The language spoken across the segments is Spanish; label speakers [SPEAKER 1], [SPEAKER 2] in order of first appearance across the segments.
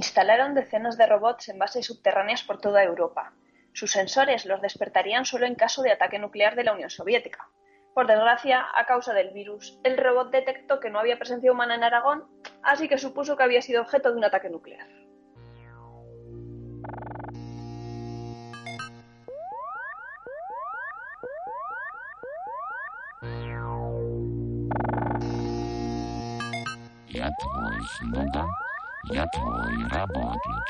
[SPEAKER 1] Instalaron decenas de robots en bases subterráneas por toda Europa. Sus sensores los despertarían solo en caso de ataque nuclear de la Unión Soviética. Por desgracia, a causa del virus, el robot detectó que no había presencia humana en Aragón, así que supuso que había sido objeto de un ataque nuclear.
[SPEAKER 2] Я твой слуга, я твой работник.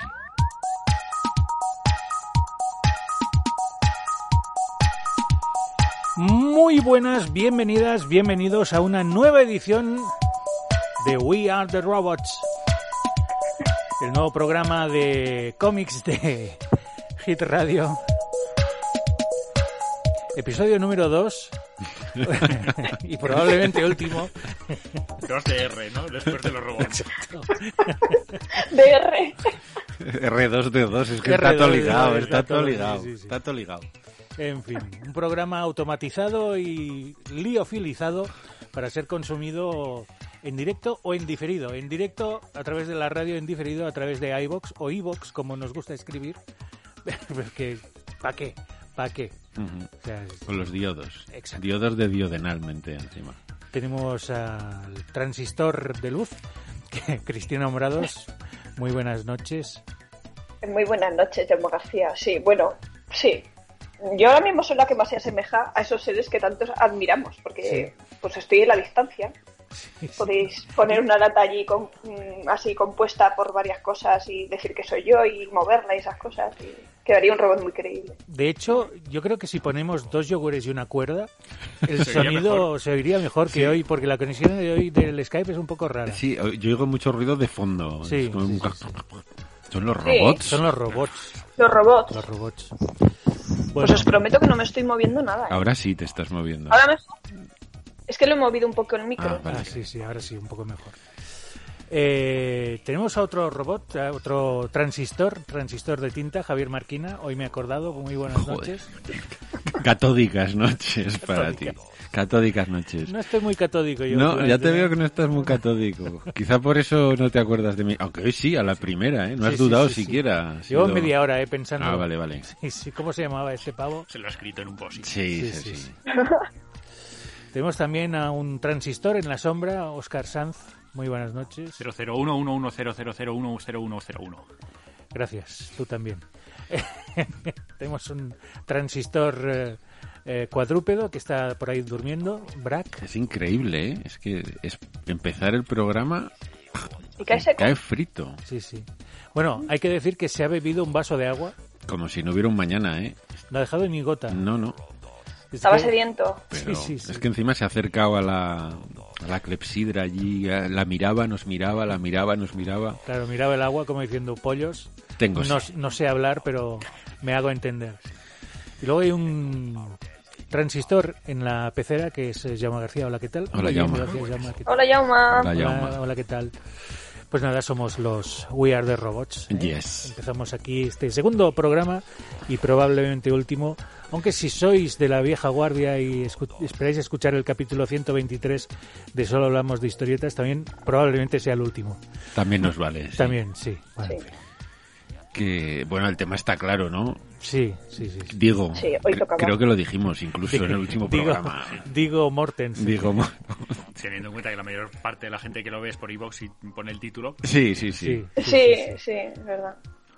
[SPEAKER 3] Muy buenas, bienvenidas, bienvenidos a una nueva edición de We Are the Robots, el nuevo programa de cómics de Hit Radio. Episodio número 2 y probablemente último.
[SPEAKER 4] 2DR, ¿no? Después de los robots.
[SPEAKER 1] DR.
[SPEAKER 5] R2D2, es que
[SPEAKER 3] R2D2,
[SPEAKER 5] está todo ligado,
[SPEAKER 3] está
[SPEAKER 5] está todo
[SPEAKER 3] todo-
[SPEAKER 5] ligado,
[SPEAKER 3] sí, sí, sí.
[SPEAKER 5] está todo ligado.
[SPEAKER 3] En fin, un programa automatizado y liofilizado para ser consumido en directo o en diferido. En directo a través de la radio, en diferido a través de iBox o iBox, como nos gusta escribir. Porque, ¿para qué? ¿Para qué?
[SPEAKER 5] Ujú.
[SPEAKER 3] O sea, es-
[SPEAKER 5] Con los diodos.
[SPEAKER 3] Exacto.
[SPEAKER 5] Diodos de diodenalmente encima.
[SPEAKER 3] tenemos al transistor de luz, que- Cristina Morados. Muy buenas noches.
[SPEAKER 1] Muy buenas noches, Jaume García. Sí, bueno, sí. Yo ahora mismo soy la que más se asemeja a esos seres que tantos admiramos, porque pues estoy en la distancia. Podéis poner una lata allí con- mm, así compuesta por varias cosas y decir que soy yo y moverla y esas cosas. Y quedaría un robot muy creíble.
[SPEAKER 3] De hecho, yo creo que si ponemos dos yogures y una cuerda, el
[SPEAKER 4] Se oiría
[SPEAKER 3] sonido
[SPEAKER 4] mejor.
[SPEAKER 3] se oiría mejor que hoy, porque la conexión de hoy del Skype es un poco rara.
[SPEAKER 5] Sí, o- yo oigo mucho ruido de fondo.
[SPEAKER 3] Sí,
[SPEAKER 5] Es como
[SPEAKER 3] sí,
[SPEAKER 5] un-
[SPEAKER 3] sí, sí.
[SPEAKER 5] ¿Son los
[SPEAKER 1] Sí.
[SPEAKER 5] robots?
[SPEAKER 3] Son los robots,
[SPEAKER 1] Los robots.
[SPEAKER 3] los robots.
[SPEAKER 1] Pues
[SPEAKER 3] Bueno,
[SPEAKER 1] os prometo que no me estoy moviendo nada. ¿eh?
[SPEAKER 5] Ahora sí te estás moviendo.
[SPEAKER 1] Ahora me... Es que lo he movido un poco el micro.
[SPEAKER 5] Ah, vale.
[SPEAKER 3] ah, sí, sí, ahora sí, un poco mejor. Eh, tenemos a otro robot, a otro transistor, transistor de tinta, Javier Marquina. Hoy me he acordado, muy buenas
[SPEAKER 5] Joder.
[SPEAKER 3] noches.
[SPEAKER 5] Catódicas noches para ti. Catódicas noches.
[SPEAKER 3] No estoy muy catódico yo.
[SPEAKER 5] No, ya
[SPEAKER 3] últimamente.
[SPEAKER 5] te veo que no estás muy catódico. Quizá por eso no te acuerdas de mí. Aunque hoy sí, a la primera, ¿eh? No
[SPEAKER 3] Sí,
[SPEAKER 5] has
[SPEAKER 3] sí,
[SPEAKER 5] dudado
[SPEAKER 3] sí, sí.
[SPEAKER 5] siquiera. Ha
[SPEAKER 3] Llevo
[SPEAKER 5] sido-
[SPEAKER 3] media hora eh, pensando.
[SPEAKER 5] Ah, vale, vale.
[SPEAKER 3] Sí, sí, ¿Cómo se llamaba este pavo?
[SPEAKER 4] Se lo ha escrito en un post
[SPEAKER 5] Sí,
[SPEAKER 3] Sí,
[SPEAKER 5] sí,
[SPEAKER 3] sí,
[SPEAKER 5] sí.
[SPEAKER 3] Tenemos también a un transistor en la sombra, Oscar Sanz. Muy buenas noches.
[SPEAKER 4] 0011100010101.
[SPEAKER 3] Gracias, tú también. Tenemos un transistor eh, eh, cuadrúpedo que está por ahí durmiendo, Brack.
[SPEAKER 5] Es increíble, ¿eh? Es que es empezar el programa
[SPEAKER 1] Y cae seco.
[SPEAKER 5] cae frito.
[SPEAKER 3] Sí, sí. Bueno, hay que decir que se ha bebido un vaso de agua,
[SPEAKER 5] Como si no hubiera un mañana, ¿eh?
[SPEAKER 3] no ha dejado ni gota.
[SPEAKER 5] No, no.
[SPEAKER 3] Es
[SPEAKER 1] Estaba
[SPEAKER 3] que-
[SPEAKER 1] sediento.
[SPEAKER 5] Mm. Pero
[SPEAKER 3] Sí, sí, sí.
[SPEAKER 5] es que encima se ha acercado a la, a la clepsidra allí, a- la miraba, nos miraba, la miraba, nos miraba.
[SPEAKER 3] Claro, miraba el agua como diciendo pollos.
[SPEAKER 5] Tengo
[SPEAKER 3] no,
[SPEAKER 5] sed.
[SPEAKER 3] no sé hablar, pero me hago entender. Y luego hay un transistor en la pecera que es eh, Jaume García. Hola, ¿qué tal?
[SPEAKER 5] Hola,
[SPEAKER 3] Muy bien,
[SPEAKER 5] Jaume.
[SPEAKER 3] gracias, Jaume, ¿qué tal?
[SPEAKER 1] Hola, Yauma.
[SPEAKER 5] Hola,
[SPEAKER 3] Hola,
[SPEAKER 5] Jaume.
[SPEAKER 3] hola, ¿qué tal? Pues nada, somos los We Are the Robots. ¿eh?
[SPEAKER 5] Yes.
[SPEAKER 3] Empezamos aquí este segundo programa y probablemente último. Aunque si sois de la vieja guardia y escu- esperáis escuchar el capítulo 123 de Solo hablamos de historietas, también probablemente sea el último.
[SPEAKER 5] También nos vale. sí.
[SPEAKER 3] También, sí. Bueno,
[SPEAKER 1] Sí.
[SPEAKER 3] en fin.
[SPEAKER 5] Que, bueno, el tema está claro, ¿no?
[SPEAKER 3] Sí, sí, sí. sí.
[SPEAKER 5] Digo,
[SPEAKER 1] Sí, hoy
[SPEAKER 5] cre-
[SPEAKER 1] tocaba.
[SPEAKER 5] creo que lo dijimos incluso en el último
[SPEAKER 3] Digo,
[SPEAKER 5] programa.
[SPEAKER 3] digo Mortensen.
[SPEAKER 5] Digo, mo-
[SPEAKER 4] Teniendo en cuenta que la mayor parte de la gente que lo ve es por Evox y pone el título.
[SPEAKER 5] sí, sí, sí,
[SPEAKER 3] Sí, sí,
[SPEAKER 1] Sí,
[SPEAKER 3] sí, sí.
[SPEAKER 1] sí, es verdad.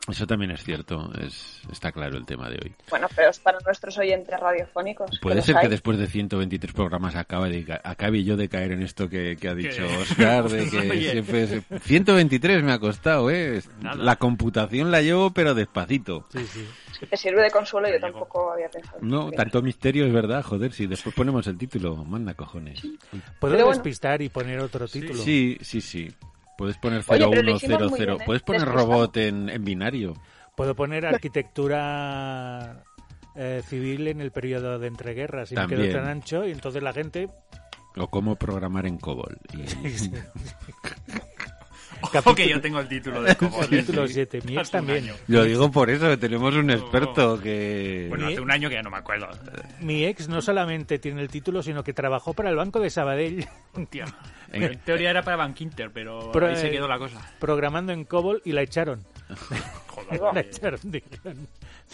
[SPEAKER 5] Eso también es cierto. Es, está claro el tema de hoy.
[SPEAKER 1] Bueno, pero es para nuestros oyentes radiofónicos.
[SPEAKER 5] Puede
[SPEAKER 1] los
[SPEAKER 5] ser que
[SPEAKER 1] hay.
[SPEAKER 5] después de 123 programas acabe, de ca- acabe yo de caer en esto que, que ha dicho
[SPEAKER 4] Que-
[SPEAKER 5] Oscar, de que
[SPEAKER 4] Oye.
[SPEAKER 5] siempre es- 123 me ha costado, ¿eh?
[SPEAKER 4] Nada.
[SPEAKER 5] La computación la llevo, pero despacito.
[SPEAKER 3] Sí, sí.
[SPEAKER 1] Si te sirve de consuelo, yo
[SPEAKER 4] Llegó.
[SPEAKER 1] tampoco había pensado.
[SPEAKER 5] No,
[SPEAKER 1] Bien.
[SPEAKER 5] tanto misterio es verdad, joder, si después ponemos el título, manda cojones.
[SPEAKER 3] Puedo
[SPEAKER 1] Pero bueno.
[SPEAKER 3] despistar y poner otro título.
[SPEAKER 5] Sí, sí, sí. Puedes poner
[SPEAKER 1] Oye, pero lo
[SPEAKER 5] 0100,
[SPEAKER 1] hicimos muy bien, ¿eh?
[SPEAKER 5] puedes poner
[SPEAKER 1] Despistado.
[SPEAKER 5] robot en, en binario.
[SPEAKER 3] Puedo poner arquitectura eh, civil en el periodo de entreguerras y me
[SPEAKER 5] También.
[SPEAKER 3] quedo tan ancho y entonces la gente
[SPEAKER 5] O cómo programar en COBOL. Y-
[SPEAKER 4] Ojo que yo tengo el título de Cobol. ¿eh?
[SPEAKER 3] Capítulo
[SPEAKER 4] Sí.
[SPEAKER 3] siete, mi ex
[SPEAKER 4] Hace un
[SPEAKER 3] también.
[SPEAKER 4] año.
[SPEAKER 5] Lo digo por eso, que tenemos un experto que...
[SPEAKER 4] Bueno, hace un año que ya no me acuerdo.
[SPEAKER 3] Mi ex no solamente tiene el título, sino que trabajó para el Banco de Sabadell,
[SPEAKER 4] Hostia.
[SPEAKER 5] Venga.
[SPEAKER 4] En teoría era para Bankinter, pero,
[SPEAKER 3] Pero,
[SPEAKER 4] ahí se
[SPEAKER 3] eh,
[SPEAKER 4] quedó la cosa.
[SPEAKER 3] programando en COBOL y la echaron.
[SPEAKER 4] Joder,
[SPEAKER 1] Oh.
[SPEAKER 3] La
[SPEAKER 4] eh,
[SPEAKER 3] echaron, dijeron.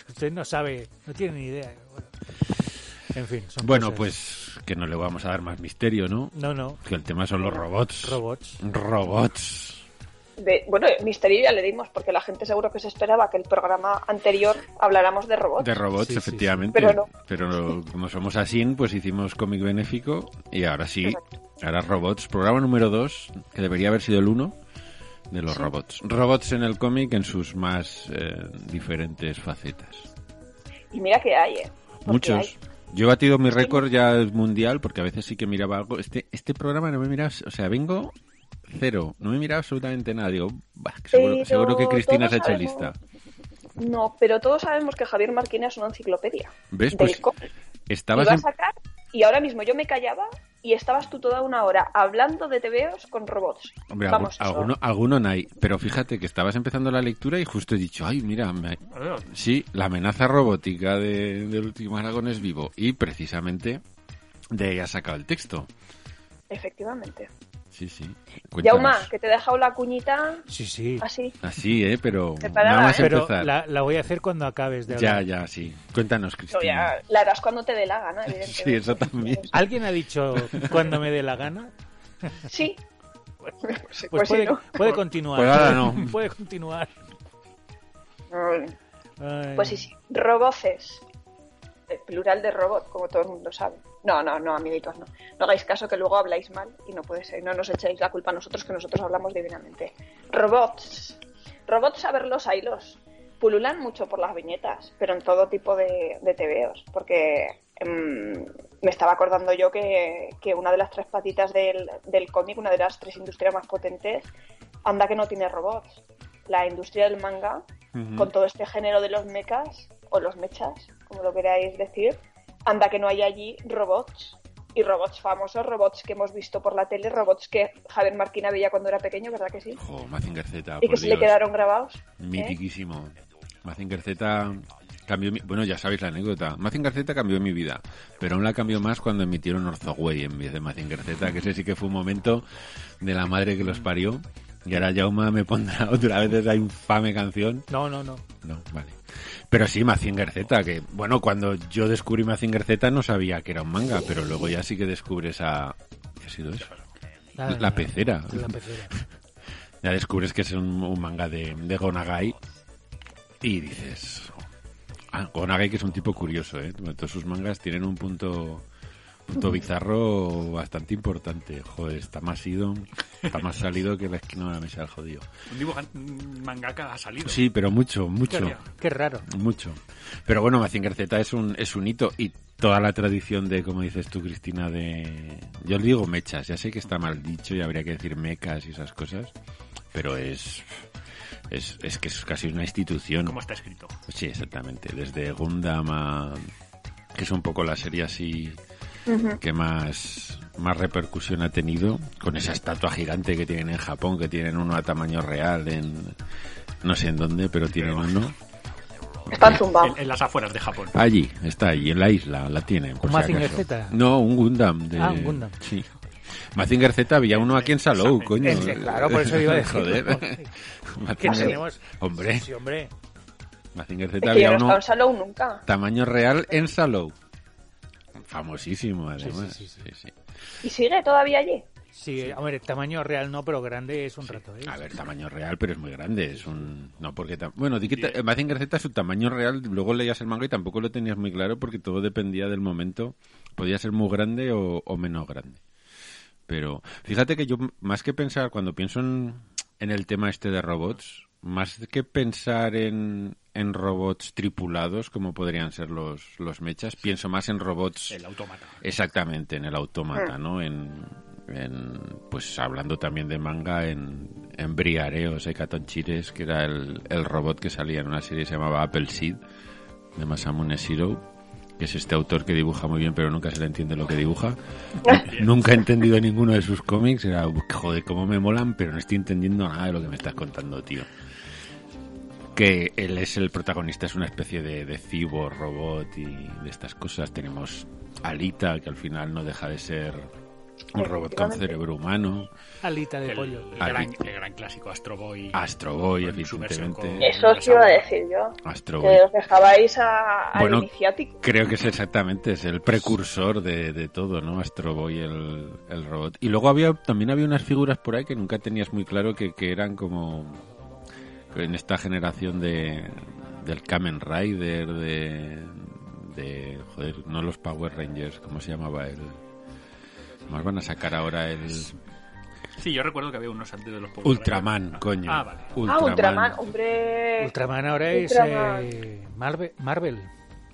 [SPEAKER 3] Usted no sabe, no tiene ni idea. Bueno. En fin, son
[SPEAKER 5] Bueno,
[SPEAKER 3] cosas.
[SPEAKER 5] pues que no le vamos a dar más misterio, ¿no?
[SPEAKER 3] No, no,
[SPEAKER 5] Que el tema son los robots.
[SPEAKER 3] robots.
[SPEAKER 5] Robots.
[SPEAKER 1] De- bueno, misterio ya le dimos, porque la gente seguro que se esperaba que el programa anterior habláramos de robots.
[SPEAKER 5] De robots,
[SPEAKER 3] Sí, sí,
[SPEAKER 5] efectivamente.
[SPEAKER 1] sí. Pero no.
[SPEAKER 5] Pero como somos así, pues hicimos cómic benéfico y ahora sí, ahora robots. Programa número 2, que debería haber sido el 1, de los robots. Robots en el cómic en sus más eh, diferentes facetas.
[SPEAKER 1] y mira que hay, ¿eh? Porque
[SPEAKER 5] Muchos.
[SPEAKER 1] hay.
[SPEAKER 5] Yo he batido mi récord ya mundial porque a veces sí que miraba algo. Este, este programa no me miraba, o sea, vengo cero, no me miraba absolutamente nada. Digo, bah, seguro,
[SPEAKER 1] Pero
[SPEAKER 5] seguro que Cristina se ha
[SPEAKER 1] todos
[SPEAKER 5] hecho
[SPEAKER 1] sabemos-
[SPEAKER 5] lista.
[SPEAKER 1] No, pero todos sabemos que Javier Marquina es una enciclopedia.
[SPEAKER 5] ¿Ves?
[SPEAKER 1] del
[SPEAKER 5] Pues
[SPEAKER 1] cómic.
[SPEAKER 5] estabas
[SPEAKER 1] Iba a
[SPEAKER 5] en-
[SPEAKER 1] sacar y ahora mismo yo me callaba y estabas tú toda una hora hablando de TVOs con robots.
[SPEAKER 5] Hombre, algu-
[SPEAKER 1] Vamos, eso.
[SPEAKER 5] alguno, alguno no hay. Pero fíjate que estabas empezando la lectura y justo he dicho, ay, mira, me- sí, la amenaza robótica de, del último Aragón es vivo. Y precisamente de ahí ha sacado el texto.
[SPEAKER 1] Efectivamente.
[SPEAKER 5] Sí, sí.
[SPEAKER 1] Yauma,
[SPEAKER 5] Cuéntanos.
[SPEAKER 1] que te he dejado la cuñita
[SPEAKER 3] Sí, sí.
[SPEAKER 1] así.
[SPEAKER 5] Así, ¿eh? Pero
[SPEAKER 1] Preparada,
[SPEAKER 5] nada más
[SPEAKER 1] ¿eh?
[SPEAKER 3] Pero
[SPEAKER 5] empezar.
[SPEAKER 3] la, la voy a hacer cuando acabes de
[SPEAKER 5] Ya,
[SPEAKER 3] hablar.
[SPEAKER 5] ya, sí. Cuéntanos,
[SPEAKER 1] O
[SPEAKER 5] Cristina.
[SPEAKER 1] ya, la harás cuando te dé la gana, evidentemente.
[SPEAKER 5] Sí, eso también.
[SPEAKER 3] ¿Alguien ha dicho cuando me dé la gana?
[SPEAKER 1] Sí. Pues,
[SPEAKER 3] Pues,
[SPEAKER 1] pues sí,
[SPEAKER 3] puede,
[SPEAKER 1] ¿no?
[SPEAKER 3] puede continuar.
[SPEAKER 5] Pues ahora no.
[SPEAKER 3] Puede continuar.
[SPEAKER 1] Mm,
[SPEAKER 3] Ay.
[SPEAKER 1] Pues sí, sí. Roboces. El plural de robot, como todo el mundo sabe. No, no, no, amiguitos, no. No hagáis caso que luego habláis mal y no puede ser. No nos echéis la culpa a nosotros que nosotros hablamos divinamente. Robots. Robots a verlos, haylos. Pululan mucho por las viñetas, pero en todo tipo de, de TVOs. Porque em, me estaba acordando yo que, que una de las tres patitas del, del cómic, una de las tres industrias más potentes, anda que no tiene robots. La industria del manga,
[SPEAKER 5] Ujú.
[SPEAKER 1] con todo este género de los mechas, o los mechas, como lo queráis decir, anda que no hay allí robots. Y robots famosos, robots que hemos visto por la tele, robots que Javier Marquina veía cuando era pequeño, ¿verdad que sí?
[SPEAKER 5] Jo, Mazinger Z,
[SPEAKER 1] y que
[SPEAKER 5] Ah, por
[SPEAKER 1] se le
[SPEAKER 5] Dios.
[SPEAKER 1] quedaron grabados. ¿eh?
[SPEAKER 5] Mitiquísimo. Mazinger Z cambió mi... Bueno, ya sabéis la anécdota. Mazinger Z cambió mi vida, pero aún la cambió más cuando emitieron Orzoway en vez de Mazinger Z, que ese sí que fue un momento de la madre que los parió. Y ahora Jauma me pondrá otra vez esa infame canción.
[SPEAKER 3] No, no, no.
[SPEAKER 5] No, vale. Pero sí, Mazinger Z, que bueno, cuando yo descubrí Mazinger Z no sabía que era un manga, pero luego ya sí que descubres a... ¿Qué ha sido eso?
[SPEAKER 3] Nada,
[SPEAKER 5] La
[SPEAKER 3] nada.
[SPEAKER 5] pecera.
[SPEAKER 3] La pecera.
[SPEAKER 5] Ya descubres que es un, un manga de, de Gonagai y dices... Ah, Gonagai que es un tipo curioso, ¿eh? Todos sus mangas tienen un punto, punto bizarro bastante importante. Joder, está más ido, está más salido que la esquina de la mesa del jodido.
[SPEAKER 4] Un dibujante un mangaka ha salido.
[SPEAKER 5] Sí, pero mucho, mucho.
[SPEAKER 4] Hostia.
[SPEAKER 3] Qué raro.
[SPEAKER 5] Mucho. Pero bueno, Mazinger Z es un, es un hito y toda la tradición de, como dices tú, Cristina, de... Yo le digo mechas, ya sé que está mal dicho y habría que decir mecas y esas cosas, pero es... Es, es que es casi una institución.
[SPEAKER 4] ¿Cómo está escrito?
[SPEAKER 5] Sí, exactamente. Desde Gundam a... que es un poco la serie así que más, más repercusión ha tenido, con esa estatua gigante que tienen en Japón, que tienen uno a tamaño real en... no sé en dónde, pero tienen uno.
[SPEAKER 1] Están zumbados.
[SPEAKER 4] En, en las afueras de Japón.
[SPEAKER 5] Allí, está ahí, en la isla, la tienen. Por
[SPEAKER 3] ¿Un
[SPEAKER 5] si
[SPEAKER 3] Mazinger
[SPEAKER 5] acaso.
[SPEAKER 3] Z?
[SPEAKER 5] No, un Gundam. De...
[SPEAKER 3] Ah, un Gundam.
[SPEAKER 5] Sí. Mazinger Z había uno aquí en Salou,
[SPEAKER 4] Exactamente.
[SPEAKER 5] coño.
[SPEAKER 3] Es que, Este, claro, por eso iba a decirlo.
[SPEAKER 5] Mm. Joder.
[SPEAKER 3] ¿Qué
[SPEAKER 5] Mazinger-
[SPEAKER 3] tenemos?
[SPEAKER 5] Hombre,
[SPEAKER 3] Sí, hombre.
[SPEAKER 5] Mazinger
[SPEAKER 1] Es
[SPEAKER 5] Z
[SPEAKER 1] que yo
[SPEAKER 5] había
[SPEAKER 1] no he estado
[SPEAKER 5] uno
[SPEAKER 1] en Salou nunca.
[SPEAKER 5] tamaño real en Salou. Famosísimo, además.
[SPEAKER 3] sí, sí,
[SPEAKER 5] Sí, sí.
[SPEAKER 1] ¿Y sigue todavía allí?
[SPEAKER 3] Sí, eh, hombre, tamaño real no, pero grande es un rato. ¿eh?
[SPEAKER 5] A ver, tamaño real, pero es muy grande. Es un... No, porque... tam- Bueno, di que ta- Mazinger Z, su tamaño real, luego leías el manga y tampoco lo tenías muy claro porque todo dependía del momento. Podía ser muy grande o, o menos grande. Pero fíjate que yo, más que pensar, cuando pienso en, en el tema este de robots, más que pensar en, en robots tripulados, como podrían ser los, los mechas, pienso más en robots...
[SPEAKER 4] El autómata.
[SPEAKER 5] Exactamente, en el autómata, ¿no? En, en, pues hablando también de manga, en, en Briareos, Hecatonchires, que era el, el robot que salía en una serie que se llamaba Appleseed, de Masamune Shiro, que es este autor que dibuja muy bien, pero nunca se le entiende lo que dibuja. nunca he entendido ninguno de sus cómics. Era, joder, cómo me molan, pero no estoy entendiendo nada de lo que me estás contando, tío. Que él es el protagonista, es una especie de, de cyborg, robot y de estas cosas. Tenemos Alita, que al final no deja de ser un robot con cerebro humano.
[SPEAKER 3] Alita de
[SPEAKER 4] El,
[SPEAKER 3] pollo.
[SPEAKER 4] el
[SPEAKER 5] Ah,
[SPEAKER 4] gran,
[SPEAKER 5] sí.
[SPEAKER 4] el gran clásico Astro Boy.
[SPEAKER 5] Astro Boy,
[SPEAKER 4] Con su versión
[SPEAKER 5] evidentemente.
[SPEAKER 4] con-
[SPEAKER 1] Eso os iba a decir yo.
[SPEAKER 5] Astro Boy.
[SPEAKER 1] Que os dejabais a, al
[SPEAKER 5] Bueno,
[SPEAKER 1] iniciático.
[SPEAKER 5] Creo que es exactamente, es el precursor de, de todo, ¿no? Astro Boy, el, el robot. Y luego había también había unas figuras por ahí que nunca tenías muy claro que, que eran como en esta generación de del Kamen Rider, de, de... Joder, no los Power Rangers, ¿cómo se llamaba el...? Más van a sacar ahora el
[SPEAKER 4] Sí, yo recuerdo que había unos antes de los Power
[SPEAKER 5] Ultraman,
[SPEAKER 4] Rangers.
[SPEAKER 5] coño.
[SPEAKER 4] Ah, vale.
[SPEAKER 1] Ah, Ultraman, hombre.
[SPEAKER 3] Ultraman ahora es
[SPEAKER 1] Eh, Ultraman.
[SPEAKER 3] eh, Marvel, Marvel.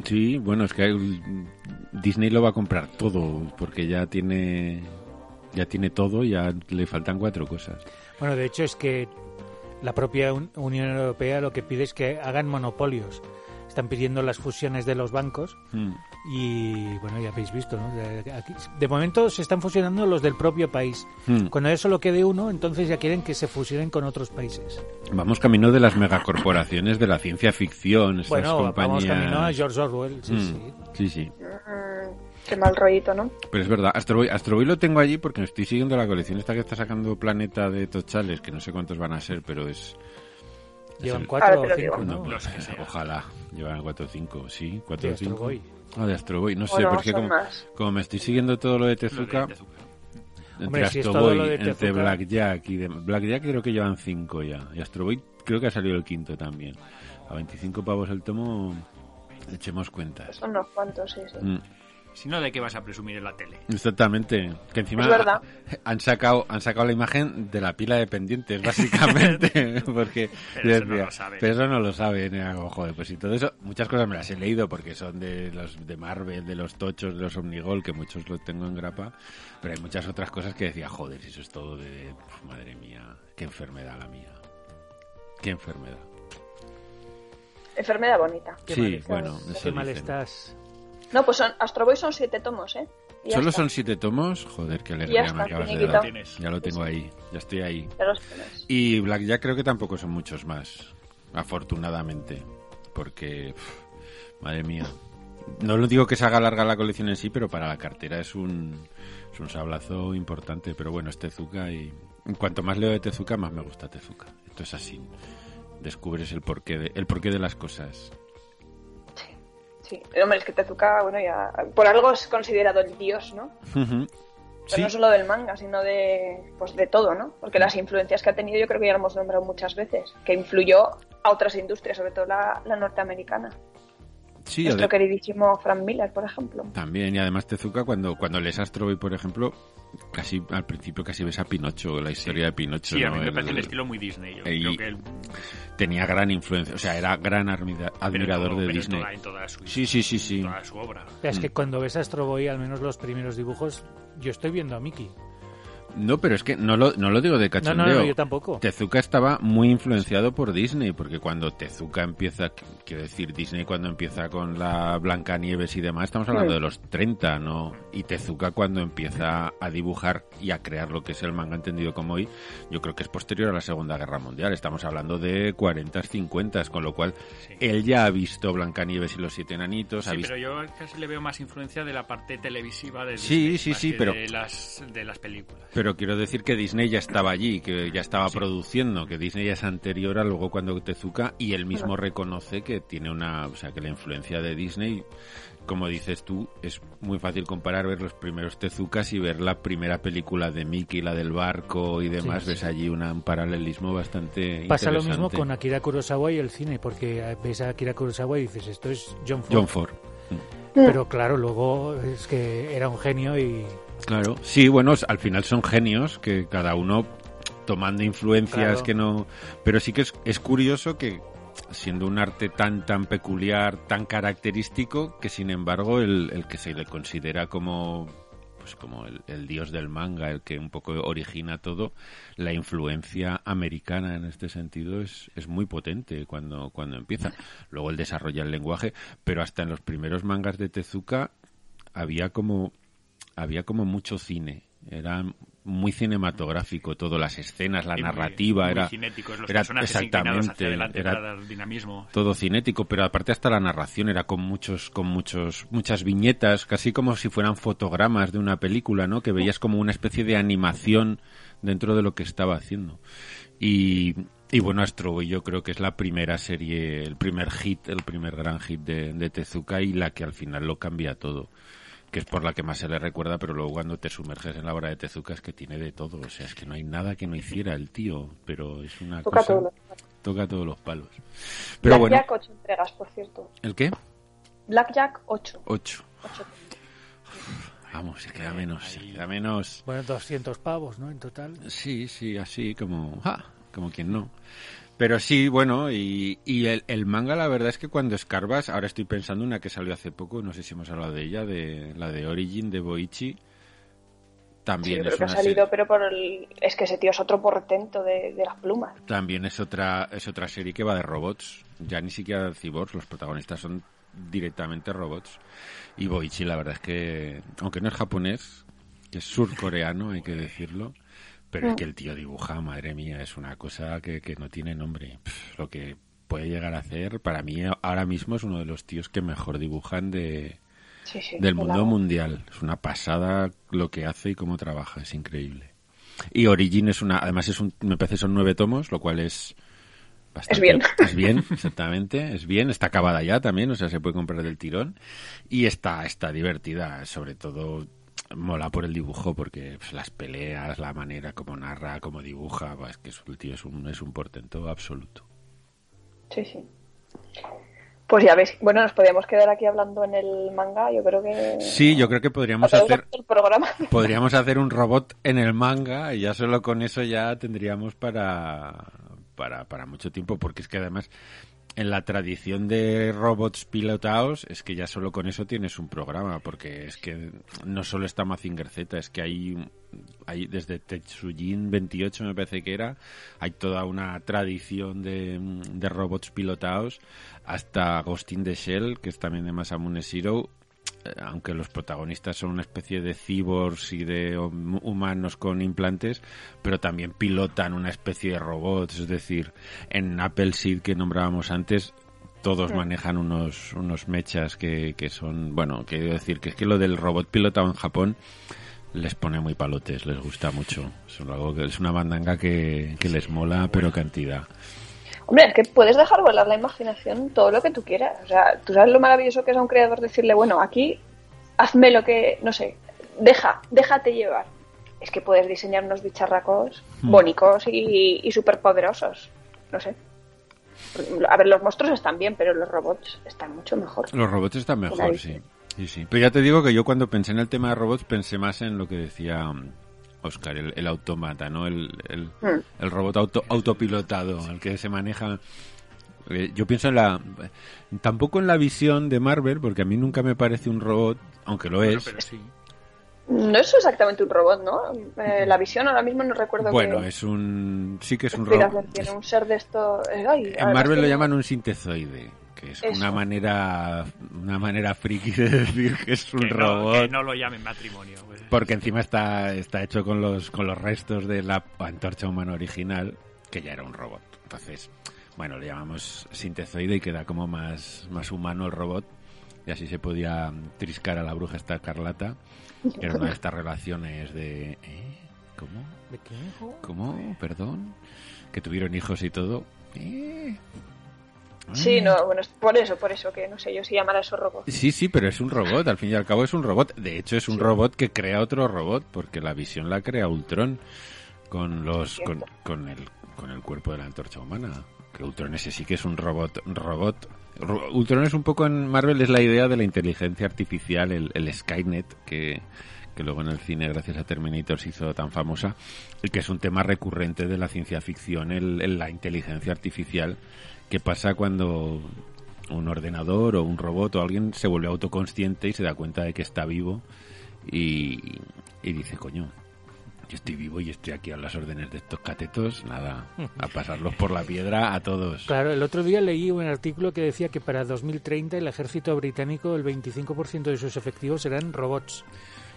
[SPEAKER 5] Sí, bueno, es que hay- Disney lo va a comprar todo, porque ya tiene ya tiene todo, ya le faltan cuatro cosas.
[SPEAKER 3] Bueno, de hecho es que la propia Un- Unión Europea lo que pide es que hagan monopolios. Están pidiendo las fusiones de los bancos y, bueno, ya habéis visto, ¿no? De, aquí- de momento se están fusionando los del propio país.
[SPEAKER 5] Hmm.
[SPEAKER 3] Cuando eso lo quede uno, entonces ya quieren que se fusionen con otros países.
[SPEAKER 5] Vamos camino de las megacorporaciones de la ciencia ficción, estas
[SPEAKER 3] bueno, vamos
[SPEAKER 5] compañías.
[SPEAKER 3] camino a George Orwell, sí,
[SPEAKER 5] Mm,
[SPEAKER 3] sí.
[SPEAKER 5] sí, sí.
[SPEAKER 1] Mm, qué mal rollito, ¿no?
[SPEAKER 5] Pero es verdad, Astro Boy, Astro Boy lo tengo allí porque estoy siguiendo la colección esta que está sacando Planeta de Tochales, que no sé cuántos van a ser, pero es... es
[SPEAKER 3] Llevan
[SPEAKER 5] el-
[SPEAKER 3] cuatro
[SPEAKER 1] Ahora te
[SPEAKER 3] o
[SPEAKER 1] lo
[SPEAKER 3] cinco,
[SPEAKER 1] digo.
[SPEAKER 5] No,
[SPEAKER 3] ¿no?
[SPEAKER 5] pues,
[SPEAKER 4] Los que sea.
[SPEAKER 5] ojalá. Llevan cuatro o cinco, sí, cuatro
[SPEAKER 3] De
[SPEAKER 5] o cinco.
[SPEAKER 3] Astro Boy.
[SPEAKER 5] Ah, de Astro Boy, no sé,
[SPEAKER 1] Bueno,
[SPEAKER 5] porque
[SPEAKER 1] son
[SPEAKER 5] como,
[SPEAKER 1] más.
[SPEAKER 5] como me estoy siguiendo todo lo de
[SPEAKER 4] Los de
[SPEAKER 5] Tezuka,
[SPEAKER 4] Tezuka.
[SPEAKER 5] entre
[SPEAKER 3] Hombre, si es
[SPEAKER 5] Astro
[SPEAKER 3] todo
[SPEAKER 5] Boy,
[SPEAKER 3] lo de
[SPEAKER 5] entre
[SPEAKER 3] Tezuka.
[SPEAKER 5] Blackjack y de... Blackjack creo que llevan cinco ya, y Astro Boy creo que ha salido el quinto también. A 25 pavos el tomo, echemos cuentas.
[SPEAKER 1] Son unos cuantos, sí, sí.
[SPEAKER 5] Mm,
[SPEAKER 4] Si no, ¿de qué vas a presumir en la tele?
[SPEAKER 5] Exactamente, que encima
[SPEAKER 1] Es verdad.
[SPEAKER 5] han sacado han sacado la imagen de la pila de pendientes básicamente, porque
[SPEAKER 4] Pero
[SPEAKER 5] yo
[SPEAKER 4] eso no lo saben.
[SPEAKER 5] pero eso no lo saben, eh, hago, joder, pues y todo eso, muchas cosas me las he leído porque son de los de Marvel, de los tochos, de los Omnigol, que muchos los tengo en grapa, pero hay muchas otras cosas que decía, joder, si eso es todo de pf, madre mía, qué enfermedad la mía. Qué enfermedad.
[SPEAKER 1] Enfermedad bonita.
[SPEAKER 3] Qué
[SPEAKER 5] sí,
[SPEAKER 3] mal estás,
[SPEAKER 5] bueno, eso
[SPEAKER 3] Qué mal
[SPEAKER 5] dicen.
[SPEAKER 3] estás.
[SPEAKER 1] No, pues son, Astro Boy son siete tomos, ¿eh? Y ya
[SPEAKER 5] Solo
[SPEAKER 1] está.
[SPEAKER 5] son siete tomos, joder, qué alegría
[SPEAKER 1] está,
[SPEAKER 5] me acabas de
[SPEAKER 1] finiquito.
[SPEAKER 5] dar.
[SPEAKER 4] Tienes.
[SPEAKER 5] Ya lo tengo ahí, ya estoy ahí.
[SPEAKER 1] Ya los tienes.
[SPEAKER 5] Y Black Jack creo que tampoco son muchos más, afortunadamente, porque, pf, madre mía, no lo digo que se haga larga la colección en sí, pero para la cartera es un, es un sablazo importante, pero bueno, es Tezuka y cuanto más leo de Tezuka, más me gusta Tezuka, esto es así, descubres el porqué de, el porqué de las cosas.
[SPEAKER 1] Sí, sí. El hombre es que Tezuka, bueno, ya. Por algo es considerado el dios, ¿no? Pero
[SPEAKER 5] Ujú. sí,
[SPEAKER 1] no solo del manga, sino de, pues de todo, ¿no? Porque las influencias que ha tenido yo creo que ya lo hemos nombrado muchas veces, que influyó a otras industrias, sobre todo la, la norteamericana.
[SPEAKER 5] sí,
[SPEAKER 1] Nuestro
[SPEAKER 5] ade-
[SPEAKER 1] queridísimo Frank Miller, por ejemplo.
[SPEAKER 5] También, y además Tezuka, cuando, cuando lees Astro Boy, por ejemplo, casi al principio casi ves a Pinocho, la historia de Pinocho.
[SPEAKER 4] Sí, a
[SPEAKER 5] ¿no?
[SPEAKER 4] mí me
[SPEAKER 5] El-
[SPEAKER 4] parece un estilo muy Disney. Yo
[SPEAKER 5] y-
[SPEAKER 4] creo que el
[SPEAKER 5] tenía gran influencia, o sea, era gran admira-
[SPEAKER 4] pero en
[SPEAKER 5] admirador
[SPEAKER 4] todo-
[SPEAKER 5] de
[SPEAKER 4] pero en
[SPEAKER 5] Disney.
[SPEAKER 4] toda- en toda su-
[SPEAKER 5] Sí, sí, sí, sí.
[SPEAKER 4] toda su obra.
[SPEAKER 3] Es
[SPEAKER 5] Mm.
[SPEAKER 3] que cuando ves a Astro Boy, al menos los primeros dibujos, yo estoy viendo a Mickey.
[SPEAKER 5] No, pero es que no lo, no lo digo de
[SPEAKER 3] No,
[SPEAKER 5] cachondeo.
[SPEAKER 3] no, no, yo tampoco.
[SPEAKER 5] Tezuka estaba muy influenciado por Disney, porque cuando Tezuka empieza, qu- quiero decir, Disney cuando empieza con la Blanca Nieves y demás, estamos hablando de los 30, ¿no? Y Tezuka cuando empieza a dibujar y a crear lo que es el manga entendido como hoy, yo creo que es posterior a la Segunda Guerra Mundial, estamos hablando de 40, 50, con lo cual
[SPEAKER 4] Sí.
[SPEAKER 5] él ya ha visto Blanca Nieves y los siete enanitos, ha
[SPEAKER 4] Sí,
[SPEAKER 5] visto...
[SPEAKER 4] pero yo casi le veo más influencia de la parte televisiva de
[SPEAKER 5] Sí,
[SPEAKER 4] Disney,
[SPEAKER 5] sí,
[SPEAKER 4] más
[SPEAKER 5] sí,
[SPEAKER 4] que
[SPEAKER 5] pero-
[SPEAKER 4] de las de las películas.
[SPEAKER 5] Pero quiero decir que Disney ya estaba allí, que ya estaba produciendo, que Disney ya es anterior a luego cuando Tezuka y él mismo reconoce que tiene una, o sea, que la influencia de Disney, como dices tú, es muy fácil comparar ver los primeros Tezukas y ver la primera película de Mickey, la del barco y demás,
[SPEAKER 3] Sí, sí.
[SPEAKER 5] ves allí una- un paralelismo bastante
[SPEAKER 3] Pasa lo mismo
[SPEAKER 5] interesante.
[SPEAKER 3] con Akira Kurosawa y el cine, porque ves a Akira Kurosawa y dices, esto es John Ford.
[SPEAKER 5] John Ford.
[SPEAKER 3] Pero claro, luego es que era un genio y...
[SPEAKER 5] Claro, sí, bueno, s- al final son genios que cada uno tomando influencias
[SPEAKER 3] Claro.
[SPEAKER 5] que no... Pero sí que es, es curioso que siendo un arte tan tan peculiar, tan característico, que sin embargo el, el que se le considera como pues, pues como el, el dios del manga, el que un poco origina todo, la influencia americana en este sentido es, es muy potente cuando, cuando empieza. Luego él desarrolla el lenguaje, pero hasta en los primeros mangas de Tezuka había como había como mucho cine. Era muy cinematográfico todo, las escenas, la
[SPEAKER 4] Sí, muy-
[SPEAKER 5] narrativa,
[SPEAKER 4] muy
[SPEAKER 5] era,
[SPEAKER 4] cinéticos, los
[SPEAKER 5] era
[SPEAKER 4] personajes inclinados hacia adelante
[SPEAKER 5] era
[SPEAKER 4] para dar dinamismo.
[SPEAKER 5] todo cinético, pero aparte hasta la narración era con muchos, con muchos, muchas viñetas, casi como si fueran fotogramas de una película, ¿no? Que veías como una especie de animación dentro de lo que estaba haciendo. Y, y bueno, Astro Boy yo creo que es la primera serie, el primer hit, el primer gran hit de, de Tezuka y la que al final lo cambia todo que es por la que más se le recuerda, pero luego cuando te sumerges en la obra de Tezuka es que tiene de todo, o sea, es que no hay nada que no hiciera el tío, pero es una
[SPEAKER 1] Toca
[SPEAKER 5] cosa...
[SPEAKER 1] todos los palos.
[SPEAKER 5] Toca todos los palos. Pero bueno,
[SPEAKER 1] Blackjack, 8 entregas, por cierto.
[SPEAKER 5] ¿el qué?
[SPEAKER 1] Blackjack, 8.
[SPEAKER 5] Ocho. Vamos, se queda menos, se queda menos.
[SPEAKER 3] Bueno, 200 pavos, ¿no? En total.
[SPEAKER 5] Sí, sí, así como, ¡ah! como quien no. Pero sí, bueno, y, y el, el manga la verdad es que cuando escarbas, ahora estoy pensando una que salió hace poco, no sé si hemos hablado de ella, de la de Origin de Boichi.
[SPEAKER 1] Sí,
[SPEAKER 5] También
[SPEAKER 1] yo creo
[SPEAKER 5] es
[SPEAKER 1] que ha
[SPEAKER 5] una
[SPEAKER 1] salido,
[SPEAKER 5] serie-
[SPEAKER 1] pero por el... es que ese tío es otro portento de, de las plumas.
[SPEAKER 5] También es otra, es otra serie que va de robots. Ya ni siquiera de cyborgs, los protagonistas son directamente robots. Y Boichi, la verdad es que, aunque no es japonés, que es surcoreano, hay que decirlo, pero es que el tío dibuja, madre mía, es una cosa que, que no tiene nombre. Pff, lo que puede llegar a hacer, para mí ahora mismo es uno de los tíos que mejor dibujan de,
[SPEAKER 1] Sí, sí,
[SPEAKER 5] del
[SPEAKER 1] de
[SPEAKER 5] mundo
[SPEAKER 1] la-
[SPEAKER 5] mundial. Es una pasada lo que hace y cómo trabaja, es increíble. Y Origin es una, además es un, me parece son nueve tomos, lo cual es bastante,
[SPEAKER 1] Es bien.
[SPEAKER 5] es bien, exactamente, es bien, está acabada ya también, o sea, se puede comprar del tirón y está, está divertida, sobre todo mola por el dibujo porque pues, las peleas, la manera como narra, como dibuja, buah, es que es- el tío es un, es un portento absoluto.
[SPEAKER 1] Sí, sí. Pues ya veis, bueno, nos podíamos quedar aquí hablando en el manga, yo creo que...
[SPEAKER 5] Sí, yo creo que podríamos
[SPEAKER 1] Podemos
[SPEAKER 5] hacer
[SPEAKER 1] el programa.
[SPEAKER 5] Podríamos hacer un robot en el manga y ya solo con eso ya tendríamos para, para, para mucho tiempo, porque es que además en la tradición de robots pilotados es que ya solo con eso tienes un programa, porque es que no solo está Mazinger Z, es que hay, hay desde Tetsujin 28 me parece que era, hay toda una tradición de, de robots pilotados hasta Agostín de Shell, que es también de Masamune Shiro, eh, aunque los protagonistas son una especie de cyborgs y de hum- humanos con implantes, pero también pilotan una especie de robots, es decir, en Apple Seed que nombrábamos antes, todos manejan unos, unos mechas que, que son, bueno, quiero decir que es que lo del robot pilotado en Japón les pone muy palotes, les gusta mucho. Es, algo que- es una bandanga que, que les mola, pero cantidad.
[SPEAKER 1] Hombre, es que puedes dejar volar la imaginación todo lo que tú quieras. O sea, tú sabes lo maravilloso que es a un creador decirle, bueno, aquí hazme lo que, no sé, deja, déjate llevar. Es que puedes diseñar unos bicharracos
[SPEAKER 5] Hmm.
[SPEAKER 1] bónicos y, y superpoderosos. No sé. A ver, los monstruos están bien, pero los robots están mucho mejor.
[SPEAKER 5] Los robots están mejor,
[SPEAKER 1] Claro.
[SPEAKER 5] sí. Sí, sí. Pero ya te digo que yo cuando pensé en el tema de robots pensé más en lo que decía Oscar, el, el autómata, ¿no? El, el,
[SPEAKER 1] Mm.
[SPEAKER 5] el robot auto, autopilotado, el que se maneja... Eh, Yo pienso en la... Tampoco en la visión de Marvel, porque a mí nunca me parece un robot, aunque lo
[SPEAKER 4] Bueno,
[SPEAKER 5] es.
[SPEAKER 4] pero sí.
[SPEAKER 1] No es exactamente un robot, ¿no? Eh, la visión ahora mismo no recuerdo
[SPEAKER 5] Bueno,
[SPEAKER 1] que-
[SPEAKER 5] es un... Sí que es un
[SPEAKER 1] Explicación,
[SPEAKER 5] robot.
[SPEAKER 1] tiene un ser de esto. eh, ay,
[SPEAKER 5] En
[SPEAKER 1] ahora
[SPEAKER 5] Marvel
[SPEAKER 1] es
[SPEAKER 5] lo
[SPEAKER 1] que-
[SPEAKER 5] llaman un sintezoide, que es
[SPEAKER 1] Eso.
[SPEAKER 5] una manera una manera friki de decir que es un
[SPEAKER 4] que
[SPEAKER 5] robot.
[SPEAKER 4] No, que no lo llamen matrimonio. pues.
[SPEAKER 5] Porque encima está, está hecho con los, con los restos de la antorcha humana original, que ya era un robot. Entonces, bueno, le llamamos sintezoide y queda como más, más humano el robot. Y así se podía triscar a la bruja esta escarlata, que era una de estas relaciones de... ¿eh? ¿Cómo?
[SPEAKER 3] ¿De qué?
[SPEAKER 5] ¿Cómo? ¿Perdón? Que tuvieron hijos y todo. ¿Eh?
[SPEAKER 1] Sí, no, bueno, es por eso, por eso, que no sé yo si llamar a esos robots.
[SPEAKER 5] Sí, sí, pero es un robot, al fin y al cabo es un robot. De hecho, es un robot que crea otro robot, porque la visión la crea Ultron con los con, con el con el cuerpo de la antorcha humana. Que Ultron ese sí que es un robot robot. Ro- Ultron es un poco en Marvel es la idea de la inteligencia artificial, el, el Skynet que que luego en el cine gracias a Terminator se hizo tan famosa y que es un tema recurrente de la ciencia ficción, el, el- la inteligencia artificial que pasa cuando un ordenador o un robot o alguien se vuelve autoconsciente y se da cuenta de que está vivo Y, y dice, coño, yo estoy vivo y estoy aquí a las órdenes de estos catetos, nada, a pasarlos por la piedra a todos.
[SPEAKER 3] Claro, el otro día leí un artículo que decía que para 2030 el ejército británico, el 25% de sus efectivos serán robots.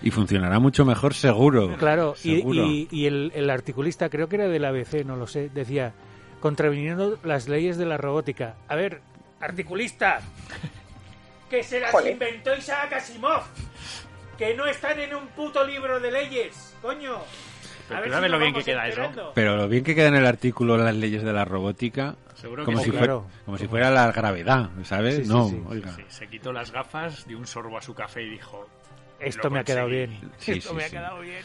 [SPEAKER 5] Y funcionará mucho mejor seguro.
[SPEAKER 3] Claro, y-
[SPEAKER 5] seguro.
[SPEAKER 3] y, y el, el articulista, creo que era del ABC, no lo sé, decía, contraviniendo las leyes de la robótica. A ver, articulista, que se las
[SPEAKER 1] Joder.
[SPEAKER 3] inventó Isaac Asimov, que no están en un puto libro de leyes, coño.
[SPEAKER 4] Pero cuidado de lo
[SPEAKER 3] nos
[SPEAKER 4] bien que
[SPEAKER 3] vamos
[SPEAKER 4] queda eso.
[SPEAKER 3] enterando.
[SPEAKER 5] Pero lo bien que queda en el artículo las leyes de la robótica,
[SPEAKER 4] Seguro que
[SPEAKER 5] como, si,
[SPEAKER 4] sí.
[SPEAKER 3] Oh,
[SPEAKER 5] fuera,
[SPEAKER 3] claro.
[SPEAKER 5] como si fuera la gravedad, ¿sabes?
[SPEAKER 3] Sí, sí,
[SPEAKER 5] no,
[SPEAKER 3] sí.
[SPEAKER 5] oiga.
[SPEAKER 4] Sí, se quitó las gafas, dio un sorbo a su café y dijo...
[SPEAKER 3] Esto
[SPEAKER 4] "Lo
[SPEAKER 3] me ha quedado
[SPEAKER 4] conseguí".
[SPEAKER 3] bien.
[SPEAKER 5] Sí,
[SPEAKER 3] Esto
[SPEAKER 5] sí,
[SPEAKER 3] me ha
[SPEAKER 5] sí.
[SPEAKER 3] quedado bien.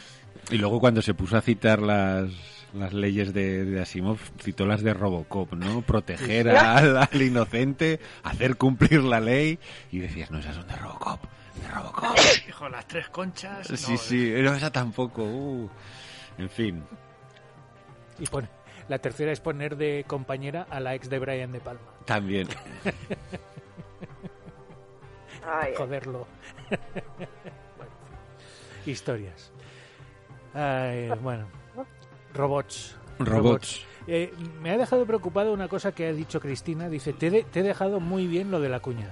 [SPEAKER 5] Y luego cuando se puso a citar las, las leyes de, de Asimov, citó las de Robocop, ¿no? Proteger al, al inocente, hacer cumplir la ley. Y decías, no, esas son de Robocop, de Robocop.
[SPEAKER 4] Dijo, las tres conchas... no,
[SPEAKER 5] Sí, sí,
[SPEAKER 3] eh.
[SPEAKER 5] no, esa tampoco. uh. En fin,
[SPEAKER 3] Y pone, la tercera es poner de compañera a la ex de Brian De Palma.
[SPEAKER 5] también.
[SPEAKER 1] Ay,
[SPEAKER 3] Joderlo. Bueno, historias. Ay, bueno. Robots.
[SPEAKER 5] Robots.
[SPEAKER 3] Eh, me ha dejado preocupado una cosa que ha dicho Cristina. Dice, te, he de- te he dejado muy bien lo de la cuña.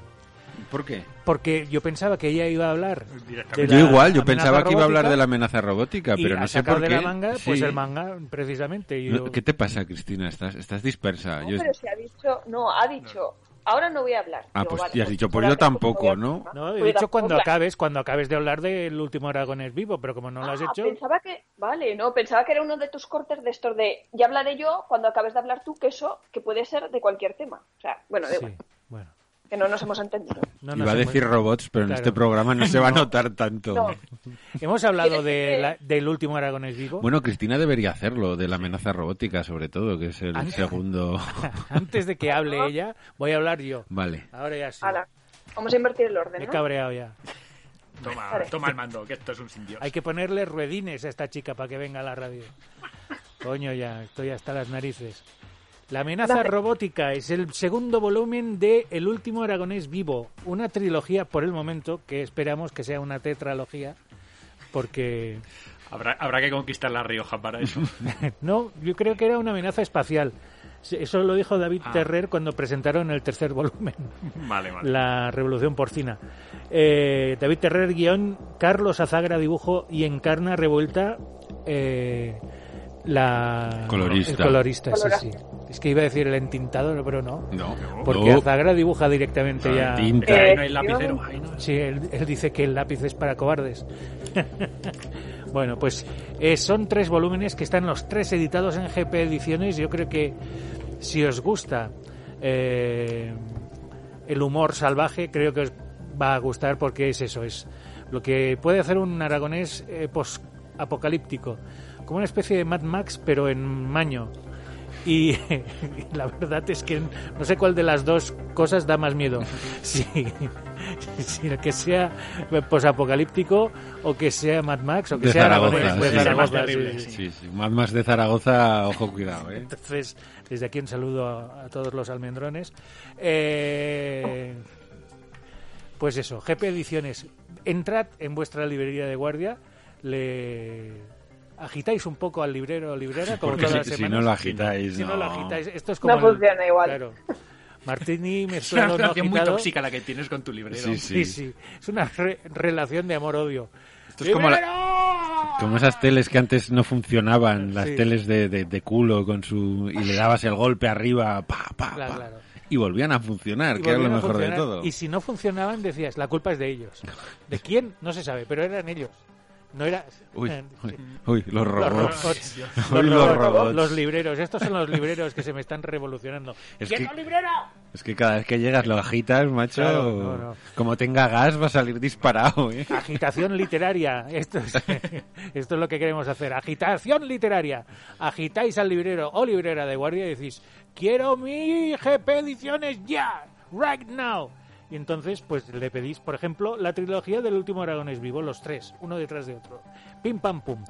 [SPEAKER 5] ¿Por qué?
[SPEAKER 3] Porque yo pensaba que ella iba a hablar.
[SPEAKER 4] Directamente.
[SPEAKER 3] de
[SPEAKER 5] Yo
[SPEAKER 3] la
[SPEAKER 5] igual, yo
[SPEAKER 3] amenaza
[SPEAKER 5] pensaba que iba a hablar
[SPEAKER 3] robótica
[SPEAKER 5] de la amenaza robótica,
[SPEAKER 3] y
[SPEAKER 5] pero
[SPEAKER 3] ha
[SPEAKER 5] no sé
[SPEAKER 3] sacado
[SPEAKER 5] por qué.
[SPEAKER 3] de la manga, pues
[SPEAKER 5] Sí.
[SPEAKER 3] el manga, precisamente. Y
[SPEAKER 5] No,
[SPEAKER 3] yo-
[SPEAKER 5] ¿Qué te pasa, Cristina? Estás, estás dispersa.
[SPEAKER 1] no,
[SPEAKER 5] Yo-
[SPEAKER 1] pero se ha dicho, no, ha dicho, ahora no voy a hablar.
[SPEAKER 5] Ah,
[SPEAKER 1] Digo,
[SPEAKER 5] pues,
[SPEAKER 1] vale,
[SPEAKER 5] y has dicho, pues
[SPEAKER 1] ahora
[SPEAKER 5] yo tampoco,
[SPEAKER 1] voy a hablar
[SPEAKER 5] ¿no?
[SPEAKER 1] más.
[SPEAKER 3] No, he
[SPEAKER 1] Pues
[SPEAKER 3] dicho
[SPEAKER 1] tampoco,
[SPEAKER 3] cuando
[SPEAKER 1] claro.
[SPEAKER 3] acabes, cuando acabes de hablar del último Aragones vivo, pero como no lo has
[SPEAKER 1] Ah,
[SPEAKER 3] hecho,
[SPEAKER 1] Pensaba que, vale, no, pensaba que era uno de tus cortes de estos de ya hablaré yo cuando acabes de hablar tú, que eso, que puede ser de cualquier tema. O sea, bueno, da
[SPEAKER 3] sí,
[SPEAKER 1] igual,
[SPEAKER 3] bueno.
[SPEAKER 1] que no nos hemos entendido.
[SPEAKER 3] No nos
[SPEAKER 5] Iba a
[SPEAKER 3] hemos-
[SPEAKER 5] decir robots, pero
[SPEAKER 3] Claro.
[SPEAKER 5] en este programa no se va a notar tanto.
[SPEAKER 1] No,
[SPEAKER 3] Hemos hablado
[SPEAKER 1] ¿Quieres que
[SPEAKER 3] de
[SPEAKER 1] te-
[SPEAKER 3] la- del último Aragones vivo.
[SPEAKER 5] Bueno, Cristina debería hacerlo, de la amenaza robótica sobre todo, que es el
[SPEAKER 3] Ah,
[SPEAKER 5] segundo...
[SPEAKER 3] Antes de que hable ella, voy a hablar yo.
[SPEAKER 5] vale.
[SPEAKER 3] Ahora ya sí.
[SPEAKER 1] ala, vamos a invertir el orden,
[SPEAKER 3] Me he
[SPEAKER 1] ¿no?
[SPEAKER 3] cabreado ya.
[SPEAKER 4] Toma,
[SPEAKER 1] Vale.
[SPEAKER 4] toma el mando, que esto es un sin Dios.
[SPEAKER 3] Hay que ponerle ruedines a esta chica para que venga a la radio. Coño, ya, estoy hasta las narices. La amenaza robótica es el segundo volumen de El último aragonés vivo, una trilogía por el momento que esperamos que sea una tetralogía, porque
[SPEAKER 4] Habrá, habrá que conquistar La Rioja para eso.
[SPEAKER 3] no, yo creo que era una amenaza espacial. Eso lo dijo David
[SPEAKER 4] Ah.
[SPEAKER 3] Terrer cuando presentaron el tercer volumen.
[SPEAKER 4] vale, vale.
[SPEAKER 3] La Revolución Porcina. Eh, David Terrer, guión, Carlos Azagra, dibujo y encarna revuelta eh, la...
[SPEAKER 5] Colorista.
[SPEAKER 3] El colorista, sí, sí. Es que iba a decir el entintador, pero no.
[SPEAKER 5] No,
[SPEAKER 3] Porque
[SPEAKER 5] no.
[SPEAKER 3] Azagra dibuja directamente ya...
[SPEAKER 5] Oh, ah, Tinta.
[SPEAKER 4] Pero ahí
[SPEAKER 1] Eh,
[SPEAKER 4] no hay lapicero. ahí no.
[SPEAKER 3] Sí, él, él dice que el lápiz es para cobardes. bueno, pues eh, son tres volúmenes que están los tres editados en GP Ediciones. Yo creo que si os gusta eh, el humor salvaje, creo que os va a gustar porque es eso, es lo que puede hacer un aragonés apocalíptico, como una especie de Mad Max pero en maño. Y la verdad es que no sé cuál de las dos cosas da más miedo. Si, si el que sea posapocalíptico o que sea Mad Max o que
[SPEAKER 5] De
[SPEAKER 3] sea
[SPEAKER 5] Zaragoza,
[SPEAKER 3] aragonés,
[SPEAKER 5] sí,
[SPEAKER 3] de
[SPEAKER 5] sí,
[SPEAKER 4] más
[SPEAKER 3] Zaragoza,
[SPEAKER 4] terrible, sí.
[SPEAKER 5] Sí, sí, Más, más de Zaragoza, ojo, cuidado, ¿eh?
[SPEAKER 3] entonces, desde aquí un saludo a, a todos los almendrones. Eh, pues eso, GP Ediciones. Entrad en vuestra librería de guardia, le agitáis un poco al librero o librera, como
[SPEAKER 5] Porque
[SPEAKER 3] todas las
[SPEAKER 5] si, si no
[SPEAKER 3] semanas.
[SPEAKER 5] lo agitáis,
[SPEAKER 3] Si no lo agitáis, esto es como.
[SPEAKER 1] No funciona igual.
[SPEAKER 3] Claro. Martini
[SPEAKER 4] Es una
[SPEAKER 3] mezclado no
[SPEAKER 4] relación muy
[SPEAKER 3] agitado.
[SPEAKER 4] tóxica la que tienes con tu librero.
[SPEAKER 5] Sí,
[SPEAKER 3] Sí, sí. Es una re- relación de amor-odio. Eh,
[SPEAKER 5] Esto es como la-
[SPEAKER 3] ¡Librero!
[SPEAKER 5] Como esas teles que antes no funcionaban, las
[SPEAKER 3] Sí.
[SPEAKER 5] teles de, de- de culo con su... y le dabas el golpe arriba, pa, pa,
[SPEAKER 3] Claro,
[SPEAKER 5] pa.
[SPEAKER 3] claro.
[SPEAKER 5] Y volvían a funcionar,
[SPEAKER 3] Y
[SPEAKER 5] que era lo
[SPEAKER 3] volvieron a
[SPEAKER 5] mejor de
[SPEAKER 3] funcionar.
[SPEAKER 5] todo.
[SPEAKER 3] Y si no funcionaban, decías, la culpa es de ellos. ¿De quién? No se sabe, pero eran ellos. No era...
[SPEAKER 5] Uy,
[SPEAKER 3] eran-
[SPEAKER 5] uy, uy, los
[SPEAKER 3] Los
[SPEAKER 5] robots.
[SPEAKER 3] robots, los,
[SPEAKER 5] Uy, los
[SPEAKER 3] robots,
[SPEAKER 5] robots.
[SPEAKER 3] los libreros, estos son los libreros que se me están revolucionando.
[SPEAKER 5] Es
[SPEAKER 3] ¡Quieto,
[SPEAKER 5] que-
[SPEAKER 3] librero!
[SPEAKER 5] Es que cada vez que llegas lo agitas, macho.
[SPEAKER 3] Claro, no, no.
[SPEAKER 5] Como tenga gas va a salir disparado, ¿eh?
[SPEAKER 3] Agitación literaria, esto es, esto es lo que queremos hacer, agitación literaria. Agitáis al librero o librera de guardia y decís, quiero mi GP ediciones ya, right now. Y entonces, pues le pedís, por ejemplo, la trilogía del último Aragones Vivo, los tres, uno detrás de otro. Pim pam pum.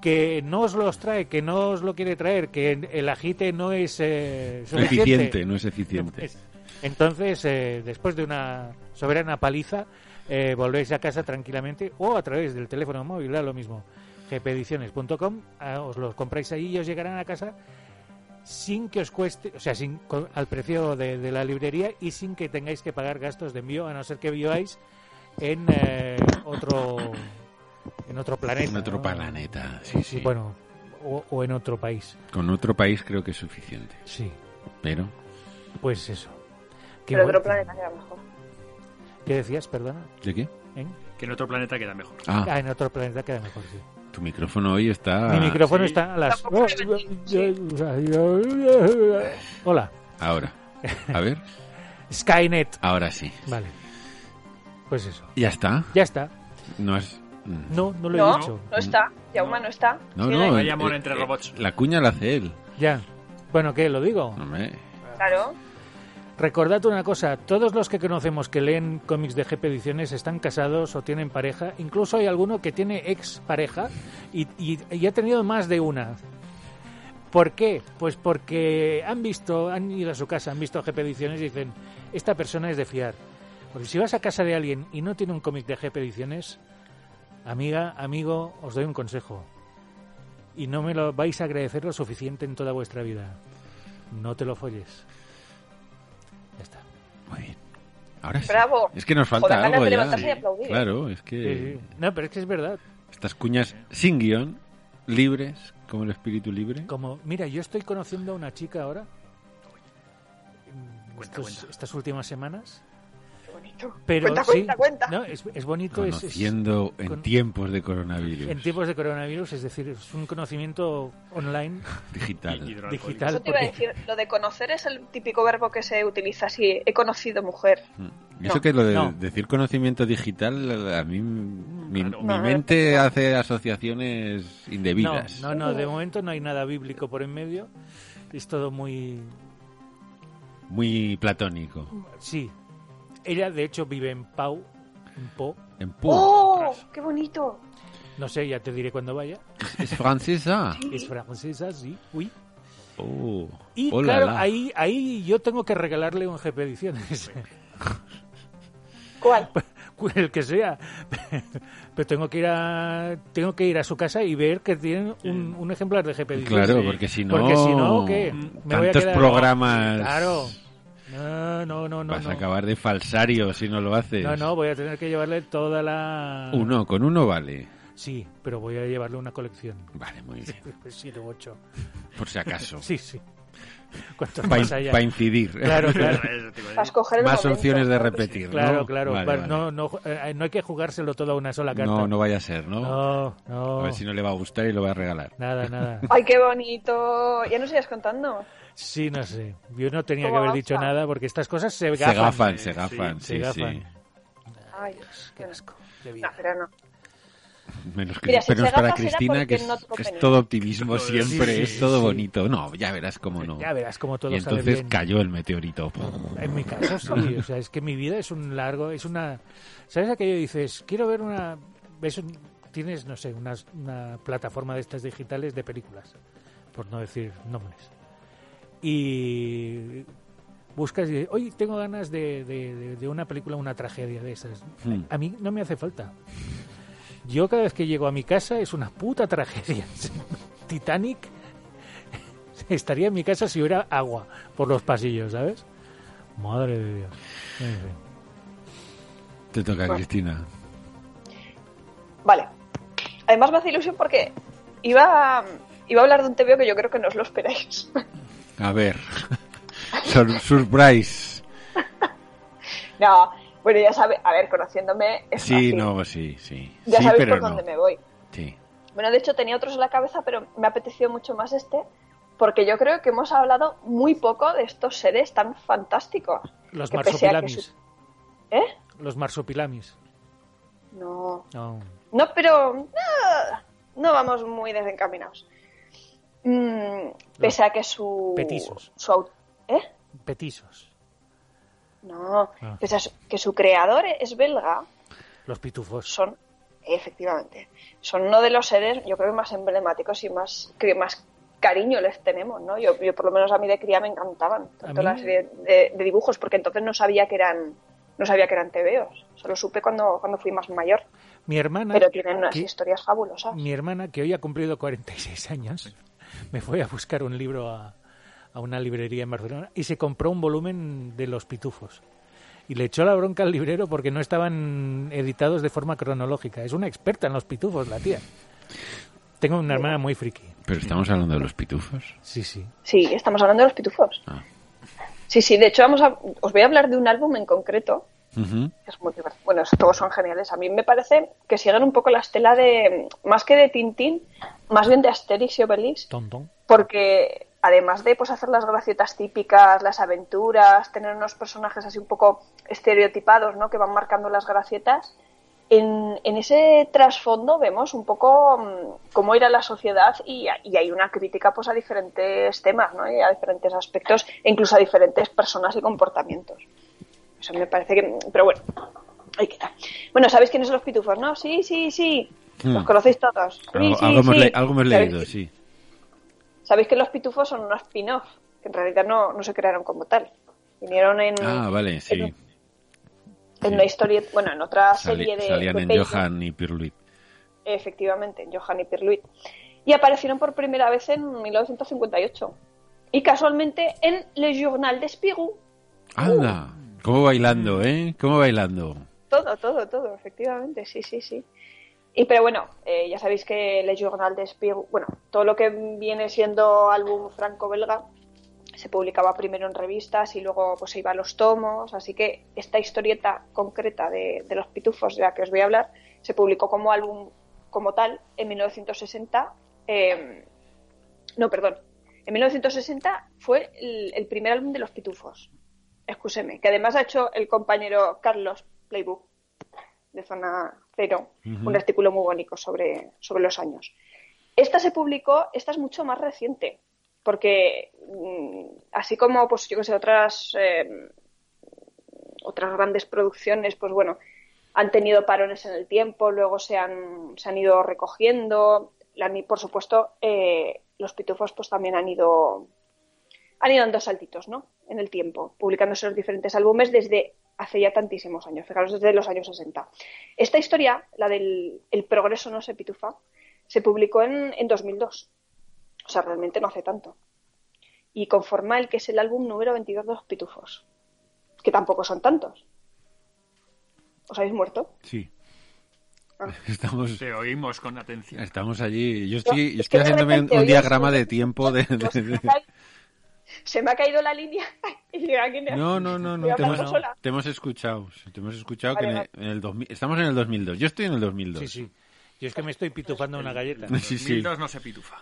[SPEAKER 3] Que no os los trae, que no os lo quiere traer, que el agite no es eh, suficiente.
[SPEAKER 5] Eficiente, no es eficiente.
[SPEAKER 3] Es- Entonces, eh, después de una soberana paliza, eh, volvéis a casa tranquilamente o a través del teléfono móvil, da lo mismo, gpediciones.com, ah, os los compráis ahí y os llegarán a casa sin que os cueste, o sea, sin, co- al precio de, de la librería y sin que tengáis que pagar gastos de envío, a no ser que viváis en eh, otro en otro planeta.
[SPEAKER 5] En otro
[SPEAKER 3] ¿no?
[SPEAKER 5] planeta, sí,
[SPEAKER 3] Sí,
[SPEAKER 5] sí.
[SPEAKER 3] Bueno, o, o en otro país.
[SPEAKER 5] Con otro país creo que es suficiente.
[SPEAKER 3] Sí,
[SPEAKER 5] Pero
[SPEAKER 3] pues eso. ¿Qué,
[SPEAKER 1] Pero otro
[SPEAKER 3] buen-
[SPEAKER 1] planeta queda mejor.
[SPEAKER 3] ¿Qué decías, perdona?
[SPEAKER 5] ¿de qué?
[SPEAKER 3] ¿Eh?
[SPEAKER 4] Que en otro planeta queda mejor.
[SPEAKER 3] Ah,
[SPEAKER 5] Ah,
[SPEAKER 3] en otro planeta queda mejor, sí.
[SPEAKER 5] tu micrófono hoy está.
[SPEAKER 3] Mi micrófono
[SPEAKER 4] sí.
[SPEAKER 3] está a las...
[SPEAKER 1] Tampoco me
[SPEAKER 3] Hola,
[SPEAKER 5] Ahora. A ver,
[SPEAKER 3] Skynet.
[SPEAKER 5] ahora sí.
[SPEAKER 3] Vale. Pues eso.
[SPEAKER 5] Ya está.
[SPEAKER 3] Ya está.
[SPEAKER 5] No es. mm,
[SPEAKER 3] No, no lo he
[SPEAKER 1] No,
[SPEAKER 3] dicho.
[SPEAKER 1] no está. Yauma no está.
[SPEAKER 5] No,
[SPEAKER 1] Sigue
[SPEAKER 5] no.
[SPEAKER 1] ahí.
[SPEAKER 5] eh,
[SPEAKER 4] Vaya amor
[SPEAKER 5] eh,
[SPEAKER 4] entre
[SPEAKER 5] eh,
[SPEAKER 4] robots.
[SPEAKER 5] La cuña la hace él.
[SPEAKER 3] Ya. Bueno, ¿qué? ¿Lo digo?
[SPEAKER 5] Hombre.
[SPEAKER 1] Claro.
[SPEAKER 3] Recordad una cosa, todos los que conocemos que leen cómics de GP Ediciones están casados o tienen pareja, incluso hay alguno que tiene ex pareja y, y- y ha tenido más de una. ¿Por qué? Pues porque han visto, han ido a su casa, han visto GP Ediciones y dicen, esta persona es de fiar. Porque si vas a casa de alguien y no tiene un cómic de GP Ediciones, amiga, amigo, os doy un consejo. Y no me lo vais a agradecer lo suficiente en toda vuestra vida. No te lo folles. Ya está.
[SPEAKER 5] Muy bien. Ahora sí.
[SPEAKER 1] Bravo.
[SPEAKER 5] Es que nos falta
[SPEAKER 1] Joder, ganas
[SPEAKER 5] algo
[SPEAKER 1] de
[SPEAKER 5] ya.
[SPEAKER 1] levantarse y
[SPEAKER 5] eh.
[SPEAKER 1] aplaudir, eh.
[SPEAKER 5] Claro, es que
[SPEAKER 3] Sí, sí. No, pero es que es verdad.
[SPEAKER 5] estas cuñas sin guión, libres, como el espíritu libre.
[SPEAKER 3] Como, mira, yo estoy conociendo a una chica ahora. mm,
[SPEAKER 4] Cuenta,
[SPEAKER 3] estos-
[SPEAKER 4] cuenta.
[SPEAKER 3] Estas últimas semanas.
[SPEAKER 1] Qué bonito.
[SPEAKER 3] Pero
[SPEAKER 1] cuenta,
[SPEAKER 3] sí,
[SPEAKER 1] cuenta, cuenta.
[SPEAKER 3] No, es, es bonito. es- es-
[SPEAKER 5] Conociendo en
[SPEAKER 3] con-
[SPEAKER 5] tiempos de coronavirus.
[SPEAKER 3] en tiempos de coronavirus, es decir, es un conocimiento online,
[SPEAKER 5] digital.
[SPEAKER 4] Hidroalcohólico.
[SPEAKER 3] digital.
[SPEAKER 1] Eso te iba a
[SPEAKER 3] porque-
[SPEAKER 1] decir. Lo de conocer es el típico verbo que se utiliza así. He conocido mujer.
[SPEAKER 5] Mm.
[SPEAKER 1] No,
[SPEAKER 5] Eso que lo de
[SPEAKER 3] no.
[SPEAKER 5] decir conocimiento digital, a mí mi,
[SPEAKER 4] claro.
[SPEAKER 5] mi
[SPEAKER 1] No, no,
[SPEAKER 5] mente hace asociaciones
[SPEAKER 3] no,
[SPEAKER 5] indebidas.
[SPEAKER 3] no, no, de momento no hay nada bíblico por en medio. Es todo muy.
[SPEAKER 5] Muy platónico.
[SPEAKER 3] Sí. Ella, de hecho, vive en Pau. En Po.
[SPEAKER 5] En pu-
[SPEAKER 1] ¡Oh! ¡Qué bonito!
[SPEAKER 3] No sé, ya te diré cuando vaya.
[SPEAKER 5] Es francesa.
[SPEAKER 3] Es francesa, sí. Uy.
[SPEAKER 5] Oh,
[SPEAKER 3] Y
[SPEAKER 5] oh la
[SPEAKER 3] claro,
[SPEAKER 5] la.
[SPEAKER 3] ahí ahí yo tengo que regalarle un GP Ediciones.
[SPEAKER 1] ¿Cuál?
[SPEAKER 3] Pues el que sea. Pero tengo que ir a tengo que ir a su casa y ver que tienen un, un ejemplar de GP Ediciones.
[SPEAKER 5] Claro, porque si no,
[SPEAKER 3] Porque si no, ¿qué? Me voy a
[SPEAKER 5] tantos
[SPEAKER 3] quedar-
[SPEAKER 5] programas
[SPEAKER 3] Claro. No, no, no, no.
[SPEAKER 5] vas
[SPEAKER 3] no.
[SPEAKER 5] a acabar de falsario si no lo haces.
[SPEAKER 3] No, no, voy a tener que llevarle toda la
[SPEAKER 5] Uno, con uno vale.
[SPEAKER 3] Sí, pero voy a llevarle una colección.
[SPEAKER 5] Vale, muy bien.
[SPEAKER 3] Siete u ocho.
[SPEAKER 5] Por si acaso.
[SPEAKER 3] Sí, sí. Cuantos
[SPEAKER 5] Para
[SPEAKER 3] más haya.
[SPEAKER 5] incidir.
[SPEAKER 3] Claro, claro.
[SPEAKER 4] Eso te iba a decir.
[SPEAKER 1] Para escoger el
[SPEAKER 5] Más
[SPEAKER 1] momento.
[SPEAKER 5] opciones de repetir.
[SPEAKER 3] Claro,
[SPEAKER 5] ¿no?
[SPEAKER 3] claro.
[SPEAKER 5] Vale,
[SPEAKER 3] Va-
[SPEAKER 5] vale.
[SPEAKER 3] No, no, eh, no hay que jugárselo todo a una sola carta.
[SPEAKER 5] No, no vaya a ser, ¿no?
[SPEAKER 3] No, no.
[SPEAKER 5] A ver si no le va a gustar y lo va a regalar.
[SPEAKER 3] Nada, nada.
[SPEAKER 1] ¡Ay, qué bonito! Ya nos ibas contando.
[SPEAKER 3] Sí, no sé. Yo no tenía que
[SPEAKER 1] ¿Cómo
[SPEAKER 3] haber
[SPEAKER 1] gafa?
[SPEAKER 3] dicho nada porque estas cosas se
[SPEAKER 5] Se
[SPEAKER 3] gafan.
[SPEAKER 5] gafan, se gafan,
[SPEAKER 3] Se
[SPEAKER 5] sí,
[SPEAKER 3] gafan.
[SPEAKER 5] sí.
[SPEAKER 1] Ay,
[SPEAKER 3] Qué asco. de
[SPEAKER 1] No,
[SPEAKER 3] vida.
[SPEAKER 1] pero no.
[SPEAKER 5] Menos que
[SPEAKER 1] Mira, si
[SPEAKER 5] pero
[SPEAKER 1] se
[SPEAKER 5] es para
[SPEAKER 1] gafa será
[SPEAKER 5] Cristina,
[SPEAKER 1] porque
[SPEAKER 5] que es,
[SPEAKER 1] no te
[SPEAKER 5] que es
[SPEAKER 1] convence.
[SPEAKER 5] todo optimismo
[SPEAKER 4] Sí,
[SPEAKER 5] siempre,
[SPEAKER 3] sí,
[SPEAKER 5] es todo
[SPEAKER 3] sí.
[SPEAKER 5] bonito. No, ya verás cómo no.
[SPEAKER 3] Ya verás cómo todo
[SPEAKER 5] y
[SPEAKER 3] sale
[SPEAKER 5] entonces
[SPEAKER 3] bien.
[SPEAKER 5] cayó el meteorito.
[SPEAKER 3] En mi caso sí, o sea, es que mi vida es un largo, es una... ¿Sabes aquello? Dices, quiero ver una... Ves un- Tienes, no sé, una, una plataforma de estas digitales de películas, por no decir nombres. Y buscas y dices, oye, tengo ganas de, de- de- de una película, una tragedia de esas.
[SPEAKER 5] Hmm.
[SPEAKER 3] A mí no me hace falta. Yo cada vez que llego a mi casa es una puta tragedia. Titanic estaría en mi casa si hubiera agua por los pasillos, ¿sabes? Madre de Dios. En fin.
[SPEAKER 5] Te toca, Cristina.
[SPEAKER 1] Vale. Además me hace ilusión porque iba a, iba a hablar de un TVO que yo creo que no os lo esperáis.
[SPEAKER 5] A ver. Sur- surprise.
[SPEAKER 1] no, bueno, ya sabe, a ver, conociéndome es
[SPEAKER 5] Sí,
[SPEAKER 1] fácil.
[SPEAKER 5] no, sí, sí.
[SPEAKER 1] Ya
[SPEAKER 5] sí,
[SPEAKER 1] sabéis
[SPEAKER 5] pero
[SPEAKER 1] por
[SPEAKER 5] no.
[SPEAKER 1] dónde me voy.
[SPEAKER 5] Sí.
[SPEAKER 1] Bueno, de hecho tenía otros en la cabeza, pero me apeteció mucho más este porque yo creo que hemos hablado muy poco de estos seres tan fantásticos.
[SPEAKER 3] Los
[SPEAKER 1] Que pese a que
[SPEAKER 3] marsupilamis.
[SPEAKER 1] su- ¿Eh?
[SPEAKER 3] Los marsupilamis.
[SPEAKER 1] No.
[SPEAKER 3] No.
[SPEAKER 1] No, pero no, no vamos muy desencaminados. Mm, pese a que su...
[SPEAKER 3] Petizos.
[SPEAKER 1] su au- ¿Eh?
[SPEAKER 3] Petisos.
[SPEAKER 1] No,
[SPEAKER 3] Ah.
[SPEAKER 1] pese a su- que su creador es belga,
[SPEAKER 3] Los pitufos.
[SPEAKER 1] son, efectivamente, son uno de los seres, yo creo, más emblemáticos y más, que más cariño les tenemos, ¿no? Yo, yo por lo menos a mí de cría me encantaban tanto
[SPEAKER 3] mí?
[SPEAKER 1] la serie de, de dibujos porque entonces no sabía que eran no sabía que eran tebeos, solo supe cuando cuando fui más mayor,
[SPEAKER 3] Mi hermana,
[SPEAKER 1] pero tienen unas
[SPEAKER 3] que,
[SPEAKER 1] historias fabulosas.
[SPEAKER 3] mi hermana, que hoy ha cumplido 46 años, me fue a buscar un libro a, a una librería en Barcelona y se compró un volumen de Los Pitufos. Y le echó la bronca al librero porque no estaban editados de forma cronológica. Es una experta en Los Pitufos, la tía. Tengo una hermana muy friki.
[SPEAKER 5] Pero estamos hablando de los pitufos.
[SPEAKER 3] Sí, sí.
[SPEAKER 1] Sí, estamos hablando de los pitufos.
[SPEAKER 5] Ah.
[SPEAKER 1] Sí, sí, de hecho vamos a, os voy a hablar de un álbum en concreto
[SPEAKER 5] Ujú.
[SPEAKER 1] que es muy divertido. Bueno, es- todos son geniales. A mí me parece que siguen un poco la estela de más que de Tintín, más bien de Asterix y Obelix,
[SPEAKER 3] Tontón.
[SPEAKER 1] porque además de pues hacer las gracietas típicas, las aventuras, tener unos personajes así un poco estereotipados, ¿no? que van marcando las gracietas, en, en ese trasfondo vemos un poco mm, cómo era la sociedad y, a- y hay una crítica pues a diferentes temas, ¿no? y a diferentes aspectos, e incluso a diferentes personas y comportamientos. Eso me parece que... Pero bueno, ahí queda. Bueno, ¿sabéis quiénes son los pitufos, no? Sí, sí, sí. Los
[SPEAKER 5] Hmm.
[SPEAKER 1] conocéis todos. Sí,
[SPEAKER 5] Algo,
[SPEAKER 1] sí,
[SPEAKER 5] algo hemos
[SPEAKER 1] sí.
[SPEAKER 5] le- algo hemos
[SPEAKER 1] ¿Sabéis-
[SPEAKER 5] leído, sí.
[SPEAKER 1] Sabéis que los pitufos son unos spin-off, que en realidad no, no se crearon como tal. Vinieron en,
[SPEAKER 5] Ah, vale, sí.
[SPEAKER 1] en,
[SPEAKER 5] sí.
[SPEAKER 1] en una historia, bueno, en otra
[SPEAKER 5] Sali-
[SPEAKER 1] serie de.
[SPEAKER 5] salían
[SPEAKER 1] de
[SPEAKER 5] en
[SPEAKER 1] Pages,
[SPEAKER 5] Johan y Pirluit.
[SPEAKER 1] Efectivamente, en Johan y Pirluit. Y aparecieron por primera vez en 1958. Y casualmente en Le Journal de Spirou.
[SPEAKER 5] ¡Anda! ¿Cómo bailando, eh? ¿Cómo bailando?
[SPEAKER 1] Todo, todo, todo, efectivamente, sí, sí, sí. Y pero bueno, eh, ya sabéis que Le Journal de Spirou, bueno, todo lo que viene siendo álbum franco-belga se publicaba primero en revistas y luego pues se iba a los tomos, así que esta historieta concreta de, de los pitufos de la que os voy a hablar se publicó como álbum como tal en 1960, eh, no, perdón, en 1960 fue el, el primer álbum de los pitufos, excúseme, que además ha hecho el compañero Carlos Playbook de Zona Cero, un artículo muy bonito sobre, sobre los años. Esta se publicó, esta es mucho más reciente, porque mm, así como, pues yo que sé, otras, eh, otras grandes producciones, pues bueno, han tenido parones en el tiempo, luego se han, se han ido recogiendo, la han i- por supuesto, eh, los pitufos pues también han ido han ido dando saltitos, ¿no? En el tiempo, publicándose los diferentes álbumes desde hace ya tantísimos años, fijaros, desde los años 60. Esta historia, la del El progreso no se pitufa, se publicó en, en 2002, o sea, realmente no hace tanto. Y conforma el que es el álbum número 22 de los pitufos, que tampoco son tantos. ¿Os habéis muerto?
[SPEAKER 5] Sí.
[SPEAKER 1] Ah.
[SPEAKER 5] Estamos,
[SPEAKER 4] Te oímos con atención.
[SPEAKER 5] estamos allí. Yo
[SPEAKER 1] No,
[SPEAKER 5] estoy,
[SPEAKER 1] es
[SPEAKER 5] yo
[SPEAKER 1] que
[SPEAKER 5] estoy
[SPEAKER 1] de
[SPEAKER 5] haciéndome un,
[SPEAKER 1] repente
[SPEAKER 5] un
[SPEAKER 1] oí-
[SPEAKER 5] diagrama de tiempo de... de-
[SPEAKER 1] Pues se me
[SPEAKER 5] de-
[SPEAKER 1] ha caído- se me ha caído la línea y digo, ¿a quién le-
[SPEAKER 5] No, no, no, no.
[SPEAKER 1] Voy
[SPEAKER 5] Te
[SPEAKER 1] hablando
[SPEAKER 5] hemos,
[SPEAKER 1] sola.
[SPEAKER 5] te hemos escuchado. Te hemos escuchado
[SPEAKER 1] Vale,
[SPEAKER 5] que en el,
[SPEAKER 1] vale.
[SPEAKER 5] en el 2000 estamos en el 2002. Yo estoy en el 2002.
[SPEAKER 3] Sí, sí. Yo es que me estoy pitufando una galleta.
[SPEAKER 5] Sí, sí.
[SPEAKER 4] 2002 no se pitufa.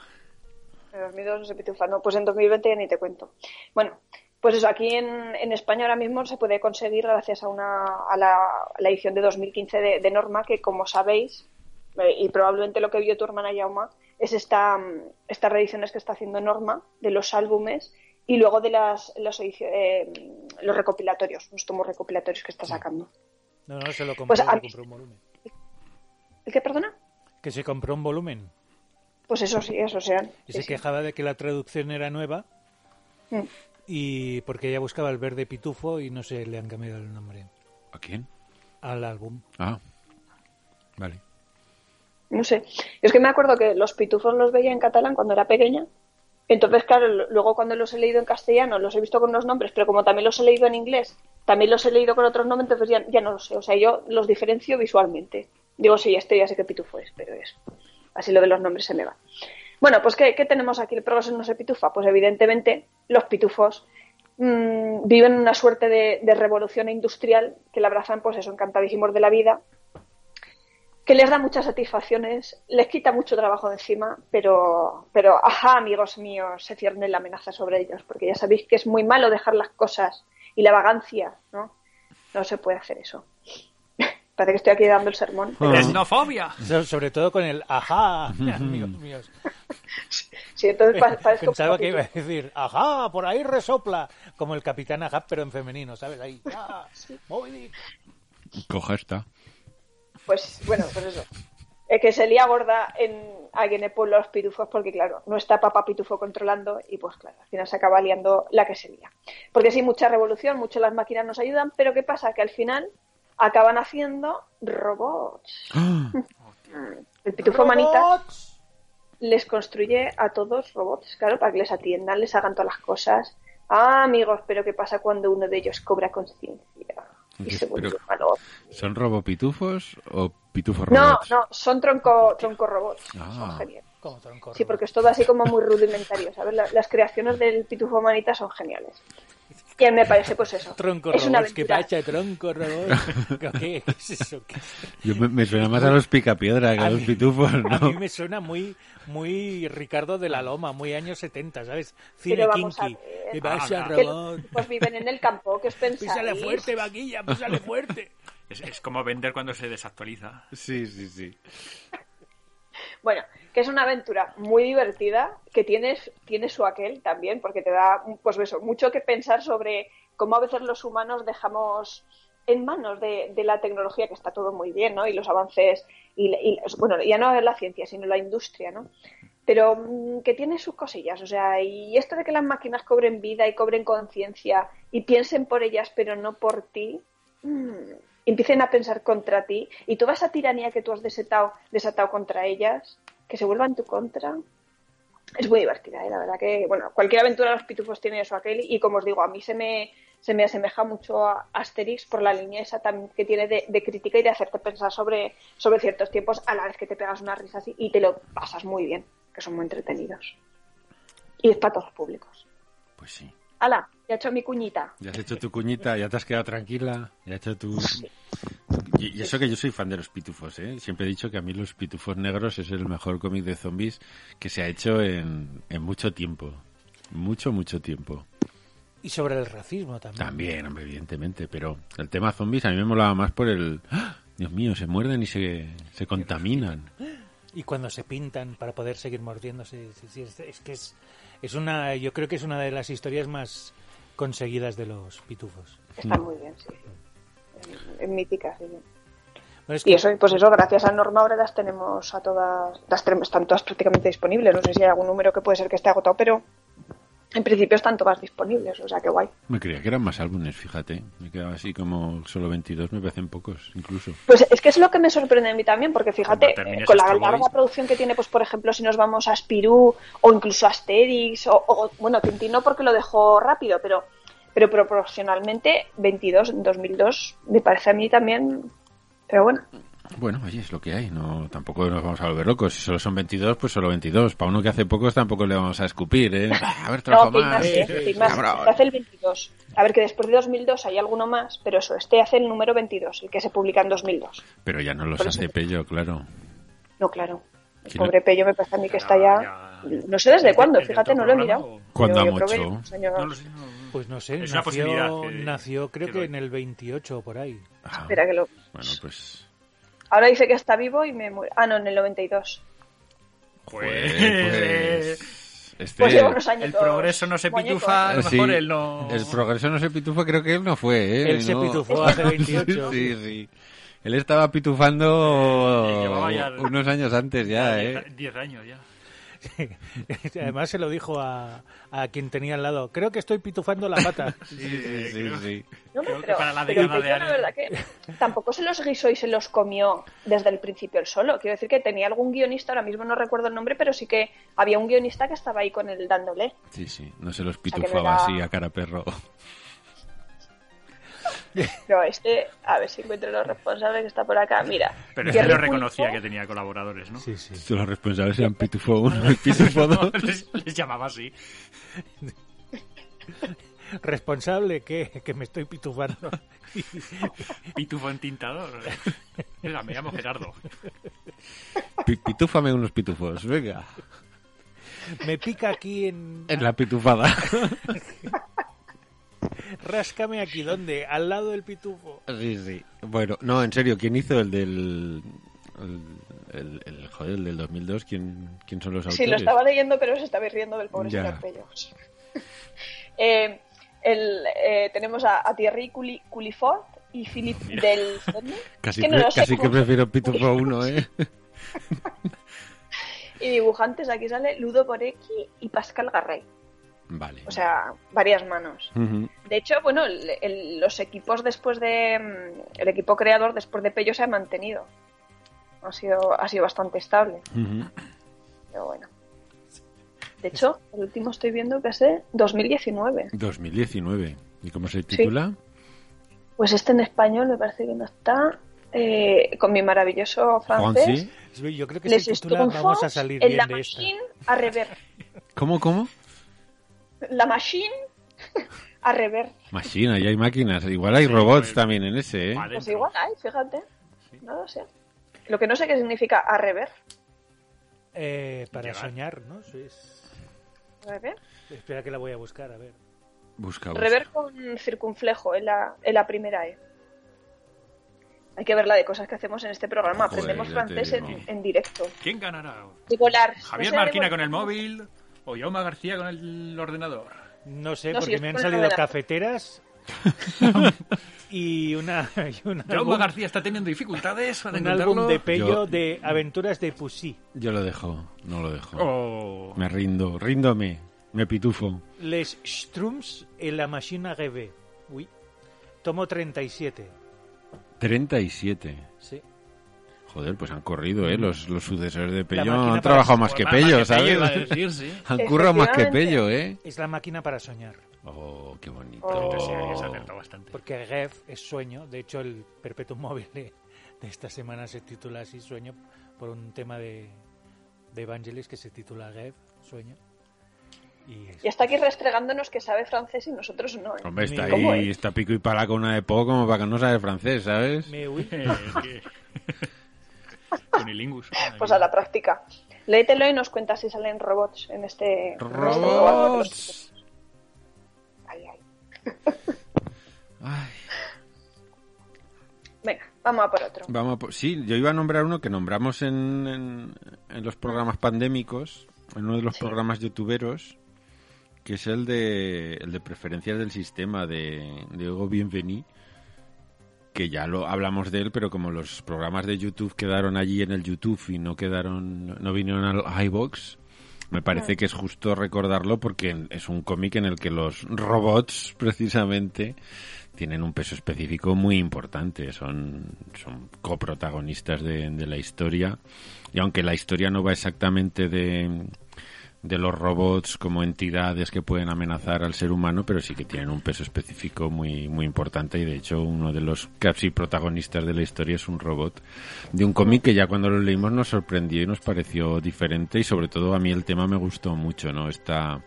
[SPEAKER 1] En 2002 no se pitufa, no, pues en 2020 ya ni te cuento. Bueno, pues eso, aquí en, en España ahora mismo se puede conseguir gracias a, una, a, la, a la edición de 2015 de, de Norma, que como sabéis, eh, y probablemente lo que vio tu hermana Yauma, es esta, mm, estas reediciones que está haciendo Norma de los álbumes y luego de las, los, edici- eh, los recopilatorios, los tomos recopilatorios que está sacando.
[SPEAKER 3] No, no, se lo compró,
[SPEAKER 1] Pues a
[SPEAKER 3] se
[SPEAKER 1] mí-
[SPEAKER 3] compró un volumen.
[SPEAKER 1] ¿El qué, perdona?
[SPEAKER 3] Que se compró un volumen.
[SPEAKER 1] Pues eso sí, eso sean.
[SPEAKER 3] Y
[SPEAKER 1] Sí,
[SPEAKER 3] se
[SPEAKER 1] sí.
[SPEAKER 3] quejaba de que la traducción era nueva
[SPEAKER 1] Mm.
[SPEAKER 3] y porque ella buscaba el verde pitufo y no sé, le han cambiado el nombre
[SPEAKER 5] ¿A quién?
[SPEAKER 3] al álbum.
[SPEAKER 5] Ah. Vale.
[SPEAKER 1] No sé. Yo es que me acuerdo que los pitufos los veía en catalán cuando era pequeña. Entonces, claro, l- luego cuando los he leído en castellano, los he visto con los nombres, pero como también los he leído en inglés, también los he leído con otros nombres, entonces ya, ya no lo sé. O sea, yo los diferencio visualmente. Digo, sí, este ya sé qué pitufo es, pero es. Así lo de los nombres se me va. Bueno, pues ¿qué, qué tenemos aquí? El progreso no se pitufa. Pues evidentemente los pitufos mm, viven una suerte de, de revolución industrial que la abrazan, pues eso, encantadísimos de la vida, que les da muchas satisfacciones, les quita mucho trabajo de encima, pero, pero ajá, amigos míos, se cierne la amenaza sobre ellos, porque ya sabéis que es muy malo dejar las cosas y la vagancia, ¿no? No se puede hacer eso. Parece que estoy aquí dando el sermón.
[SPEAKER 5] Ah.
[SPEAKER 1] pero-
[SPEAKER 4] ¡Etnofobia!
[SPEAKER 3] So- sobre todo con el ajá, amigos míos.
[SPEAKER 1] Sí, entonces pa- parezco un
[SPEAKER 3] Pensaba que
[SPEAKER 1] poquito-
[SPEAKER 3] iba a decir ajá, por ahí resopla, como el capitán ajá, pero en femenino, ¿sabes? Ahí, ah, Moby Dick.
[SPEAKER 5] Coja está.
[SPEAKER 1] Pues bueno, pues eso. Es que se lía gorda en, ahí en el pueblo a los pitufos porque, claro, no está papá pitufo controlando y, pues, claro, al final se acaba liando la que se lía. Porque sí, mucha revolución, mucho las máquinas nos ayudan, pero ¿qué pasa? Que al final acaban haciendo robots. El pitufo manita
[SPEAKER 3] ¡Robots!
[SPEAKER 1] les construye a todos robots, claro, para que les atiendan, les hagan todas las cosas. Ah, amigos, pero ¿qué pasa cuando uno de ellos cobra conciencia y se vuelve
[SPEAKER 5] Pero-
[SPEAKER 1] malo?
[SPEAKER 5] ¿Son robopitufos o pitufos
[SPEAKER 1] No,
[SPEAKER 5] robots?
[SPEAKER 1] no, son tronco, tronco robots.
[SPEAKER 5] Ah.
[SPEAKER 1] Son geniales.
[SPEAKER 3] Como tronco
[SPEAKER 1] Sí,
[SPEAKER 3] robot.
[SPEAKER 1] porque es todo así como muy rudimentario, ¿sabes? La- las creaciones del Pitufo Manita son geniales. Y a mí me parece, pues eso.
[SPEAKER 3] Tronco
[SPEAKER 1] es una
[SPEAKER 3] robots, que
[SPEAKER 1] aventura.
[SPEAKER 3] pacha, tronco robots. ¿Qué es eso? ¿Qué es?
[SPEAKER 5] Yo me, me suena más a los picapiedra que a,
[SPEAKER 3] A
[SPEAKER 5] los
[SPEAKER 3] mí-
[SPEAKER 5] pitufos,
[SPEAKER 3] A
[SPEAKER 5] ¿no?
[SPEAKER 3] mí me suena muy, muy Ricardo de la Loma, muy años 70, ¿sabes? Cine
[SPEAKER 1] Pero vamos
[SPEAKER 3] kinky.
[SPEAKER 1] a ver.
[SPEAKER 3] Que pacha,
[SPEAKER 4] Ah,
[SPEAKER 1] Que
[SPEAKER 3] robot.
[SPEAKER 1] los pitufos viven en el campo, ¿qué os pensáis?
[SPEAKER 3] Písale fuerte, vaquilla, písale fuerte.
[SPEAKER 4] Es, es como vender cuando se desactualiza.
[SPEAKER 5] Sí, sí, sí.
[SPEAKER 1] Bueno, que es una aventura muy divertida, que tiene, tiene su aquel también, porque te da, pues eso, mucho que pensar sobre cómo a veces los humanos dejamos en manos de, de la tecnología, que está todo muy bien, ¿no? Y los avances, y, la- y los- bueno, ya no es la ciencia, sino la industria, ¿no? Pero mm, que tiene sus cosillas, o sea, y esto de que las máquinas cobren vida y cobren conciencia y piensen por ellas, pero no por ti, mm, empiecen a pensar contra ti y toda esa tiranía que tú has desatado, desatado contra ellas, que se vuelva en tu contra. Es muy divertida, ¿eh? la verdad que, bueno, cualquier aventura de los pitufos tiene eso aquel y como os digo, a mí se me, se me asemeja mucho a Asterix por la línea esa también que tiene de, de crítica y de hacerte pensar sobre, sobre ciertos tiempos a la vez que te pegas unas risas y, y te lo pasas muy bien, que son muy entretenidos. Y es para todos los públicos.
[SPEAKER 5] Pues sí.
[SPEAKER 1] ¡Hala! Ya he hecho mi cuñita.
[SPEAKER 5] Ya has hecho tu cuñita, ya te has quedado tranquila, ya has hecho tu... Y, y eso que yo soy fan de los pitufos, ¿eh? Siempre he dicho que a mí los pitufos negros es el mejor cómic de zombies que se ha hecho en, en mucho tiempo. Mucho, mucho tiempo.
[SPEAKER 3] Y sobre el racismo también.
[SPEAKER 5] También, hombre, evidentemente, pero el tema zombies a mí me molaba más por el... ¡Ah! Dios mío, se muerden y se, se contaminan.
[SPEAKER 3] Y cuando se pintan para poder seguir mordiéndose. sí, sí, es, es que es, es una. Yo creo que es una de las historias más conseguidas de los pitufos.
[SPEAKER 1] Está muy bien, sí. Es mítica, sí.
[SPEAKER 3] Bueno, es
[SPEAKER 1] Y
[SPEAKER 3] que-
[SPEAKER 1] eso, pues eso, gracias a Norma ahora las tenemos a todas, las tenemos, están todas prácticamente disponibles. No sé si hay algún número que puede ser que esté agotado, pero en principio están todas disponibles, o sea que guay.
[SPEAKER 5] Me creía que eran más álbumes, fíjate. Me quedaba así como solo 22, me parecen pocos, incluso.
[SPEAKER 1] Pues es que es lo que me sorprende a mí también, porque fíjate,
[SPEAKER 4] Cuando termines
[SPEAKER 1] eh, con la
[SPEAKER 4] Astro Boy.
[SPEAKER 1] larga producción que tiene, pues por ejemplo, si nos vamos a Spirou o incluso a Asterix, o, o- bueno, Tintín no porque lo dejó rápido, pero, pero proporcionalmente 22 en 2002 me parece a mí también, pero bueno.
[SPEAKER 5] Bueno, oye, es lo que hay, no tampoco nos vamos a volver locos. Si solo son 22, pues solo 22. Para uno que hace pocos tampoco le vamos a escupir, ¿eh? A ver, trabajo
[SPEAKER 1] No, que hay
[SPEAKER 5] más.
[SPEAKER 1] más, ¿eh?
[SPEAKER 5] Sí,
[SPEAKER 1] Que
[SPEAKER 5] sí,
[SPEAKER 1] hay más.
[SPEAKER 5] cabrón.
[SPEAKER 1] Se hace el 22. A ver, que después de 2002 hay alguno más, pero eso, este hace el número 22, el que se publica en 2002.
[SPEAKER 5] Pero ya no los
[SPEAKER 1] Por eso
[SPEAKER 5] hace
[SPEAKER 1] te-
[SPEAKER 5] Pello, claro.
[SPEAKER 1] No, claro. El
[SPEAKER 5] Que no-
[SPEAKER 1] pobre Pello me parece a mí que está ya...
[SPEAKER 4] Ya-
[SPEAKER 1] No sé desde
[SPEAKER 4] ¿Desde-
[SPEAKER 1] cuándo,
[SPEAKER 4] desde
[SPEAKER 1] fíjate,
[SPEAKER 4] el
[SPEAKER 1] no lo he
[SPEAKER 4] programa
[SPEAKER 1] mirado.
[SPEAKER 4] o-
[SPEAKER 1] Pero
[SPEAKER 5] ¿Cuándo ha
[SPEAKER 1] yo creo que
[SPEAKER 5] mucho?
[SPEAKER 1] los años-
[SPEAKER 4] No lo sé, no- no.
[SPEAKER 3] Pues no sé,
[SPEAKER 4] Es una
[SPEAKER 3] nació,
[SPEAKER 4] posibilidad que-
[SPEAKER 3] nació creo
[SPEAKER 4] que
[SPEAKER 3] que
[SPEAKER 4] doy.
[SPEAKER 3] en el 28 o por ahí.
[SPEAKER 5] Ah,
[SPEAKER 1] Espera que lo...
[SPEAKER 5] Bueno, pues...
[SPEAKER 1] Ahora dice que está vivo y me muero. Ah, no, en el 92.
[SPEAKER 5] Pues...
[SPEAKER 4] Pues,
[SPEAKER 5] pues, Este...
[SPEAKER 1] Pues llevo unos años
[SPEAKER 4] el
[SPEAKER 1] todos
[SPEAKER 4] progreso no se
[SPEAKER 1] muñecos,
[SPEAKER 4] pitufa, a lo
[SPEAKER 5] Eh, Sí,
[SPEAKER 4] mejor él no...
[SPEAKER 5] El progreso no se pitufó, creo que él no fue, ¿eh?
[SPEAKER 3] Él se
[SPEAKER 5] No.
[SPEAKER 3] pitufó hace 28.
[SPEAKER 5] Sí, sí. Él estaba pitufando
[SPEAKER 4] Eh, llevaba ya-
[SPEAKER 5] unos años antes ya,
[SPEAKER 4] Diez-
[SPEAKER 5] ¿eh?
[SPEAKER 4] Diez años ya.
[SPEAKER 3] Además se lo dijo a, a quien tenía al lado. Creo que estoy pitufando la pata.
[SPEAKER 5] Sí, sí, sí, sí.
[SPEAKER 1] No,
[SPEAKER 4] Creo que
[SPEAKER 1] pero,
[SPEAKER 4] para la
[SPEAKER 1] pero
[SPEAKER 4] década
[SPEAKER 1] el Pello,
[SPEAKER 4] de
[SPEAKER 1] la
[SPEAKER 4] Ari.
[SPEAKER 1] verdad que tampoco se los guisó y se los comió desde el principio él solo. Quiero decir que tenía algún guionista, ahora mismo no recuerdo el nombre, pero sí que había un guionista que estaba ahí con él dándole.
[SPEAKER 5] Sí, sí. No se los
[SPEAKER 1] sea, que
[SPEAKER 5] pitufaba
[SPEAKER 1] no era-
[SPEAKER 5] así a cara perro.
[SPEAKER 1] Pero este, a ver si encuentro los responsables que está por acá. Mira.
[SPEAKER 4] Pero
[SPEAKER 1] Thierry
[SPEAKER 4] él lo reconocía que
[SPEAKER 1] Pulpo,
[SPEAKER 4] tenía colaboradores, ¿no?
[SPEAKER 3] Sí, sí.
[SPEAKER 5] Los responsables eran Pitufo 1 y Pitufo 2.
[SPEAKER 4] les, les llamaba así.
[SPEAKER 3] Responsable que, que me estoy pitufando.
[SPEAKER 4] Pitufo entintador. Mira, me llamo Gerardo.
[SPEAKER 5] Pi- Pitúfame unos pitufos, venga.
[SPEAKER 3] Me pica aquí en...
[SPEAKER 5] En la pitufada.
[SPEAKER 3] Ráscame aquí, ¿dónde? Al lado del pitufo.
[SPEAKER 5] Sí, sí. Bueno, no, en serio, ¿quién hizo el del. El, el- el- joder, el del 2002? ¿Quién, quién son los autores?
[SPEAKER 1] Sí, lo estaba leyendo, pero se estaba riendo del pobre
[SPEAKER 5] Ya.
[SPEAKER 1] señor Pello. Eh, el, eh, tenemos a, a Thierry Culi- Culifort y Philip del...
[SPEAKER 5] Casi,
[SPEAKER 1] Es que no
[SPEAKER 5] pre-
[SPEAKER 1] lo sé
[SPEAKER 5] casi que
[SPEAKER 1] cómo-
[SPEAKER 5] prefiero Pitufo 1, ¿eh?
[SPEAKER 1] Y dibujantes, aquí sale Ludo Borecki y Pascal Garrey.
[SPEAKER 5] Vale.
[SPEAKER 1] O sea, varias manos.
[SPEAKER 5] Ujú.
[SPEAKER 1] De hecho, bueno, el- el- los equipos después de. mm, El equipo creador después de Pello se ha mantenido. Ha sido, ha sido bastante estable.
[SPEAKER 5] Ujú.
[SPEAKER 1] Pero bueno. De hecho, el último estoy viendo que es de 2019.
[SPEAKER 5] 2019. ¿Y cómo se titula?
[SPEAKER 1] Pues este en español me parece que no está. eh, con mi maravilloso francés.
[SPEAKER 5] Juansi.
[SPEAKER 3] Sí, Yo creo que
[SPEAKER 1] Les
[SPEAKER 3] se titula
[SPEAKER 1] estuvo
[SPEAKER 3] Vamos a salir
[SPEAKER 1] en la
[SPEAKER 3] bien de esta.
[SPEAKER 1] machine a rever.
[SPEAKER 5] ¿Cómo, cómo?
[SPEAKER 1] La machine a rever.
[SPEAKER 5] Machina, ya hay máquinas. Igual hay
[SPEAKER 4] Sí,
[SPEAKER 5] robots
[SPEAKER 4] pues-
[SPEAKER 5] también en ese, ¿eh?
[SPEAKER 4] Vale.
[SPEAKER 1] Pues igual hay, fíjate. No lo sé. Lo que no sé qué significa a rever.
[SPEAKER 3] Eh, para
[SPEAKER 4] Llegar.
[SPEAKER 3] soñar, ¿no? Sí, es-
[SPEAKER 1] Rever,
[SPEAKER 3] Espera que la voy a buscar, a ver.
[SPEAKER 5] Busca, busca.
[SPEAKER 1] rever con circunflejo en la, en la primera E. Hay que ver la de cosas que hacemos en este programa.
[SPEAKER 5] Joder,
[SPEAKER 1] Aprendemos
[SPEAKER 5] ya te
[SPEAKER 1] francés en,
[SPEAKER 5] digo.
[SPEAKER 1] en directo.
[SPEAKER 4] ¿Quién ganará?
[SPEAKER 1] De volar. No
[SPEAKER 4] ¿Javier
[SPEAKER 1] sé,
[SPEAKER 4] Marquina
[SPEAKER 1] de volar.
[SPEAKER 4] con el móvil o Yoma García con el ordenador?
[SPEAKER 3] No sé,
[SPEAKER 1] No, sí,
[SPEAKER 3] porque
[SPEAKER 1] es
[SPEAKER 3] me han
[SPEAKER 1] por la
[SPEAKER 3] salido
[SPEAKER 1] verdad.
[SPEAKER 3] cafeteras y una, y un
[SPEAKER 4] Yoma
[SPEAKER 3] álbum-
[SPEAKER 4] García está teniendo dificultades para
[SPEAKER 3] un
[SPEAKER 4] encontrarlo.
[SPEAKER 3] álbum de pello
[SPEAKER 5] Yo-
[SPEAKER 3] de aventuras de Pussy.
[SPEAKER 5] Yo lo dejo, no lo dejo.
[SPEAKER 4] Oh.
[SPEAKER 5] Me rindo, ríndome, me pitufo.
[SPEAKER 3] Les Strums en la Machine Rêvée. Uy. Tomo 37.
[SPEAKER 5] 37.
[SPEAKER 3] Sí.
[SPEAKER 5] Joder, pues han corrido, ¿eh? Los, los sucesores de Pello
[SPEAKER 3] máquina
[SPEAKER 5] han
[SPEAKER 3] para-
[SPEAKER 5] trabajado más que Pello,
[SPEAKER 4] iba a
[SPEAKER 5] ¿sabes?
[SPEAKER 4] decir, sí.
[SPEAKER 5] Han currado más que
[SPEAKER 1] Efectivamente.
[SPEAKER 5] Pello, ¿eh?
[SPEAKER 3] Es la máquina para soñar.
[SPEAKER 5] Oh, qué bonito.
[SPEAKER 1] Oh.
[SPEAKER 4] Este Sí, se ha acertado bastante.
[SPEAKER 3] Porque Rev es sueño. De hecho, el Perpetuum móvil de, de esta semana se titula así, sueño, por un tema de, de Evangelis que se titula Rev, sueño. Y es-
[SPEAKER 1] Y está aquí restregándonos que sabe francés y nosotros no. ¿eh?
[SPEAKER 5] Hombre, está
[SPEAKER 1] ¿Cómo
[SPEAKER 5] ahí,
[SPEAKER 1] es?
[SPEAKER 5] está pico y pala con una de poco como para que no sabe francés, ¿sabes?
[SPEAKER 3] Me uy.
[SPEAKER 4] Es que... Unilingus.
[SPEAKER 1] Pues a la práctica. Léetelo y nos cuenta si salen robots en este. en este programa.
[SPEAKER 4] Pues,
[SPEAKER 5] ¡Robots!
[SPEAKER 1] Ay, ay.
[SPEAKER 5] Ay,
[SPEAKER 1] Venga, vamos a por otro.
[SPEAKER 5] vamos a por- Sí, yo iba a nombrar uno que nombramos en, en- en los programas pandémicos, en uno de los programas youtuberos, que es el de, el de preferencias del sistema de, de Hugo Bienvení, que ya lo hablamos de él, pero como los programas de YouTube quedaron allí en el YouTube y no quedaron, no vinieron al iBox, me parece que es justo recordarlo porque es un cómic en el que los robots, precisamente, tienen un peso específico muy importante. Son, son coprotagonistas de, de la historia. Y aunque la historia no va exactamente de, de los robots como entidades que pueden amenazar al ser humano, pero sí que tienen un peso específico muy, muy importante. Y de hecho, uno de los casi protagonistas de la historia es un robot de un cómic que ya cuando lo leímos nos sorprendió y nos pareció diferente. Y sobre todo, a mí el tema me gustó mucho, ¿no? Esta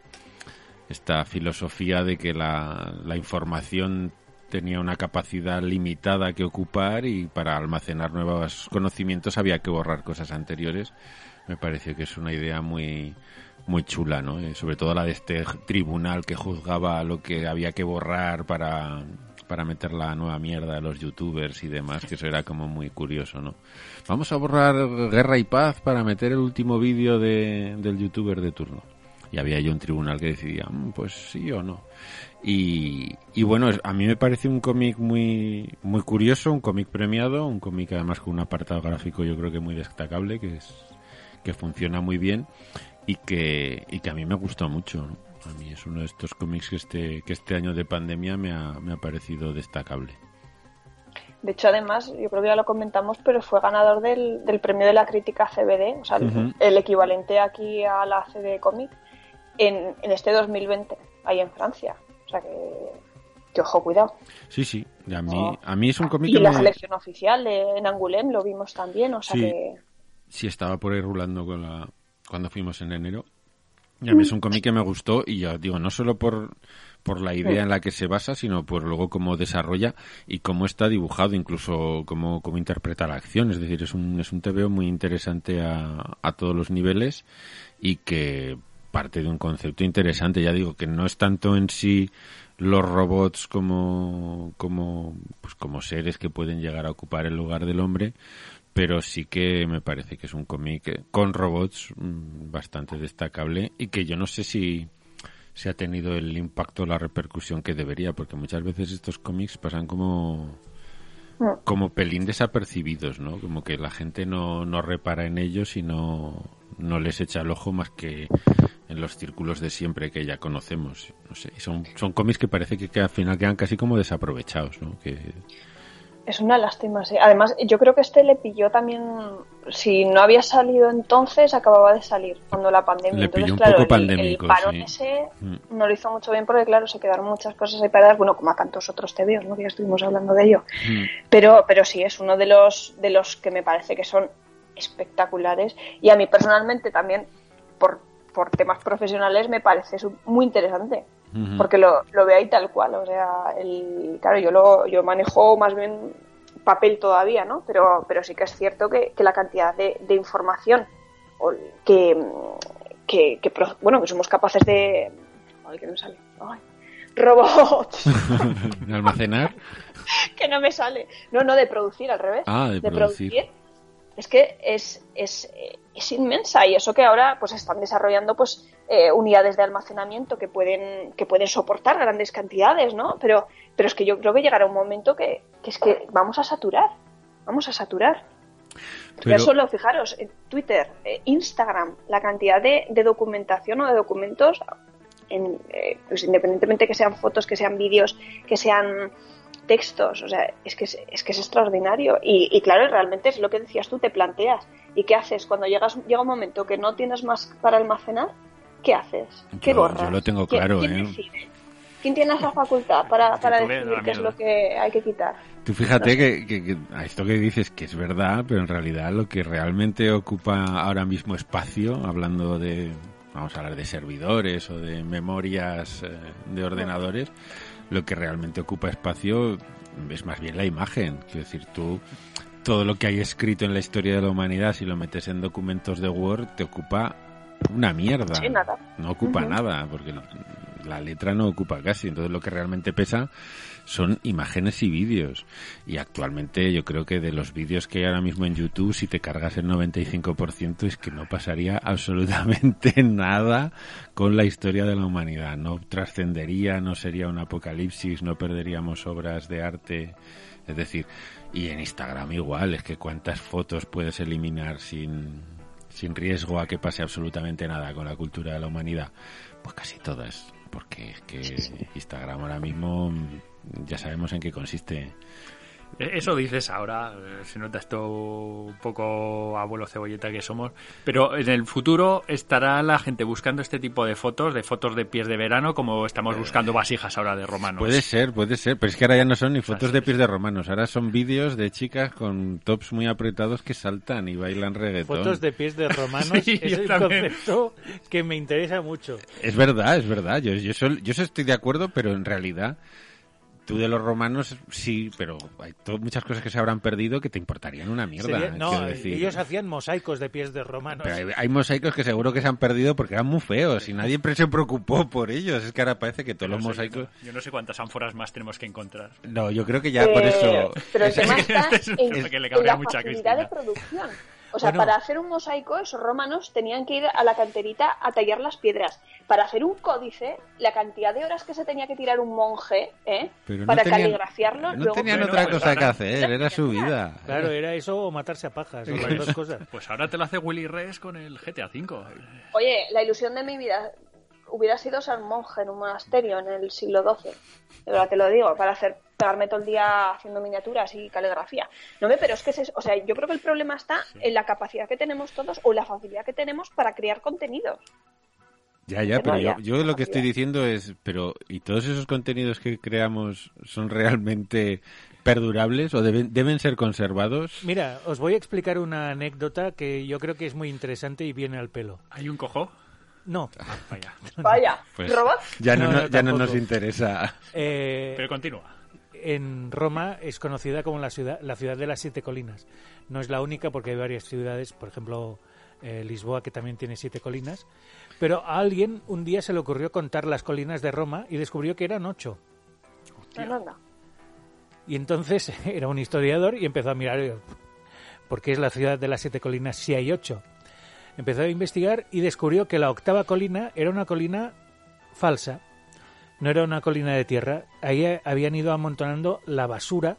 [SPEAKER 5] esta filosofía de que la, la información tenía una capacidad limitada que ocupar y para almacenar nuevos conocimientos había que borrar cosas anteriores. Me pareció que es una idea muy muy chula, ¿no? Eh, sobre todo la de este tribunal que juzgaba lo que había que borrar para para meter la nueva mierda de los youtubers y demás, que eso era como muy curioso, ¿no? Vamos a borrar Guerra y Paz para meter el último vídeo de, del youtuber de turno. Y había yo un tribunal que decidía, "Mm, pues sí o no. Y, y bueno, es- a mí me parece un cómic muy, muy curioso, un cómic premiado, un cómic además con un apartado gráfico yo creo que muy destacable, que es, que funciona muy bien y que, y que a mí me gustó mucho. ¿no? A mí es uno de estos cómics que este, que este año de pandemia me ha, me ha parecido destacable.
[SPEAKER 1] De hecho, además, yo creo que ya lo comentamos, pero fue ganador del, del premio de la crítica CBD, o sea, el-
[SPEAKER 5] Ujú.
[SPEAKER 1] el equivalente aquí a la CD Comic, en, en este 2020, ahí en Francia. O sea que, que ojo, cuidado.
[SPEAKER 5] Sí, sí, a mí,
[SPEAKER 1] Oh.
[SPEAKER 5] a mí es un cómic
[SPEAKER 1] Y
[SPEAKER 5] que
[SPEAKER 1] la
[SPEAKER 5] me-
[SPEAKER 1] selección oficial de- en Angoulême lo vimos también, o sea
[SPEAKER 5] Sí.
[SPEAKER 1] que.
[SPEAKER 5] sí estaba por ahí rulando con la cuando fuimos en enero. Y a mí es un cómic que me gustó y ya digo, no solo por por la idea en la que se basa, sino por luego cómo desarrolla y cómo está dibujado, incluso cómo, cómo interpreta la acción. Es decir, es un, es un TVO muy interesante a, a todos los niveles y que parte de un concepto interesante. Ya digo que no es tanto en sí los robots como, como, pues como seres que pueden llegar a ocupar el lugar del hombre, pero sí que me parece que es un cómic eh, con robots mm, bastante destacable y que yo no sé si se ha tenido el impacto, la repercusión que debería, porque muchas veces estos cómics pasan como como pelín desapercibidos, ¿no? Como que la gente no, no repara en ellos y no, no les echa el ojo más que en los círculos de siempre que ya conocemos. No sé, y son, son cómics que parece que, que al final quedan casi como desaprovechados, ¿no? Que,
[SPEAKER 1] Es una lástima, sí. Además, yo creo que este le pilló también, si no había salido entonces, acababa de salir cuando la pandemia.
[SPEAKER 5] Le
[SPEAKER 1] entonces,
[SPEAKER 5] pilló un
[SPEAKER 1] claro,
[SPEAKER 5] poco
[SPEAKER 1] el- el,
[SPEAKER 5] pandémico,
[SPEAKER 1] parón
[SPEAKER 5] sí.
[SPEAKER 1] ese
[SPEAKER 5] Mm.
[SPEAKER 1] no lo hizo mucho bien porque, claro, se quedaron muchas cosas ahí paradas, bueno, como a tantos otros tebeos, ¿no? Que ya estuvimos hablando de ello.
[SPEAKER 5] mm,
[SPEAKER 1] Pero, pero sí, es uno de los, de los que me parece que son espectaculares. Y a mí personalmente también, por, por temas profesionales, me parece su- muy interesante.
[SPEAKER 5] ujú.
[SPEAKER 1] Porque lo, lo veo ahí tal cual. O sea, el, claro, yo lo yo manejo más bien papel todavía, ¿no? Pero, pero sí que es cierto que, que la cantidad de, de información o que, que, que pro- bueno, que somos capaces de... Ay, que no me sale. Ay. Robots.
[SPEAKER 5] mm, almacenar.
[SPEAKER 1] que no me sale. No, no, de producir al revés.
[SPEAKER 5] Ah, de producir.
[SPEAKER 1] Es que es, es, eh, es inmensa y eso que ahora pues están desarrollando pues eh, unidades de almacenamiento que pueden, que pueden soportar grandes cantidades, ¿no? Pero, pero es que yo creo que llegará un momento que, que es que vamos a saturar, vamos a saturar.
[SPEAKER 5] Pero-
[SPEAKER 1] Ya solo, fijaros, en Twitter, eh, Instagram, la cantidad de, de documentación o de documentos, en, eh, pues independientemente que sean fotos, que sean vídeos, que sean textos, o sea, es que es, es que es extraordinario. Y, y claro, realmente es lo que decías tú, te planteas. ¿Y qué haces? Cuando llegas, llega un momento que no tienes más para almacenar, ¿qué haces? ¿Qué
[SPEAKER 5] Yo-
[SPEAKER 1] borras?
[SPEAKER 5] yo lo tengo
[SPEAKER 1] ¿Quién-
[SPEAKER 5] claro,
[SPEAKER 1] ¿quién
[SPEAKER 5] ¿eh?
[SPEAKER 1] decide? ¿Quién tiene la facultad para, para
[SPEAKER 4] YouTube,
[SPEAKER 1] decidir
[SPEAKER 4] la
[SPEAKER 1] qué es
[SPEAKER 4] mierda.
[SPEAKER 1] lo que hay que quitar?
[SPEAKER 5] Tú fíjate que, que- que a esto que dices que es verdad, pero en realidad lo que realmente ocupa ahora mismo espacio, hablando de, vamos a hablar de servidores o de memorias eh, de ordenadores, lo que realmente ocupa espacio es más bien la imagen. Quiero decir, tú, todo lo que hay escrito en la historia de la humanidad, si lo metes en documentos de Word, te ocupa una mierda.
[SPEAKER 1] Sí, nada.
[SPEAKER 5] No ocupa
[SPEAKER 1] Ujú.
[SPEAKER 5] nada, porque la letra no ocupa casi. Entonces lo que realmente pesa son imágenes y vídeos. Y actualmente yo creo que de los vídeos que hay ahora mismo en YouTube, si te cargas el 95% es que no pasaría absolutamente nada con la historia de la humanidad. No trascendería, no sería un apocalipsis, no perderíamos obras de arte. Es decir, y en Instagram igual, es que cuántas fotos puedes eliminar sin, sin riesgo a que pase absolutamente nada con la cultura de la humanidad. Pues casi todas, porque es que Instagram ahora mismo mm, ya sabemos en qué consiste.
[SPEAKER 4] Eh, Eso dices ahora, eh, se nota esto un poco abuelo cebolleta que somos, pero en el futuro estará la gente buscando este tipo de fotos, de fotos de pies de verano, como estamos buscando vasijas ahora de romanos.
[SPEAKER 5] Puede ser, puede ser, pero es que ahora ya no son ni fotos
[SPEAKER 4] Así
[SPEAKER 5] de
[SPEAKER 4] es.
[SPEAKER 5] pies de romanos, ahora son vídeos de chicas con tops muy apretados que saltan y bailan reggaetón.
[SPEAKER 3] Fotos de pies de romanos
[SPEAKER 4] Sí,
[SPEAKER 3] es
[SPEAKER 4] yo
[SPEAKER 3] un
[SPEAKER 4] también.
[SPEAKER 3] concepto que me interesa mucho.
[SPEAKER 5] Es verdad, es verdad, yo, yo, sol- yo eso estoy de acuerdo, pero en realidad tú de los romanos sí, pero hay to- muchas cosas que se habrán perdido que te importarían una mierda. eh,
[SPEAKER 3] Sería- no,
[SPEAKER 5] quiero decir.
[SPEAKER 3] ellos hacían mosaicos de pies de romanos.
[SPEAKER 5] Pero hay, hay mosaicos que seguro que se han perdido porque eran muy feos y nadie pre- se preocupó por ellos. Es que ahora parece que todos
[SPEAKER 4] No
[SPEAKER 5] los
[SPEAKER 4] sé,
[SPEAKER 5] mosaicos...
[SPEAKER 4] Yo no sé cuántas ánforas más tenemos que encontrar.
[SPEAKER 5] No, yo creo que ya
[SPEAKER 1] Eh,
[SPEAKER 5] por eso...
[SPEAKER 1] Pero el tema está
[SPEAKER 4] Este es un
[SPEAKER 1] en,
[SPEAKER 4] tema que le
[SPEAKER 1] en
[SPEAKER 4] cabrea
[SPEAKER 1] la
[SPEAKER 4] mucho a
[SPEAKER 1] facilidad de
[SPEAKER 4] Cristina.
[SPEAKER 1] producción. O sea,
[SPEAKER 3] Bueno.
[SPEAKER 1] para hacer un mosaico, esos romanos tenían que ir a la canterita a tallar las piedras. Para hacer un códice, la cantidad de horas que se tenía que tirar un monje ¿eh?
[SPEAKER 5] Pero no
[SPEAKER 1] para
[SPEAKER 5] tenían-
[SPEAKER 1] caligrafiarlo.
[SPEAKER 5] No
[SPEAKER 1] luego-
[SPEAKER 5] tenían
[SPEAKER 4] Bueno,
[SPEAKER 5] otra
[SPEAKER 4] pues
[SPEAKER 5] cosa
[SPEAKER 4] ahora-
[SPEAKER 5] que hacer, era su vida.
[SPEAKER 3] Claro, era eso o matarse a pajas, o las dos cosas.
[SPEAKER 4] Pues ahora te lo hace Willy Rex con el GTA V.
[SPEAKER 1] Oye, la ilusión de mi vida hubiera sido ser monje en un monasterio en el siglo XII. De verdad te lo digo, para hacer pegarme todo el día haciendo miniaturas y caligrafía. No me, pero es que es, eso. o sea, yo creo que el problema está en la capacidad que tenemos todos o la facilidad que tenemos para crear contenidos.
[SPEAKER 5] Ya, ya,
[SPEAKER 1] Que
[SPEAKER 5] pero
[SPEAKER 1] no,
[SPEAKER 5] yo,
[SPEAKER 1] ya.
[SPEAKER 5] yo lo que estoy diciendo es, pero ¿y todos esos contenidos que creamos son realmente perdurables o deben, deben ser conservados?
[SPEAKER 3] Mira, os voy a explicar una anécdota que yo creo que es muy interesante y viene al pelo.
[SPEAKER 4] ¿Hay un cojo?
[SPEAKER 3] No,
[SPEAKER 4] Vaya.
[SPEAKER 1] Vaya,
[SPEAKER 5] Pues
[SPEAKER 1] robot.
[SPEAKER 5] ya no,
[SPEAKER 3] No,
[SPEAKER 5] no-
[SPEAKER 3] no,
[SPEAKER 5] ya no nos
[SPEAKER 3] tampoco.
[SPEAKER 5] interesa.
[SPEAKER 3] eh,
[SPEAKER 4] Pero continúa.
[SPEAKER 3] en Roma es conocida como la ciudad, la ciudad de las siete colinas. No es la única porque hay varias ciudades, por ejemplo eh, Lisboa que también tiene siete colinas. Pero a alguien un día se le ocurrió contar las colinas de Roma y descubrió que eran ocho.
[SPEAKER 1] No, no, no.
[SPEAKER 3] Y entonces era un historiador y empezó a mirar, eh, ¿por qué es la ciudad de las siete colinas si hay ocho? Empezó a investigar y descubrió que la octava colina era una colina falsa, no era una colina de tierra. Ahí eh, habían ido amontonando la basura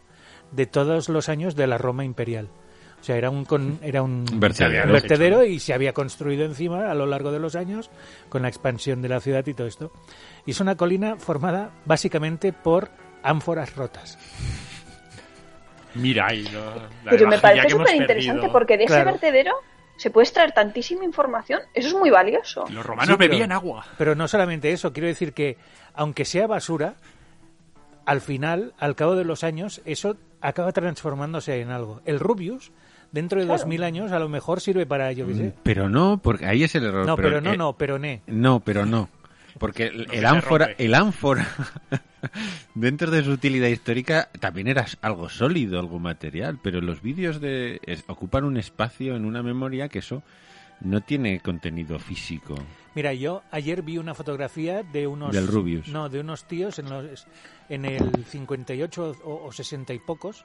[SPEAKER 3] de todos los años de la Roma imperial. O sea, era un, con- era un
[SPEAKER 5] Vertedero.
[SPEAKER 3] un vertedero y se había construido encima a lo largo de los años con la expansión de la ciudad y todo esto. Y es una colina formada básicamente por ánforas rotas.
[SPEAKER 4] Mira, ahí, ¿no? La
[SPEAKER 5] Pues
[SPEAKER 1] Pero me
[SPEAKER 4] vajilla
[SPEAKER 1] parece
[SPEAKER 4] que hemos
[SPEAKER 1] súper interesante
[SPEAKER 4] perdido.
[SPEAKER 1] porque de ese
[SPEAKER 3] Claro.
[SPEAKER 1] vertedero se puede extraer tantísima información. Eso es muy valioso.
[SPEAKER 4] Los romanos
[SPEAKER 3] Sí, pero-
[SPEAKER 4] bebían agua.
[SPEAKER 3] Pero no solamente eso, quiero decir que aunque sea basura, al final, al cabo de los años, eso acaba transformándose en algo. El Rubius, dentro de
[SPEAKER 1] Claro.
[SPEAKER 3] 2000 años, a lo mejor sirve para, yo qué sé.
[SPEAKER 5] Pero no, porque ahí es el error.
[SPEAKER 3] No, pero no,
[SPEAKER 5] Mm. eh,
[SPEAKER 3] no, pero ne.
[SPEAKER 5] No, pero no. Porque el,
[SPEAKER 4] No
[SPEAKER 5] el
[SPEAKER 4] se
[SPEAKER 5] ánfora,
[SPEAKER 4] rompe.
[SPEAKER 5] el ánfora, dentro de su utilidad histórica, también era algo sólido, algo material. Pero los vídeos de es- ocupan un espacio en una memoria que eso no tiene contenido físico.
[SPEAKER 3] Mira, yo ayer vi una fotografía de unos...
[SPEAKER 5] Del Rubius.
[SPEAKER 3] No, de unos tíos en, los, en el 58 o, o 60 y pocos,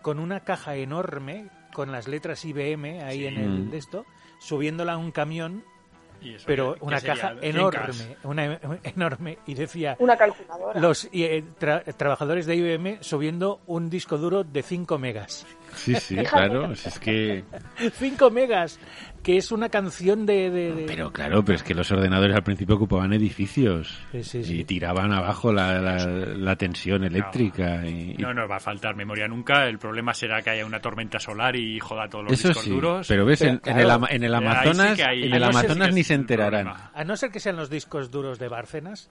[SPEAKER 3] con una caja enorme, con las letras IBM ahí en el
[SPEAKER 5] Mm.
[SPEAKER 3] de esto, subiéndola a un camión,
[SPEAKER 4] Y eso
[SPEAKER 3] pero
[SPEAKER 4] ya- ya
[SPEAKER 3] una
[SPEAKER 4] sería
[SPEAKER 3] caja
[SPEAKER 4] 100 cas.
[SPEAKER 3] enorme, una em- enorme, y decía...
[SPEAKER 1] Una calculadora.
[SPEAKER 3] Los eh, tra- trabajadores de IBM subiendo un disco duro de 5 megas.
[SPEAKER 5] Sí, sí,
[SPEAKER 1] Fíjate.
[SPEAKER 5] claro. si Es que,
[SPEAKER 3] ¡5 megas! Que es una canción de... de- de-
[SPEAKER 5] pero claro, pero es que los ordenadores al principio ocupaban edificios
[SPEAKER 3] Sí, sí, sí.
[SPEAKER 5] y tiraban abajo la, la- la tensión eléctrica. y- y
[SPEAKER 4] No nos va a faltar memoria nunca. El problema será que haya una tormenta solar y joda todos los
[SPEAKER 5] Eso
[SPEAKER 4] discos
[SPEAKER 5] sí,
[SPEAKER 4] duros. eh,
[SPEAKER 5] pero ves,
[SPEAKER 3] Pero
[SPEAKER 5] en, en
[SPEAKER 3] claro.
[SPEAKER 5] el, Ama- en el
[SPEAKER 4] Ahí sí que
[SPEAKER 5] Amazonas,
[SPEAKER 4] hay-
[SPEAKER 5] en
[SPEAKER 4] ahí
[SPEAKER 5] el
[SPEAKER 4] no sé si
[SPEAKER 5] Amazonas
[SPEAKER 4] es
[SPEAKER 5] ni
[SPEAKER 4] el
[SPEAKER 5] se enterarán.
[SPEAKER 4] problema.
[SPEAKER 3] A no ser que sean los discos duros de Bárcenas,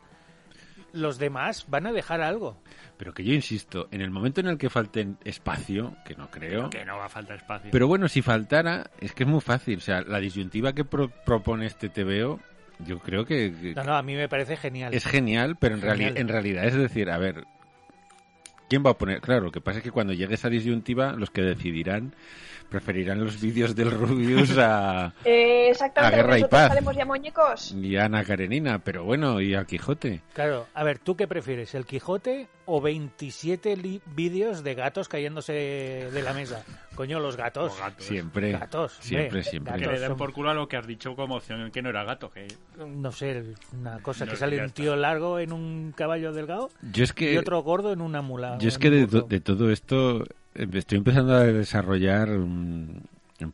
[SPEAKER 3] los demás van a dejar algo.
[SPEAKER 5] Pero que yo insisto, en el momento en el que falten espacio, que no creo,
[SPEAKER 4] Que no va a faltar espacio.
[SPEAKER 5] pero bueno, si faltara, es que es muy fácil. O sea, la disyuntiva que pro- propone este TVO, yo creo que, que
[SPEAKER 3] No, no, a mí me parece genial.
[SPEAKER 5] es genial, pero en, reali-
[SPEAKER 3] Genial.
[SPEAKER 5] en realidad es decir, a ver, ¿quién va a poner? Claro, lo que pasa es que cuando llegue esa disyuntiva, los que decidirán preferirán los vídeos del Rubius a,
[SPEAKER 1] Eh, exactamente.
[SPEAKER 5] A guerra y
[SPEAKER 1] nosotros
[SPEAKER 5] paz.
[SPEAKER 1] haremos ya muñecos.
[SPEAKER 5] y a Ana Karenina, pero bueno, y a Quijote.
[SPEAKER 3] Claro, a ver, ¿tú qué prefieres, el Quijote o 27 li- vídeos de gatos cayéndose de la mesa? Coño, los gatos.
[SPEAKER 4] Los gatos.
[SPEAKER 5] Siempre.
[SPEAKER 3] Gatos, hombre,
[SPEAKER 5] Siempre, siempre.
[SPEAKER 4] Que le
[SPEAKER 3] gatos.
[SPEAKER 4] den
[SPEAKER 3] son-
[SPEAKER 4] por culo a lo que has dicho como opción que no era gato. Que...
[SPEAKER 3] No sé, una cosa
[SPEAKER 4] No,
[SPEAKER 3] que
[SPEAKER 4] ya
[SPEAKER 3] sale un
[SPEAKER 4] está.
[SPEAKER 3] tío largo en un caballo delgado
[SPEAKER 5] Yo es que,
[SPEAKER 3] y otro gordo en una mula.
[SPEAKER 5] yo es
[SPEAKER 3] en
[SPEAKER 5] que
[SPEAKER 3] un
[SPEAKER 5] de,
[SPEAKER 3] burro.
[SPEAKER 5] to- de todo esto eh, estoy empezando a desarrollar mm,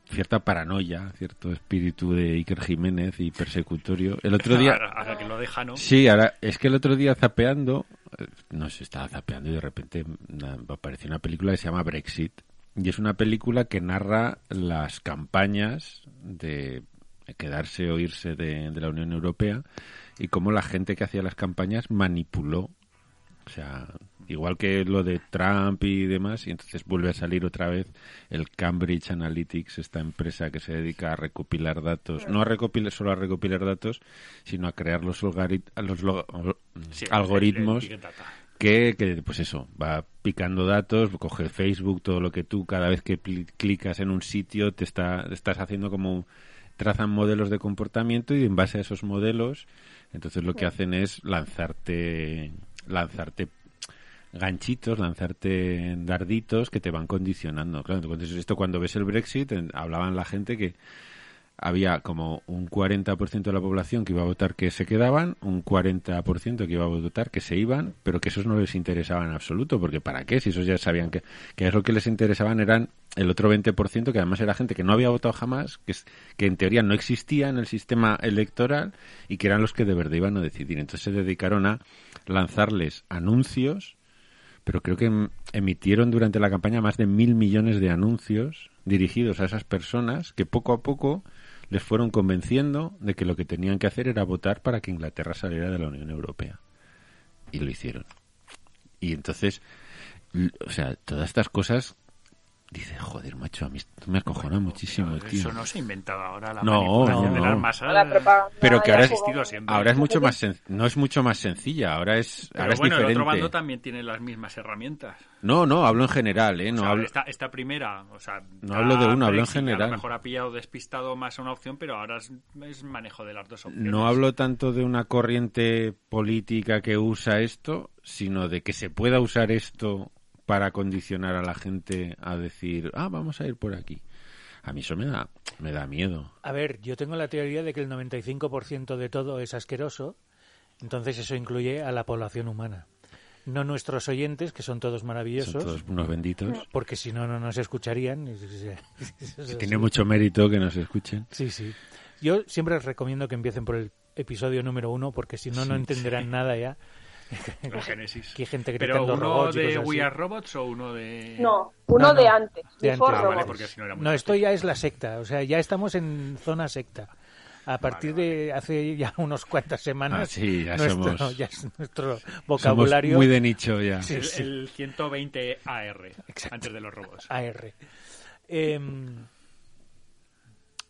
[SPEAKER 5] cierta paranoia, cierto espíritu de Iker Jiménez y persecutorio. El otro día...
[SPEAKER 4] Ahora, ahora que lo deja, ¿no?
[SPEAKER 5] Sí, ahora, es que el otro día zapeando, eh, no sé, estaba zapeando y de repente na- apareció una película que se llama Brexit. Y es una película que narra las campañas de quedarse o irse de, de la Unión Europea y cómo la gente que hacía las campañas manipuló. O sea, igual que lo de Trump y demás, y entonces vuelve a salir otra vez el Cambridge Analytics, esta empresa que se dedica a recopilar datos, no a recopilar, solo a recopilar datos, sino a crear los, algori- los lo-
[SPEAKER 4] Sí,
[SPEAKER 5] algoritmos
[SPEAKER 4] el- el etiquetata.
[SPEAKER 5] que, que, pues eso, va picando datos, coge Facebook, todo lo que tú, cada vez que pli- clicas en un sitio, te, está, te estás haciendo como, trazan modelos de comportamiento y en base a esos modelos, entonces lo que hacen es lanzarte, lanzarte ganchitos, lanzarte darditos que te van condicionando. Claro, entonces esto cuando ves el Brexit, en- hablaban la gente que había como un 40% de la población que iba a votar que se quedaban, un 40% que iba a votar que se iban, pero que esos no les interesaba en absoluto, porque ¿para qué? Si esos ya sabían que, que a esos que les interesaban eran el otro 20%, que además era gente que no había votado jamás, que, es- que en teoría no existía en el sistema electoral y que eran los que de verdad iban a decidir. Entonces se dedicaron a lanzarles anuncios pero creo que em- emitieron durante la campaña más de mil millones de anuncios dirigidos a esas personas que poco a poco les fueron convenciendo de que lo que tenían que hacer era votar para que Inglaterra saliera de la Unión Europea. Y lo hicieron. Y entonces, l- o sea, todas estas cosas, dice, joder, macho, a mí esto me acojona muchísimo,
[SPEAKER 4] Pero
[SPEAKER 5] tío.
[SPEAKER 4] Eso no se ha inventado ahora, la
[SPEAKER 5] No,
[SPEAKER 4] manipulación
[SPEAKER 3] no,
[SPEAKER 4] de
[SPEAKER 3] no.
[SPEAKER 4] las masas.
[SPEAKER 1] La propaganda
[SPEAKER 5] Pero que
[SPEAKER 1] ya
[SPEAKER 5] ahora es-
[SPEAKER 1] jugaba.
[SPEAKER 4] Existido siempre.
[SPEAKER 5] Ahora es mucho más sen- no es mucho más sencilla, ahora es,
[SPEAKER 4] Pero
[SPEAKER 5] ahora es
[SPEAKER 4] bueno, el
[SPEAKER 5] diferente.
[SPEAKER 4] otro bando también tiene las mismas herramientas.
[SPEAKER 5] No, no, hablo en general, ¿eh?
[SPEAKER 4] O
[SPEAKER 5] No
[SPEAKER 4] sea,
[SPEAKER 5] hablo...
[SPEAKER 4] esta, esta primera, o sea,
[SPEAKER 5] No hablo de una, hablo en
[SPEAKER 4] Brexit, A
[SPEAKER 5] general.
[SPEAKER 4] lo mejor ha pillado despistado más a una opción, pero ahora es, es manejo de las dos opciones.
[SPEAKER 5] No hablo tanto de una corriente política que usa esto, sino de que se pueda usar esto para condicionar a la gente a decir, ah, vamos a ir por aquí. A mí eso me da, me da miedo.
[SPEAKER 3] A ver, yo tengo la teoría de que el 95% de todo es asqueroso, entonces eso incluye a la población humana. no nuestros oyentes, que son todos maravillosos,
[SPEAKER 5] Son todos unos benditos.
[SPEAKER 3] porque si no, no nos escucharían. Eso es así.
[SPEAKER 5] Tiene mucho mérito que nos escuchen.
[SPEAKER 3] Sí, sí. Yo siempre les recomiendo que empiecen por el episodio número uno, porque si no, no entenderán nada ya.
[SPEAKER 4] Los Génesis.
[SPEAKER 3] Aquí hay gente
[SPEAKER 4] ¿Pero
[SPEAKER 3] gritando
[SPEAKER 4] uno
[SPEAKER 3] robots y
[SPEAKER 4] de
[SPEAKER 3] cosas
[SPEAKER 4] We
[SPEAKER 3] así.
[SPEAKER 4] Are Robots o uno de...?
[SPEAKER 1] No, uno
[SPEAKER 3] Eh, No, no.
[SPEAKER 1] de antes.
[SPEAKER 3] De
[SPEAKER 1] Before
[SPEAKER 3] antes.
[SPEAKER 4] Ah, vale,
[SPEAKER 1] Robots.
[SPEAKER 4] porque si no era muy
[SPEAKER 3] No, esto
[SPEAKER 4] fácil.
[SPEAKER 3] ya es la secta, o sea, ya estamos en zona secta. A partir de hace ya unos cuantas semanas,
[SPEAKER 5] Ah, sí, ya
[SPEAKER 3] nuestro,
[SPEAKER 5] somos-
[SPEAKER 3] ya es nuestro
[SPEAKER 5] Somos
[SPEAKER 3] vocabulario
[SPEAKER 5] muy de nicho ya.
[SPEAKER 3] Sí.
[SPEAKER 4] El, el 120 AR, antes de los robots.
[SPEAKER 3] AR. Em,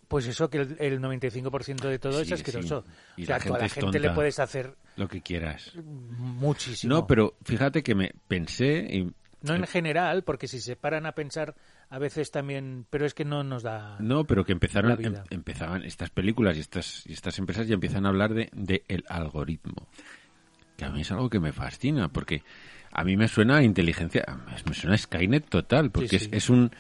[SPEAKER 3] pues eso, que el, el 95% de todo
[SPEAKER 5] Sí,
[SPEAKER 3] es asqueroso.
[SPEAKER 5] sí. Y
[SPEAKER 3] O sea,
[SPEAKER 5] la
[SPEAKER 3] tú a la
[SPEAKER 5] gente es
[SPEAKER 3] gente le
[SPEAKER 5] tonta.
[SPEAKER 3] puedes hacer
[SPEAKER 5] Lo que quieras.
[SPEAKER 3] muchísimo.
[SPEAKER 5] No, pero eh, fíjate que me pensé y
[SPEAKER 3] No en general, porque si se paran a pensar, a veces también. Pero es que no nos da.
[SPEAKER 5] No, pero que empezaron,
[SPEAKER 3] La vida.
[SPEAKER 5] em- empezaban estas películas y estas, y estas empresas ya empiezan a hablar de, de el algoritmo. Que a mí es algo que me fascina, porque a mí me suena a inteligencia, me suena a Skynet total, porque
[SPEAKER 3] sí.
[SPEAKER 5] Es, es un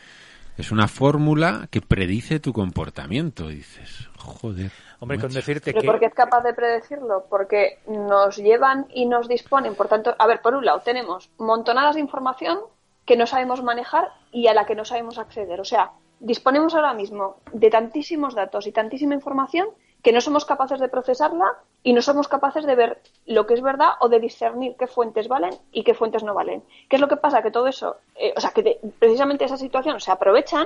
[SPEAKER 5] es una fórmula que predice tu comportamiento. Y dices, joder.
[SPEAKER 3] Hombre, con
[SPEAKER 5] macho.
[SPEAKER 3] decirte
[SPEAKER 1] ¿Pero
[SPEAKER 3] que.
[SPEAKER 1] por qué es capaz de predecirlo? Porque nos llevan y nos disponen. Por tanto, a ver, por un lado tenemos montonadas de información que no sabemos manejar y a la que no sabemos acceder. O sea, disponemos ahora mismo de tantísimos datos y tantísima información que no somos capaces de procesarla y no somos capaces de ver lo que es verdad o de discernir qué fuentes valen y qué fuentes no valen. ¿Qué es lo que pasa? Que todo eso, eh, o sea, que de- precisamente esa situación se aprovechan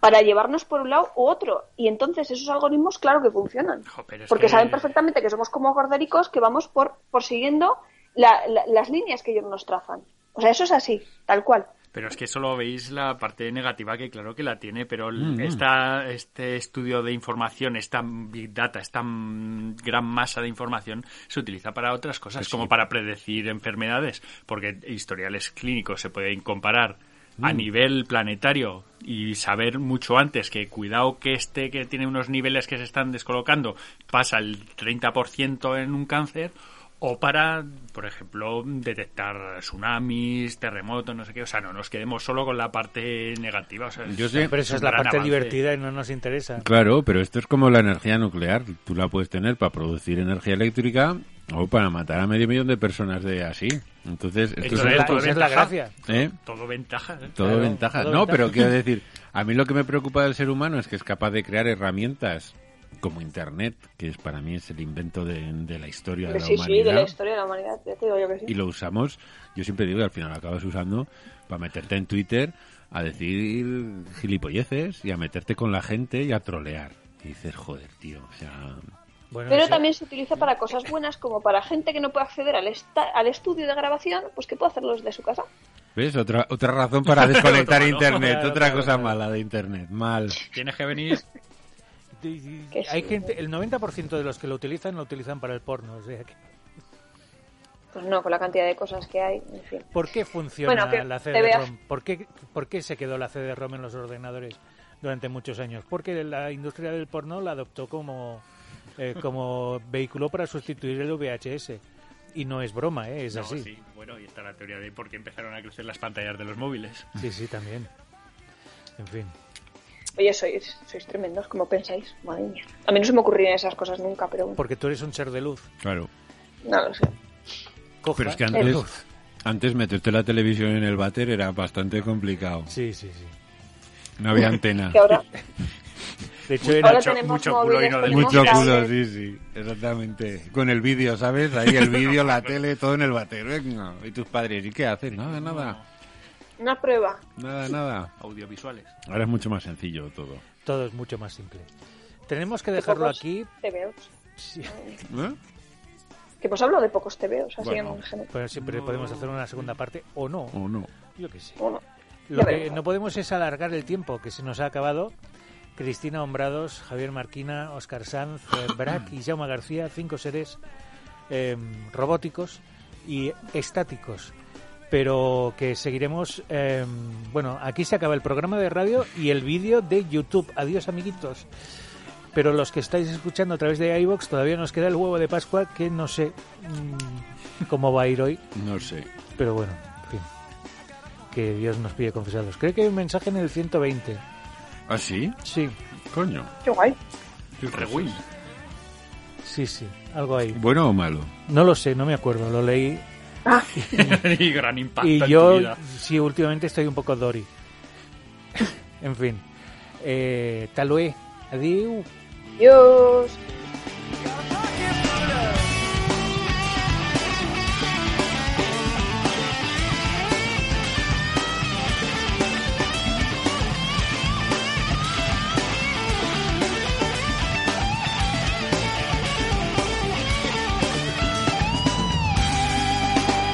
[SPEAKER 1] para llevarnos por un lado u otro. Y entonces esos algoritmos, claro que funcionan.
[SPEAKER 4] Jo, pero es
[SPEAKER 1] porque
[SPEAKER 4] que-
[SPEAKER 1] saben perfectamente que somos como cordericos que vamos por, por siguiendo la- la- las líneas que ellos nos trazan. O sea, eso es así, tal cual.
[SPEAKER 4] Pero es que solo veis la parte negativa que claro que la tiene, pero el- esta, este estudio de información, esta big data, esta mm, gran masa de información se utiliza para otras cosas, como para predecir enfermedades, porque historiales clínicos se pueden comparar a nivel planetario y saber mucho antes que cuidado que este que tiene unos niveles que se están descolocando pasa el 30% en un cáncer o para, por ejemplo, detectar tsunamis, terremotos, no sé qué. O sea, no nos quedemos solo con la parte negativa. O sea,
[SPEAKER 5] Yo sé-
[SPEAKER 3] Pero esa
[SPEAKER 4] un
[SPEAKER 3] es la
[SPEAKER 4] gran
[SPEAKER 3] parte
[SPEAKER 4] avance.
[SPEAKER 3] divertida y no nos interesa.
[SPEAKER 5] Claro, pero esto es como la energía nuclear. Tú la puedes tener para producir energía eléctrica o para matar a medio millón de personas de así. Entonces, esto
[SPEAKER 4] Eso
[SPEAKER 5] es
[SPEAKER 4] es
[SPEAKER 5] un
[SPEAKER 3] la-
[SPEAKER 5] poco-
[SPEAKER 3] esa es la
[SPEAKER 4] ventaja.
[SPEAKER 3] gracia.
[SPEAKER 5] ¿eh?
[SPEAKER 4] Todo ventaja. ¿eh?
[SPEAKER 5] Todo
[SPEAKER 3] Claro,
[SPEAKER 5] ventaja.
[SPEAKER 3] todo
[SPEAKER 5] no,
[SPEAKER 3] ventaja.
[SPEAKER 5] pero quiero decir, a mí lo que me preocupa del ser humano es que es capaz de crear herramientas como Internet, que es para mí es el invento de, de la historia de la
[SPEAKER 1] sí, sí,
[SPEAKER 5] humanidad.
[SPEAKER 1] de la historia de la humanidad, ya te digo yo que sí.
[SPEAKER 5] y lo usamos, yo siempre digo que al final lo acabas usando para meterte en Twitter a decir gilipolleces y a meterte con la gente y a trolear. Y dices, joder, tío, o sea...
[SPEAKER 3] Bueno,
[SPEAKER 1] Pero
[SPEAKER 3] sí.
[SPEAKER 1] también se utiliza para cosas buenas, como para gente que no puede acceder al, esta- al estudio de grabación, pues que puede hacerlo desde su casa.
[SPEAKER 5] ¿Ves? Otra, otra razón para desconectar
[SPEAKER 4] Claro,
[SPEAKER 5] Internet,
[SPEAKER 3] claro,
[SPEAKER 5] otra
[SPEAKER 3] claro,
[SPEAKER 5] cosa
[SPEAKER 3] claro.
[SPEAKER 5] mala de Internet, mal.
[SPEAKER 4] Tienes que venir.
[SPEAKER 3] Y- y-
[SPEAKER 1] Que
[SPEAKER 3] Hay
[SPEAKER 1] sí.
[SPEAKER 3] gente, el 90% de los que lo utilizan lo utilizan para el porno. o sea que-
[SPEAKER 1] Pues no, con la cantidad de cosas que hay, en fin.
[SPEAKER 3] ¿Por qué funciona
[SPEAKER 1] Bueno, que
[SPEAKER 3] la
[SPEAKER 1] te
[SPEAKER 3] CD-ROM? ¿Por qué, ¿Por qué se quedó la CD-ROM en los ordenadores durante muchos años? Porque la industria del porno la adoptó como, eh, como vehículo para sustituir el VHS. Y no es broma, ¿eh? es
[SPEAKER 4] No,
[SPEAKER 3] así.
[SPEAKER 4] sí, Bueno, y está la teoría de por qué empezaron a crecer las pantallas de los móviles.
[SPEAKER 3] Sí, sí, también. En fin.
[SPEAKER 1] Oye, sois, sois tremendos, como pensáis? Madre mía. A mí no se me ocurrían esas cosas nunca, pero bueno,
[SPEAKER 3] Porque tú eres un ser de luz.
[SPEAKER 5] Claro.
[SPEAKER 1] no lo sé.
[SPEAKER 3] Coja
[SPEAKER 5] Pero es que
[SPEAKER 3] de
[SPEAKER 5] antes-
[SPEAKER 3] luz.
[SPEAKER 5] Antes meterte la televisión en el váter era bastante complicado.
[SPEAKER 3] Sí, sí, sí.
[SPEAKER 5] No había antena.
[SPEAKER 1] Que ahora,
[SPEAKER 3] De hecho, era-
[SPEAKER 1] ahora
[SPEAKER 4] mucho-
[SPEAKER 1] tenemos
[SPEAKER 4] mucho culo y
[SPEAKER 1] móviles,
[SPEAKER 4] no de
[SPEAKER 1] tenemos
[SPEAKER 5] Mucho culo,
[SPEAKER 1] cables.
[SPEAKER 5] sí, sí, exactamente. Con el vídeo, ¿sabes? Ahí el vídeo, la tele, todo en el váter. Venga. ¿Y tus padres? ¿Y qué hacen? Nada, nada,
[SPEAKER 1] Una prueba.
[SPEAKER 5] nada, nada.
[SPEAKER 4] Audiovisuales.
[SPEAKER 5] Ahora es mucho más sencillo todo.
[SPEAKER 3] todo es mucho más simple. Tenemos que dejarlo
[SPEAKER 1] pocos
[SPEAKER 3] aquí.
[SPEAKER 1] TVOs.
[SPEAKER 3] Sí.
[SPEAKER 5] ¿Eh?
[SPEAKER 1] Que pues hablo de pocos TVOs, así
[SPEAKER 5] Bueno.
[SPEAKER 1] en general.
[SPEAKER 3] Pero pues siempre podemos hacer una segunda parte o no.
[SPEAKER 5] ¿O no?
[SPEAKER 3] Yo qué sé.
[SPEAKER 1] Bueno,
[SPEAKER 3] Lo
[SPEAKER 1] ya
[SPEAKER 3] que
[SPEAKER 1] veremos.
[SPEAKER 3] no podemos es alargar el tiempo, que se nos ha acabado. Cristina Hombrados, Javier Marquina, Oscar Sanz, eh, Brack y Jaume García, cinco seres eh, robóticos y estáticos. Pero que seguiremos. eh, bueno, aquí se acaba el programa de radio y el vídeo de YouTube. Adiós, amiguitos. Pero los que estáis escuchando a través de iBox todavía nos queda el huevo de Pascua que no sé mm, cómo va a ir hoy.
[SPEAKER 5] No sé.
[SPEAKER 3] Pero bueno, en fin. Que Dios nos pide confesados. Creo que hay un mensaje en el 120.
[SPEAKER 5] ¿Ah, sí?
[SPEAKER 3] Sí,
[SPEAKER 5] Coño.
[SPEAKER 1] qué guay.
[SPEAKER 5] Qué cosas.
[SPEAKER 4] Rewind.
[SPEAKER 3] sí, sí. Algo ahí.
[SPEAKER 5] ¿Bueno o malo?
[SPEAKER 3] No lo sé, no me acuerdo. Lo leí
[SPEAKER 4] y gran impacto
[SPEAKER 3] Y
[SPEAKER 4] en tu
[SPEAKER 3] yo,
[SPEAKER 4] vida.
[SPEAKER 3] sí, últimamente estoy un poco Dory. En fin. Eh, tal vez. Adiós.
[SPEAKER 1] Dios.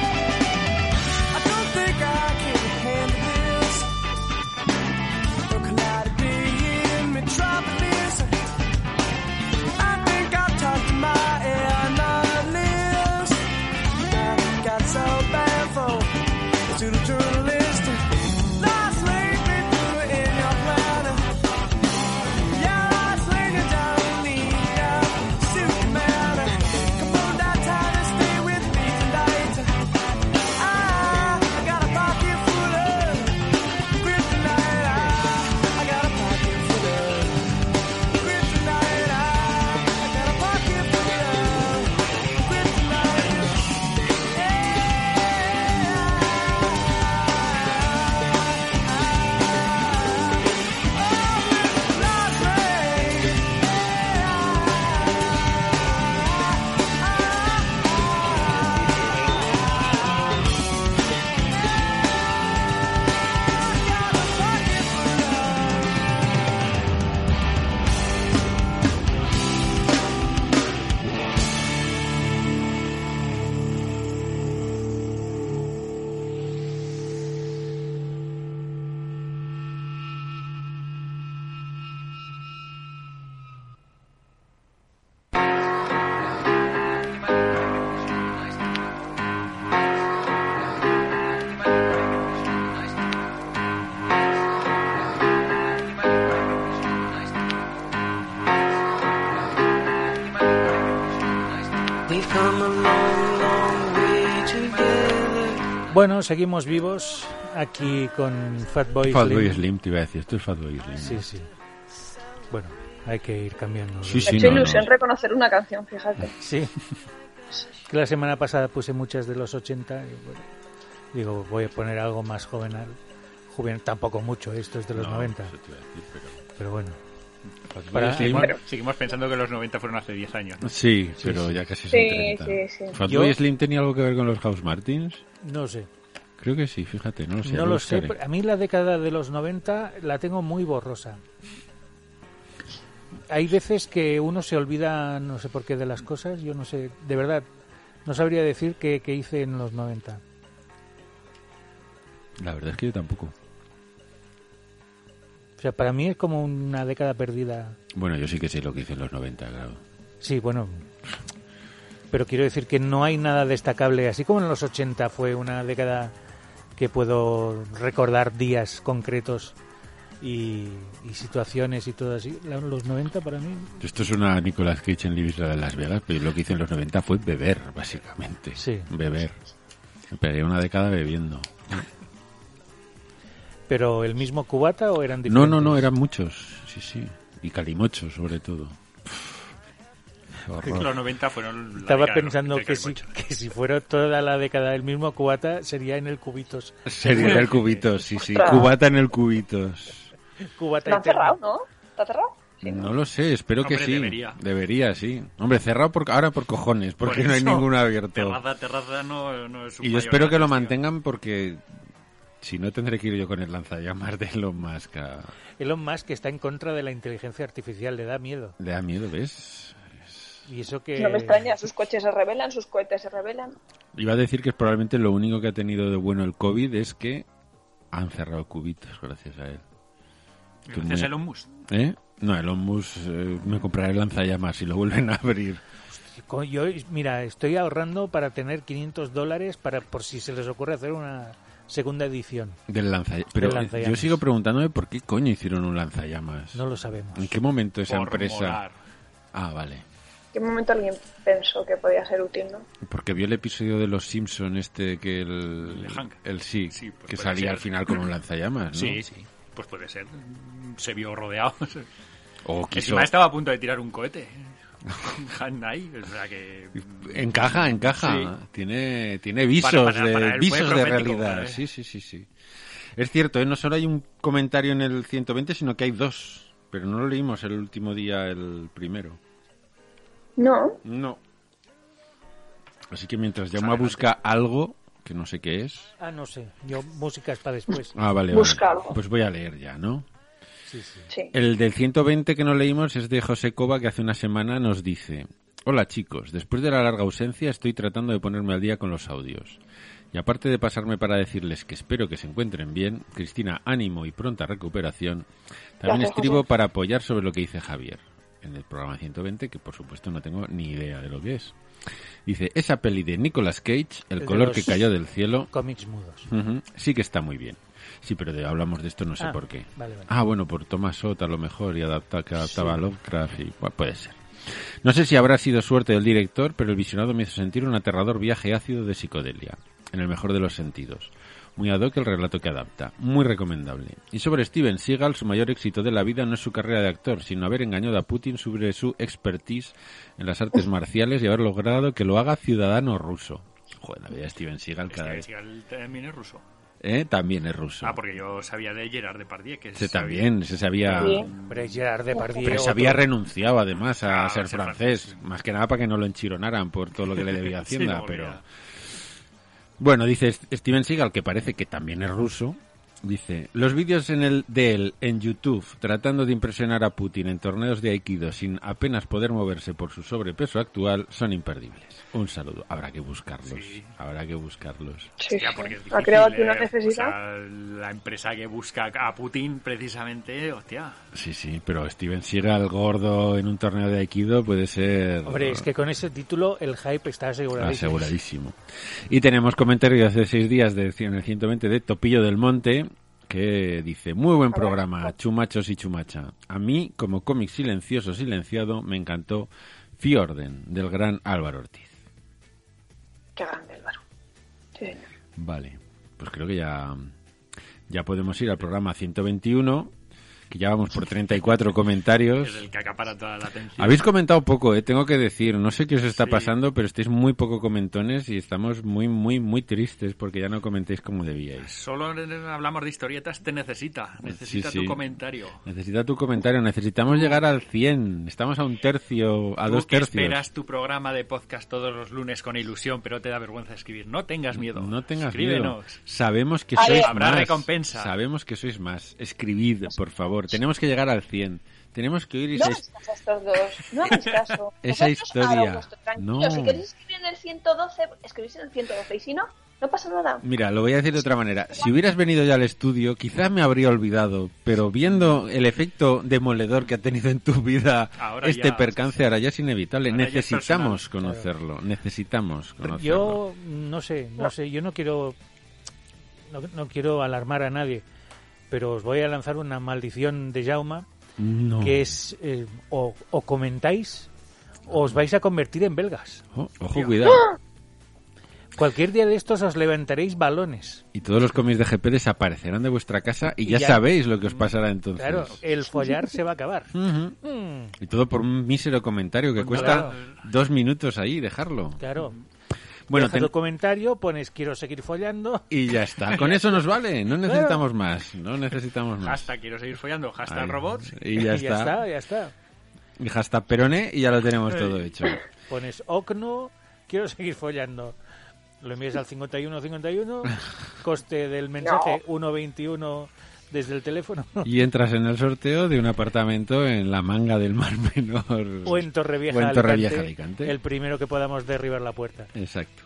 [SPEAKER 6] I don't think I can handle this. Or can I be in metropolis? I think I've talked to my analyst. I got so bad for the pseudo-journalist. Lost link in your planet. Yeah, I sling it down need a Superman. Come on, that time and stay with me tonight. I got a pocket full of kryptonite. I got a pocket full of kryptonite. I got a pocket full of kryptonite. We've come a long, long way together.
[SPEAKER 3] Bueno, seguimos vivos aquí con Fatboy
[SPEAKER 5] Fatboy
[SPEAKER 3] Slim.
[SPEAKER 5] Slim, te iba a decir. Esto es Fatboy Slim.
[SPEAKER 3] Sí, sí. Bueno, hay que ir cambiando.
[SPEAKER 5] Sí,
[SPEAKER 1] Me ha
[SPEAKER 5] sí,
[SPEAKER 1] hecho
[SPEAKER 5] no,
[SPEAKER 1] ilusión
[SPEAKER 5] no.
[SPEAKER 1] reconocer una canción, fíjate.
[SPEAKER 3] Sí. Que la semana pasada puse muchas de los 80. y bueno, digo, voy a poner algo más jovenal. Juven, tampoco mucho, esto es de los
[SPEAKER 5] No,
[SPEAKER 3] 90.
[SPEAKER 5] eso te iba a decir, pero-
[SPEAKER 3] Pero bueno.
[SPEAKER 5] Fatboy
[SPEAKER 3] Para-
[SPEAKER 5] Slim-
[SPEAKER 4] Bueno, seguimos pensando que los 90 fueron hace 10 años. ¿no?
[SPEAKER 5] Sí, pero ya casi son
[SPEAKER 1] Sí,
[SPEAKER 5] 30.
[SPEAKER 1] sí, sí.
[SPEAKER 5] ¿Fatboy
[SPEAKER 3] Yo-
[SPEAKER 5] Slim tenía algo que ver con los House Martins?
[SPEAKER 3] No sé.
[SPEAKER 5] Creo que sí, fíjate, no lo sé.
[SPEAKER 3] no
[SPEAKER 5] ya
[SPEAKER 3] lo sé.
[SPEAKER 5] buscaré.
[SPEAKER 3] pero A mí la década de los 90 la tengo muy borrosa. Hay veces que uno se olvida, no sé por qué, de las cosas. Yo no sé, de verdad, no sabría decir qué, qué hice en los 90.
[SPEAKER 5] La verdad es que yo tampoco.
[SPEAKER 3] O sea, para mí es como una década perdida.
[SPEAKER 5] Bueno, yo sí que sé lo que hice en los 90, claro.
[SPEAKER 3] Sí, bueno. Pero quiero decir que no hay nada destacable. Así como en los 80 fue una década que puedo recordar días concretos y, y situaciones y todo así. la- Los 90 para mí.
[SPEAKER 5] Esto es una Nicolas Cage en Libisla de Las Vegas, pero lo que hice en los 90 fue beber, básicamente.
[SPEAKER 3] Sí.
[SPEAKER 5] Beber. Me pegué una década bebiendo.
[SPEAKER 3] ¿Pero el mismo cubata o eran
[SPEAKER 5] No,
[SPEAKER 3] diferentes?
[SPEAKER 5] no, no, eran muchos. Sí, sí. Y calimocho, sobre todo. Pff,
[SPEAKER 4] Los
[SPEAKER 5] horror.
[SPEAKER 4] 90 fueron. la
[SPEAKER 3] Estaba
[SPEAKER 4] década de los
[SPEAKER 3] pensando
[SPEAKER 4] 90
[SPEAKER 3] que si,
[SPEAKER 4] mucho.
[SPEAKER 3] que si fuera toda la década el mismo cubata sería en el cubitos.
[SPEAKER 5] Sería en el cubitos, sí, sí.
[SPEAKER 1] Ostras.
[SPEAKER 5] Cubata en el cubitos.
[SPEAKER 3] Cubata
[SPEAKER 1] Lo han
[SPEAKER 3] eterno.
[SPEAKER 1] cerrado, ¿no? ¿Está cerrado? Sí, ¿no?
[SPEAKER 5] Eh, No lo sé, espero que
[SPEAKER 4] Hombre,
[SPEAKER 5] sí.
[SPEAKER 4] debería.
[SPEAKER 5] Debería, sí. Hombre, cerrado por, ahora por cojones, porque
[SPEAKER 4] Por
[SPEAKER 5] no hay
[SPEAKER 4] eso,
[SPEAKER 5] ninguno abierto.
[SPEAKER 4] Terraza, terraza no, no es su
[SPEAKER 5] Y yo
[SPEAKER 4] mayor
[SPEAKER 5] espero que lo
[SPEAKER 4] atractivo.
[SPEAKER 5] mantengan porque si no tendré que ir yo con el lanzallamas de Elon Musk. a-
[SPEAKER 3] Elon Musk está en contra de la inteligencia artificial, le da miedo.
[SPEAKER 5] Le da miedo, ¿ves?
[SPEAKER 3] Y eso que...
[SPEAKER 1] No me extraña, sus coches se revelan, sus cohetes se revelan.
[SPEAKER 5] Iba a decir que es probablemente lo único que ha tenido de bueno el COVID es que han cerrado cubitos gracias a él. Que
[SPEAKER 4] Gracias
[SPEAKER 5] me-
[SPEAKER 4] a Elon Musk.
[SPEAKER 5] ¿Eh? No, Elon Musk eh, me comprará el lanzallamas si lo vuelven a abrir.
[SPEAKER 3] Co- Yo, mira, estoy ahorrando para tener 500 dólares para por si se les ocurre hacer una segunda edición.
[SPEAKER 5] Del lanzallamas. Pero
[SPEAKER 3] Del
[SPEAKER 5] eh,
[SPEAKER 3] lanzallamas.
[SPEAKER 5] yo sigo preguntándome por qué coño hicieron un lanzallamas.
[SPEAKER 3] No lo sabemos.
[SPEAKER 5] ¿En qué momento esa
[SPEAKER 4] por
[SPEAKER 5] empresa?
[SPEAKER 4] molar.
[SPEAKER 5] Ah, vale.
[SPEAKER 1] ¿Qué momento alguien pensó que podía ser útil, no?
[SPEAKER 5] Porque vio el episodio de Los Simpson este que el...
[SPEAKER 4] El de Hank.
[SPEAKER 5] El sí,
[SPEAKER 4] Sí, pues
[SPEAKER 5] que
[SPEAKER 4] puede
[SPEAKER 5] salía
[SPEAKER 4] ser.
[SPEAKER 5] al final con un lanzallamas, ¿no?
[SPEAKER 4] Sí, sí. Pues puede ser. Se vio rodeado.
[SPEAKER 5] O quiso...
[SPEAKER 4] Encima estaba a punto de tirar un cohete. Hanai, o sea que... este,
[SPEAKER 5] Encaja, encaja.
[SPEAKER 4] Sí.
[SPEAKER 5] Tiene, tiene visos,
[SPEAKER 4] para- para
[SPEAKER 5] de,
[SPEAKER 4] él fue
[SPEAKER 5] visos de
[SPEAKER 4] profético,
[SPEAKER 5] realidad.
[SPEAKER 4] ¿vale?
[SPEAKER 5] Sí, sí, sí, sí. Es cierto, ¿eh? no solo hay un comentario en el 120, sino que hay dos. Pero no lo leímos el último día, el primero.
[SPEAKER 1] No,
[SPEAKER 5] No. Así que mientras Yauma
[SPEAKER 4] Adelante.
[SPEAKER 5] busca algo, que no sé qué es.
[SPEAKER 3] Ah, no sé. Yo, música es para después.
[SPEAKER 5] Ah, vale,
[SPEAKER 1] Busca
[SPEAKER 5] vale.
[SPEAKER 1] algo.
[SPEAKER 5] Pues voy a leer ya, ¿no?
[SPEAKER 3] Sí, sí.
[SPEAKER 1] sí.
[SPEAKER 4] Eh,
[SPEAKER 5] El del 120 que no leímos es de José Cova, que hace una semana nos dice: Hola chicos, después de la larga ausencia estoy tratando de ponerme al día con los audios. Y aparte de pasarme para decirles que espero que se encuentren bien, Cristina, ánimo y pronta recuperación, también
[SPEAKER 1] Gracias,
[SPEAKER 5] escribo
[SPEAKER 1] José.
[SPEAKER 5] para apoyar sobre lo que dice Javier en el programa 120, que por supuesto no tengo ni idea de lo que es. Dice: Esa peli de Nicolas Cage, El
[SPEAKER 3] de
[SPEAKER 5] color
[SPEAKER 3] los-
[SPEAKER 5] que cayó del cielo,
[SPEAKER 3] Cómics mudos.
[SPEAKER 5] ujú, sí que está muy bien. Sí, pero de- hablamos de esto no sé
[SPEAKER 3] Ah,
[SPEAKER 5] por qué.
[SPEAKER 3] Vale, vale.
[SPEAKER 5] Ah, bueno, por Thomas Sota a lo mejor y adapta, que adaptaba a Lovecraft y bueno, puede ser. No sé si habrá sido suerte del director, pero el visionado me hizo sentir un aterrador viaje ácido de psicodelia, en el mejor de los sentidos. Muy ad hoc el relato que adapta, muy recomendable. Y sobre Steven Seagal, su mayor éxito de la vida no es su carrera de actor, sino haber engañado a Putin sobre su expertise en las artes marciales y haber logrado que lo haga ciudadano ruso. Joder, la vida de Steven Seagal cada
[SPEAKER 4] Este,
[SPEAKER 5] vez.
[SPEAKER 4] Seagal también es ruso.
[SPEAKER 5] ¿Eh? También es ruso.
[SPEAKER 4] Ah, porque yo sabía de Gerard Depardieu, que
[SPEAKER 5] Ese
[SPEAKER 4] es-
[SPEAKER 5] también, se sabía.
[SPEAKER 1] Sí.
[SPEAKER 3] Hombre, Gerard Depardieu.
[SPEAKER 5] Pero se
[SPEAKER 3] otro.
[SPEAKER 5] había renunciado además a
[SPEAKER 4] Ah,
[SPEAKER 5] ser
[SPEAKER 4] ser
[SPEAKER 5] francés,
[SPEAKER 4] francés.
[SPEAKER 5] más que nada para que no lo enchironaran por todo lo que le debía
[SPEAKER 4] Sí,
[SPEAKER 5] Hacienda,
[SPEAKER 4] no,
[SPEAKER 5] pero
[SPEAKER 4] mira.
[SPEAKER 5] bueno, dice Steven Seagal que parece que también es ruso. Dice, los vídeos en el, de él en YouTube tratando de impresionar a Putin en torneos de Aikido sin apenas poder moverse por su sobrepeso actual son imperdibles. Un saludo. Habrá que buscarlos.
[SPEAKER 4] Sí.
[SPEAKER 5] Habrá que buscarlos.
[SPEAKER 1] sí,
[SPEAKER 4] Ya,
[SPEAKER 1] sí.
[SPEAKER 4] porque es
[SPEAKER 1] ha
[SPEAKER 4] difícil,
[SPEAKER 1] creado aquí una
[SPEAKER 4] eh,
[SPEAKER 1] necesidad.
[SPEAKER 4] o sea, la empresa que busca a Putin, precisamente, hostia.
[SPEAKER 5] Sí, sí, pero Steven Seagal gordo en un torneo de Aikido puede ser...
[SPEAKER 3] Hombre, es que con ese título el hype está asegurado.
[SPEAKER 5] Aseguradísimo. Y tenemos comentario de hace seis días de, en el 120 de Topillo del Monte que dice, muy buen programa, chumachos y chumacha. A mí, como cómic silencioso, silenciado, me encantó Fiorden, del gran Álvaro Ortiz.
[SPEAKER 1] Qué grande el varón. Sí, señor.
[SPEAKER 5] Vale, pues creo que ya, ya podemos ir al programa 121, que ya vamos por 34 comentarios.
[SPEAKER 4] Es el que acapara toda la atención.
[SPEAKER 5] Habéis comentado poco, eh, tengo que decir. No sé qué os está
[SPEAKER 4] Sí.
[SPEAKER 5] pasando, pero estáis muy poco comentones y estamos muy, muy, muy tristes porque ya no comentéis como debíais.
[SPEAKER 4] Solo hablamos de historietas, te necesita. Necesita
[SPEAKER 5] Sí, sí.
[SPEAKER 4] tu comentario.
[SPEAKER 5] Necesita tu comentario, necesitamos llegar al 100. Estamos a un tercio, a
[SPEAKER 4] Tú
[SPEAKER 5] dos
[SPEAKER 4] que
[SPEAKER 5] tercios.
[SPEAKER 4] esperas tu programa de podcast todos los lunes con ilusión, pero te da vergüenza escribir. No tengas miedo.
[SPEAKER 5] No tengas miedo.
[SPEAKER 4] Escríbenos.
[SPEAKER 5] Sabemos que
[SPEAKER 1] A
[SPEAKER 5] sois
[SPEAKER 1] ver.
[SPEAKER 4] Habrá
[SPEAKER 5] más.
[SPEAKER 4] recompensa.
[SPEAKER 5] Sabemos que sois más. Escribid, por favor. Tenemos que llegar al 100. Tenemos que oír
[SPEAKER 7] No
[SPEAKER 5] esa
[SPEAKER 7] hagáis caso a estos dos, no hagáis caso.
[SPEAKER 5] Esa
[SPEAKER 7] Vosotros
[SPEAKER 5] historia,
[SPEAKER 7] a lo vuestro, tranquilos.
[SPEAKER 5] no.
[SPEAKER 7] Si queréis escribir en el 112, escribís en el 112 y si no, no pasa nada.
[SPEAKER 5] Mira, lo voy a decir de otra manera. Si hubieras venido ya al estudio, quizás me habría olvidado, pero viendo el efecto demoledor que ha tenido en tu vida
[SPEAKER 4] Ahora
[SPEAKER 5] este
[SPEAKER 4] ya-
[SPEAKER 5] percance, ahora ya es inevitable.
[SPEAKER 4] Ahora ya es
[SPEAKER 5] necesitamos
[SPEAKER 4] personal,
[SPEAKER 5] conocerlo, necesitamos conocerlo.
[SPEAKER 3] Yo no sé, no sé, yo no quiero no, no quiero alarmar a nadie, pero os voy a lanzar una maldición de Jauma,
[SPEAKER 5] No.
[SPEAKER 3] que es eh, o, o comentáis o os vais a convertir en belgas.
[SPEAKER 5] Oh, ojo, cuidado.
[SPEAKER 3] Cualquier día de estos os levantaréis balones.
[SPEAKER 5] Y todos los cómics de GP desaparecerán de vuestra casa y
[SPEAKER 3] Y
[SPEAKER 5] ya,
[SPEAKER 3] ya-
[SPEAKER 5] sabéis lo que os pasará entonces.
[SPEAKER 3] Claro, el follar se va a acabar.
[SPEAKER 5] Ujú.
[SPEAKER 3] Mm,
[SPEAKER 5] Y todo por un mísero comentario que cuesta dos minutos ahí dejarlo.
[SPEAKER 3] claro.
[SPEAKER 5] Bueno,
[SPEAKER 3] Deja
[SPEAKER 5] ten-
[SPEAKER 3] tu comentario, pones quiero seguir follando.
[SPEAKER 5] y ya está. Con eso nos vale. No necesitamos más. No necesitamos más.
[SPEAKER 4] Hashtag quiero seguir follando. Hashtag
[SPEAKER 5] Ahí.
[SPEAKER 4] robots.
[SPEAKER 5] Y ya
[SPEAKER 3] y ya
[SPEAKER 5] está.
[SPEAKER 3] está, ya está.
[SPEAKER 5] Y hashtag Perone y ya lo tenemos todo hecho.
[SPEAKER 3] Pones OCNO, quiero seguir follando. Lo envías al 5151, coste del mensaje 121 desde el teléfono
[SPEAKER 5] Y entras en el sorteo de un apartamento en la manga del Mar Menor.
[SPEAKER 3] o en Torrevieja,
[SPEAKER 5] O en Torrevieja, Alicante.
[SPEAKER 3] el primero que podamos derribar la puerta.
[SPEAKER 5] Exacto.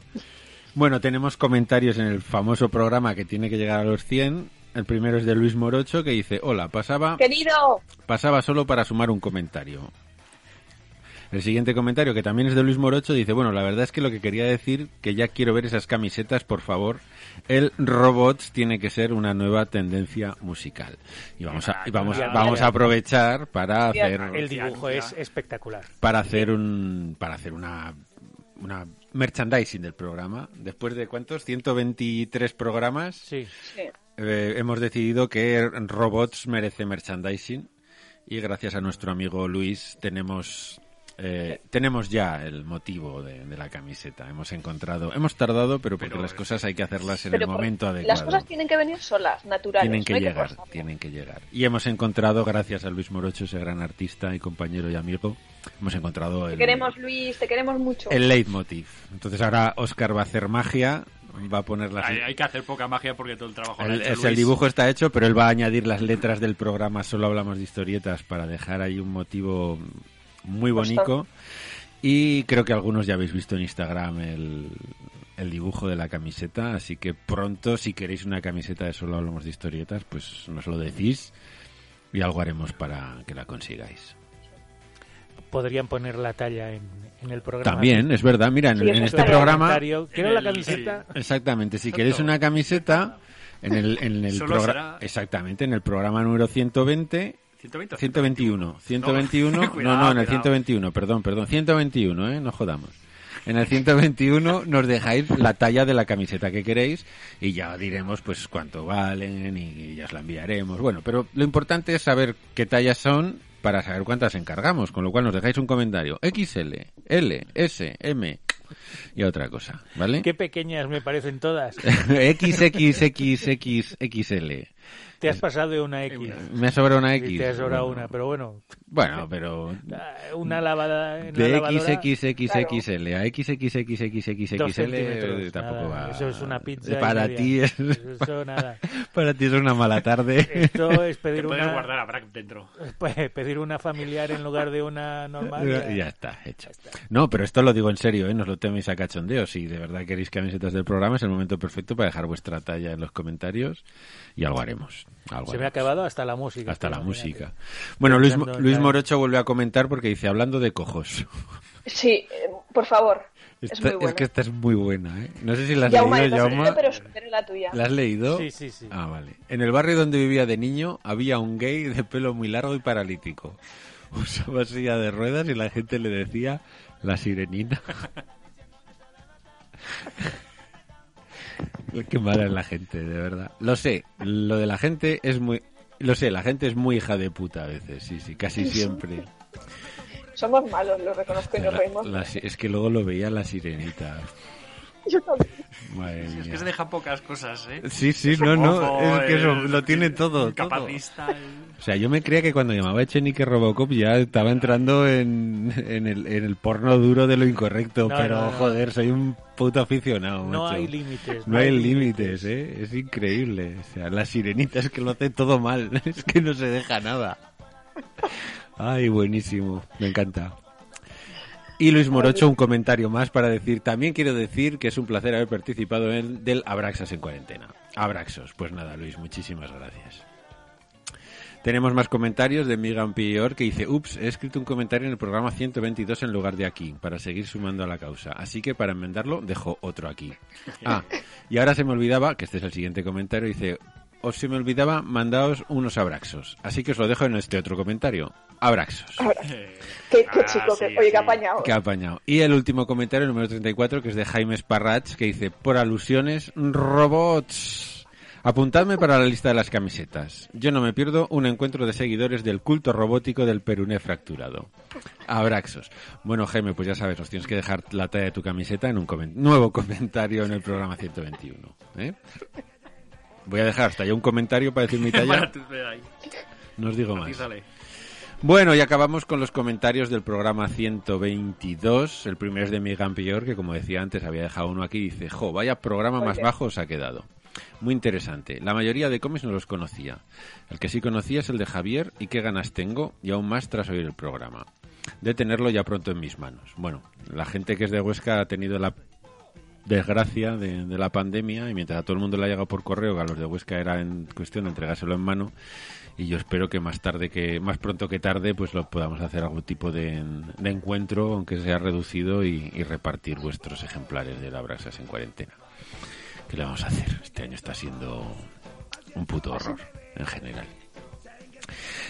[SPEAKER 5] Bueno, tenemos comentarios en el famoso programa que tiene que llegar a los 100. El primero es de Luis Morocho que dice, hola, pasaba...
[SPEAKER 7] Querido,
[SPEAKER 5] pasaba solo para sumar un comentario. El siguiente comentario, que también es de Luis Morocho, dice, bueno, la verdad es que lo que quería decir, que ya quiero ver esas camisetas, por favor, el robots tiene que ser una nueva tendencia musical. Y vamos a, y vamos,
[SPEAKER 4] Ya, ya,
[SPEAKER 5] vamos
[SPEAKER 3] ya.
[SPEAKER 5] a aprovechar para hacer,
[SPEAKER 3] El dibujo es espectacular.
[SPEAKER 5] para hacer un, para hacer una, una merchandising del programa. Después de cuántos, 123 programas,
[SPEAKER 3] Sí,
[SPEAKER 5] eh, hemos decidido que Robots merece merchandising y gracias a nuestro amigo Luis tenemos Eh, tenemos ya el motivo de, de la camiseta. Hemos encontrado, hemos tardado, pero porque
[SPEAKER 4] Pero
[SPEAKER 5] las
[SPEAKER 4] es-
[SPEAKER 5] cosas hay que hacerlas en
[SPEAKER 1] Pero
[SPEAKER 5] el
[SPEAKER 1] por-
[SPEAKER 5] momento adecuado.
[SPEAKER 1] Las cosas tienen que venir solas, naturales.
[SPEAKER 5] Tienen que
[SPEAKER 1] no hay
[SPEAKER 5] llegar,
[SPEAKER 1] forzarlo.
[SPEAKER 5] tienen que llegar. Y hemos encontrado, gracias a Luis Morocho, ese gran artista y compañero y amigo, hemos encontrado
[SPEAKER 1] Te
[SPEAKER 5] el,
[SPEAKER 1] queremos, Luis, te queremos mucho.
[SPEAKER 5] el leitmotiv. Entonces ahora Oscar va a hacer magia, va a poner las...
[SPEAKER 4] Hay, hay que hacer poca magia porque todo el trabajo lo ha
[SPEAKER 5] el,
[SPEAKER 4] hecho
[SPEAKER 5] es- el
[SPEAKER 4] Luis.
[SPEAKER 5] dibujo está hecho, pero él va a añadir las letras del programa Solo Hablamos de Historietas para dejar ahí un motivo muy bonito. Y creo que algunos ya habéis visto en Instagram el, el dibujo de la camiseta, así que pronto si queréis una camiseta de Solo Hablamos de Historietas, pues nos lo decís y algo haremos para que la consigáis.
[SPEAKER 3] Podrían poner la talla en, en el programa.
[SPEAKER 5] También, es verdad, mira, en,
[SPEAKER 1] Sí,
[SPEAKER 5] en
[SPEAKER 1] eso
[SPEAKER 5] este
[SPEAKER 1] está
[SPEAKER 5] programa...
[SPEAKER 3] Comentario. Quiero la
[SPEAKER 4] En el-
[SPEAKER 3] camiseta.
[SPEAKER 5] Exactamente, si queréis una camiseta... En el, en el
[SPEAKER 4] Solo
[SPEAKER 5] progra-
[SPEAKER 4] será-
[SPEAKER 5] Exactamente, en el programa número 120
[SPEAKER 4] 120.
[SPEAKER 5] 121, 121, no,
[SPEAKER 4] Cuidado,
[SPEAKER 5] no, en el
[SPEAKER 4] cuidado.
[SPEAKER 5] 121, perdón, perdón, 121, eh, no jodamos. En el 121 nos dejáis la talla de la camiseta que queréis y ya diremos pues cuánto valen y ya os la enviaremos. Bueno, pero lo importante es saber qué tallas son para saber cuántas encargamos, con lo cual nos dejáis un comentario XL, L, S, M y otra cosa, ¿vale?
[SPEAKER 3] Qué pequeñas me parecen todas.
[SPEAKER 5] XXXXXL.
[SPEAKER 3] Te has pasado de una X.
[SPEAKER 5] Me ha sobrado una X.
[SPEAKER 3] Y te has sobrado
[SPEAKER 5] bueno.
[SPEAKER 3] una, pero bueno,
[SPEAKER 5] Bueno, pero
[SPEAKER 3] ah, una lavada en la
[SPEAKER 5] De
[SPEAKER 3] lavadora,
[SPEAKER 5] XXXXL a
[SPEAKER 3] dos
[SPEAKER 5] XXXXXXL eh,
[SPEAKER 3] centímetros,
[SPEAKER 5] tampoco
[SPEAKER 3] nada.
[SPEAKER 5] va. Eh,
[SPEAKER 3] Eso es una pizza. y
[SPEAKER 5] Para
[SPEAKER 3] media.
[SPEAKER 5] ti es,
[SPEAKER 3] Eso nada.
[SPEAKER 5] para ti es una mala tarde.
[SPEAKER 3] Esto es
[SPEAKER 4] Te
[SPEAKER 3] pedir
[SPEAKER 4] puedes
[SPEAKER 3] una,
[SPEAKER 4] guardar a Brack dentro.
[SPEAKER 3] Pues, pedir una familiar en lugar de una normal.
[SPEAKER 5] Ya, está, hecho. No, pero esto lo digo en serio, ¿eh? no os lo teméis a cachondeo. Si de verdad queréis camisetas del programa, es el momento perfecto para dejar vuestra talla en los comentarios y algo haremos. algo
[SPEAKER 3] Se me ha
[SPEAKER 5] haremos.
[SPEAKER 3] acabado hasta la música.
[SPEAKER 5] Hasta la
[SPEAKER 3] Fíjate.
[SPEAKER 5] música. Bueno, Luis,
[SPEAKER 3] Pensando en
[SPEAKER 5] Luis
[SPEAKER 3] la-
[SPEAKER 5] Morocho vuelve a comentar porque dice, hablando de cojos.
[SPEAKER 1] Sí, eh, por favor. es
[SPEAKER 5] Esta-
[SPEAKER 1] muy bueno.
[SPEAKER 5] que esta Este- es muy buena, ¿eh? No sé si la has
[SPEAKER 1] Yauma,
[SPEAKER 5] leído,
[SPEAKER 1] la has
[SPEAKER 5] Jaume.
[SPEAKER 1] leído, pero supero la tuya.
[SPEAKER 5] ¿La has leído?
[SPEAKER 3] Sí, sí, sí.
[SPEAKER 5] Ah, vale. En el barrio donde vivía de niño había un gay de pelo muy largo y paralítico. Usaba silla de ruedas y la gente le decía la sirenita. Qué mala es la gente, de verdad. Lo sé, lo de la gente es muy... Lo sé, la gente es muy hija de puta a veces, sí, sí, casi siempre.
[SPEAKER 1] Somos malos, lo reconozco y nos
[SPEAKER 5] La-
[SPEAKER 1] reímos.
[SPEAKER 5] la si- es que luego lo veía la sirenita.
[SPEAKER 1] Yo también.
[SPEAKER 5] Madre
[SPEAKER 4] Es
[SPEAKER 5] mía.
[SPEAKER 4] que se deja pocas cosas, ¿eh?
[SPEAKER 5] Sí, sí, no, no,
[SPEAKER 4] Ojo,
[SPEAKER 5] es que eso
[SPEAKER 4] el-
[SPEAKER 5] lo tiene todo.
[SPEAKER 4] el
[SPEAKER 5] todo.
[SPEAKER 4] Capacista. el-
[SPEAKER 5] O sea, yo me creía que cuando llamaba Echenique Robocop ya estaba entrando en, en el, en el porno duro de lo incorrecto,
[SPEAKER 3] No,
[SPEAKER 5] pero
[SPEAKER 3] no, no.
[SPEAKER 5] joder, soy un puto aficionado.
[SPEAKER 3] No
[SPEAKER 5] macho.
[SPEAKER 3] hay límites.
[SPEAKER 5] No hay límites, ¿eh? Es increíble. O sea, la sirenita es que lo hace todo mal, es que no se deja nada. Ay, buenísimo, me encanta. Y Luis Morocho, un comentario más para decir, también quiero decir que es un placer haber participado en del Abraxas en cuarentena. Abraxos, pues nada, Luis, muchísimas gracias. Tenemos más comentarios de Megan Pior que dice, ups, he escrito un comentario en el programa 122 en lugar de aquí, para seguir sumando a la causa. Así que para enmendarlo, dejo otro aquí. Ah, y ahora se me olvidaba, que este es el siguiente comentario, dice, os se me olvidaba, mandaos unos abraxos. Así que os lo dejo en este otro comentario. Abraxos.
[SPEAKER 1] Ahora, qué, qué
[SPEAKER 4] Ah,
[SPEAKER 1] chico,
[SPEAKER 4] sí,
[SPEAKER 1] que, oye,
[SPEAKER 4] sí.
[SPEAKER 1] qué apañado.
[SPEAKER 5] Qué apañado. Y el último comentario, el número 34, que es de Jaime Sparrach, que dice, por alusiones, robots. Apuntadme para la lista de las camisetas. Yo no me pierdo un encuentro de seguidores del culto robótico del Peruné fracturado. Abraxos. Bueno, Jaime, pues ya sabes, nos tienes que dejar la talla de tu camiseta en un comen- nuevo comentario en el programa 121. ¿eh? Voy a dejar hasta ya Pues. un comentario para decir mi
[SPEAKER 4] Para
[SPEAKER 5] talla.
[SPEAKER 4] tu- ahí,
[SPEAKER 5] No os digo más.
[SPEAKER 4] atízale.
[SPEAKER 5] Bueno, y acabamos con los comentarios del programa 122. El primero es de Miguel Pior, que como decía antes, había dejado uno aquí. Dice, jo, vaya programa más
[SPEAKER 1] Oye.
[SPEAKER 5] bajo os ha quedado. Muy interesante. La mayoría de cómics no los conocía. El que sí conocía es el de Javier y qué ganas tengo, y aún más tras oír el programa. De tenerlo ya pronto en mis manos. Bueno, la gente que es de Huesca ha tenido la desgracia de, de la pandemia y mientras a todo el mundo le ha llegado por correo, que a los de Huesca era en cuestión de entregárselo en mano y yo espero que más tarde que más pronto que tarde pues lo podamos hacer algún tipo de, de encuentro aunque sea reducido y, y repartir vuestros ejemplares de la Brasas en cuarentena. ¿Qué le vamos a hacer? Este año está siendo un puto horror en general.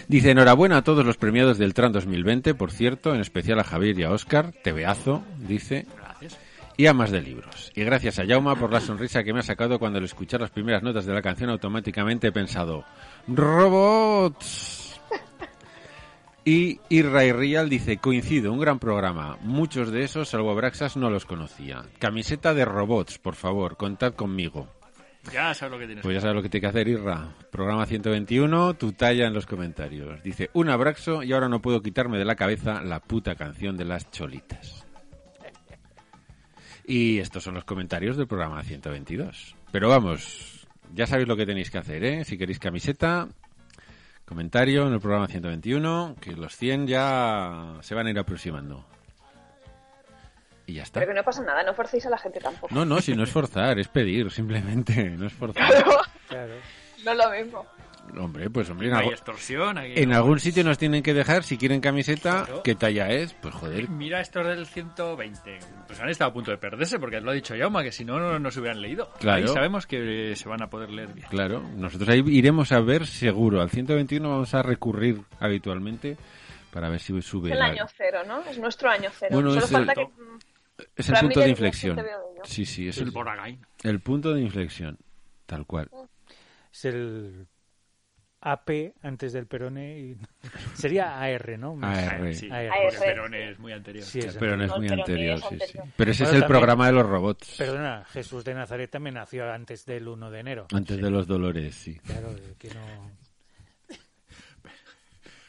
[SPEAKER 5] Dice enhorabuena a todos los premiados del Tran 2020, por cierto, en especial a Javier y a Óscar, tebeazo, dice,
[SPEAKER 4] Gracias.
[SPEAKER 5] y a más de libros. Y gracias a Yauma por la sonrisa que me ha sacado cuando al escuchar las primeras notas de la canción automáticamente he pensado ¡Robots! Y, y Ray Rial dice, coincido, un gran programa. Muchos de esos, salvo Braxas, no los conocía. Camiseta de robots, por favor, contad conmigo.
[SPEAKER 4] Ya sabes lo que tienes.
[SPEAKER 5] Pues ya sabes lo que tiene que hacer, Irra. Programa 121, tu talla en los comentarios. Dice, un abrazo y ahora no puedo quitarme de la cabeza la puta canción de las cholitas. Y estos son los comentarios del programa 122. Pero vamos, ya sabéis lo que tenéis que hacer, ¿eh? Si queréis camiseta, comentario en el programa 121, que los 100 ya se van a ir aproximando. Y ya está.
[SPEAKER 1] Pero que no pasa nada, no forcéis a la gente tampoco.
[SPEAKER 5] No, no, si no es forzar, es pedir, simplemente. No es forzar.
[SPEAKER 3] Claro.
[SPEAKER 1] No es lo mismo.
[SPEAKER 5] Hombre, pues hombre, en,
[SPEAKER 4] Hay
[SPEAKER 5] algo-
[SPEAKER 4] extorsión. hay-
[SPEAKER 5] en algún sitio nos tienen que dejar, si quieren camiseta, qué talla es, pues joder.
[SPEAKER 4] Mira estos del 120. Pues han estado a punto de perderse porque lo ha dicho Yauma, que si no, no nos hubieran leído.
[SPEAKER 5] Claro.
[SPEAKER 4] Ahí sabemos que eh, se van a poder leer bien.
[SPEAKER 5] Claro, nosotros ahí iremos a ver seguro. Al 121 vamos a recurrir habitualmente para ver si sube.
[SPEAKER 1] Es el
[SPEAKER 5] la-
[SPEAKER 1] año cero, ¿no? Es nuestro año cero.
[SPEAKER 5] Bueno,
[SPEAKER 1] Solo
[SPEAKER 5] es
[SPEAKER 1] falta
[SPEAKER 5] el-
[SPEAKER 1] que...
[SPEAKER 5] Es el
[SPEAKER 1] Para mí
[SPEAKER 5] punto
[SPEAKER 1] ya
[SPEAKER 5] de
[SPEAKER 1] no
[SPEAKER 5] inflexión.
[SPEAKER 1] te veo yo.
[SPEAKER 5] Sí, sí, es
[SPEAKER 4] el
[SPEAKER 5] el,
[SPEAKER 4] Boragain.
[SPEAKER 5] el punto de inflexión. Tal cual.
[SPEAKER 3] Es el AP antes del Perone. y- Sería AR, ¿no? Más-
[SPEAKER 5] AR.
[SPEAKER 4] Sí,
[SPEAKER 3] AR.
[SPEAKER 4] porque
[SPEAKER 1] AR.
[SPEAKER 4] Perón es muy anterior.
[SPEAKER 3] Sí, es-
[SPEAKER 5] Pero no es
[SPEAKER 1] No,
[SPEAKER 5] muy
[SPEAKER 1] pero
[SPEAKER 5] anterior,
[SPEAKER 1] es
[SPEAKER 5] sí, sí.
[SPEAKER 1] anterior.
[SPEAKER 5] Pero ese
[SPEAKER 3] Bueno,
[SPEAKER 5] es el
[SPEAKER 3] también-
[SPEAKER 5] programa de los robots.
[SPEAKER 3] Perdona, Jesús de Nazaret también nació antes del 1 de enero.
[SPEAKER 5] Antes de los dolores, sí.
[SPEAKER 3] Claro, eh, que no...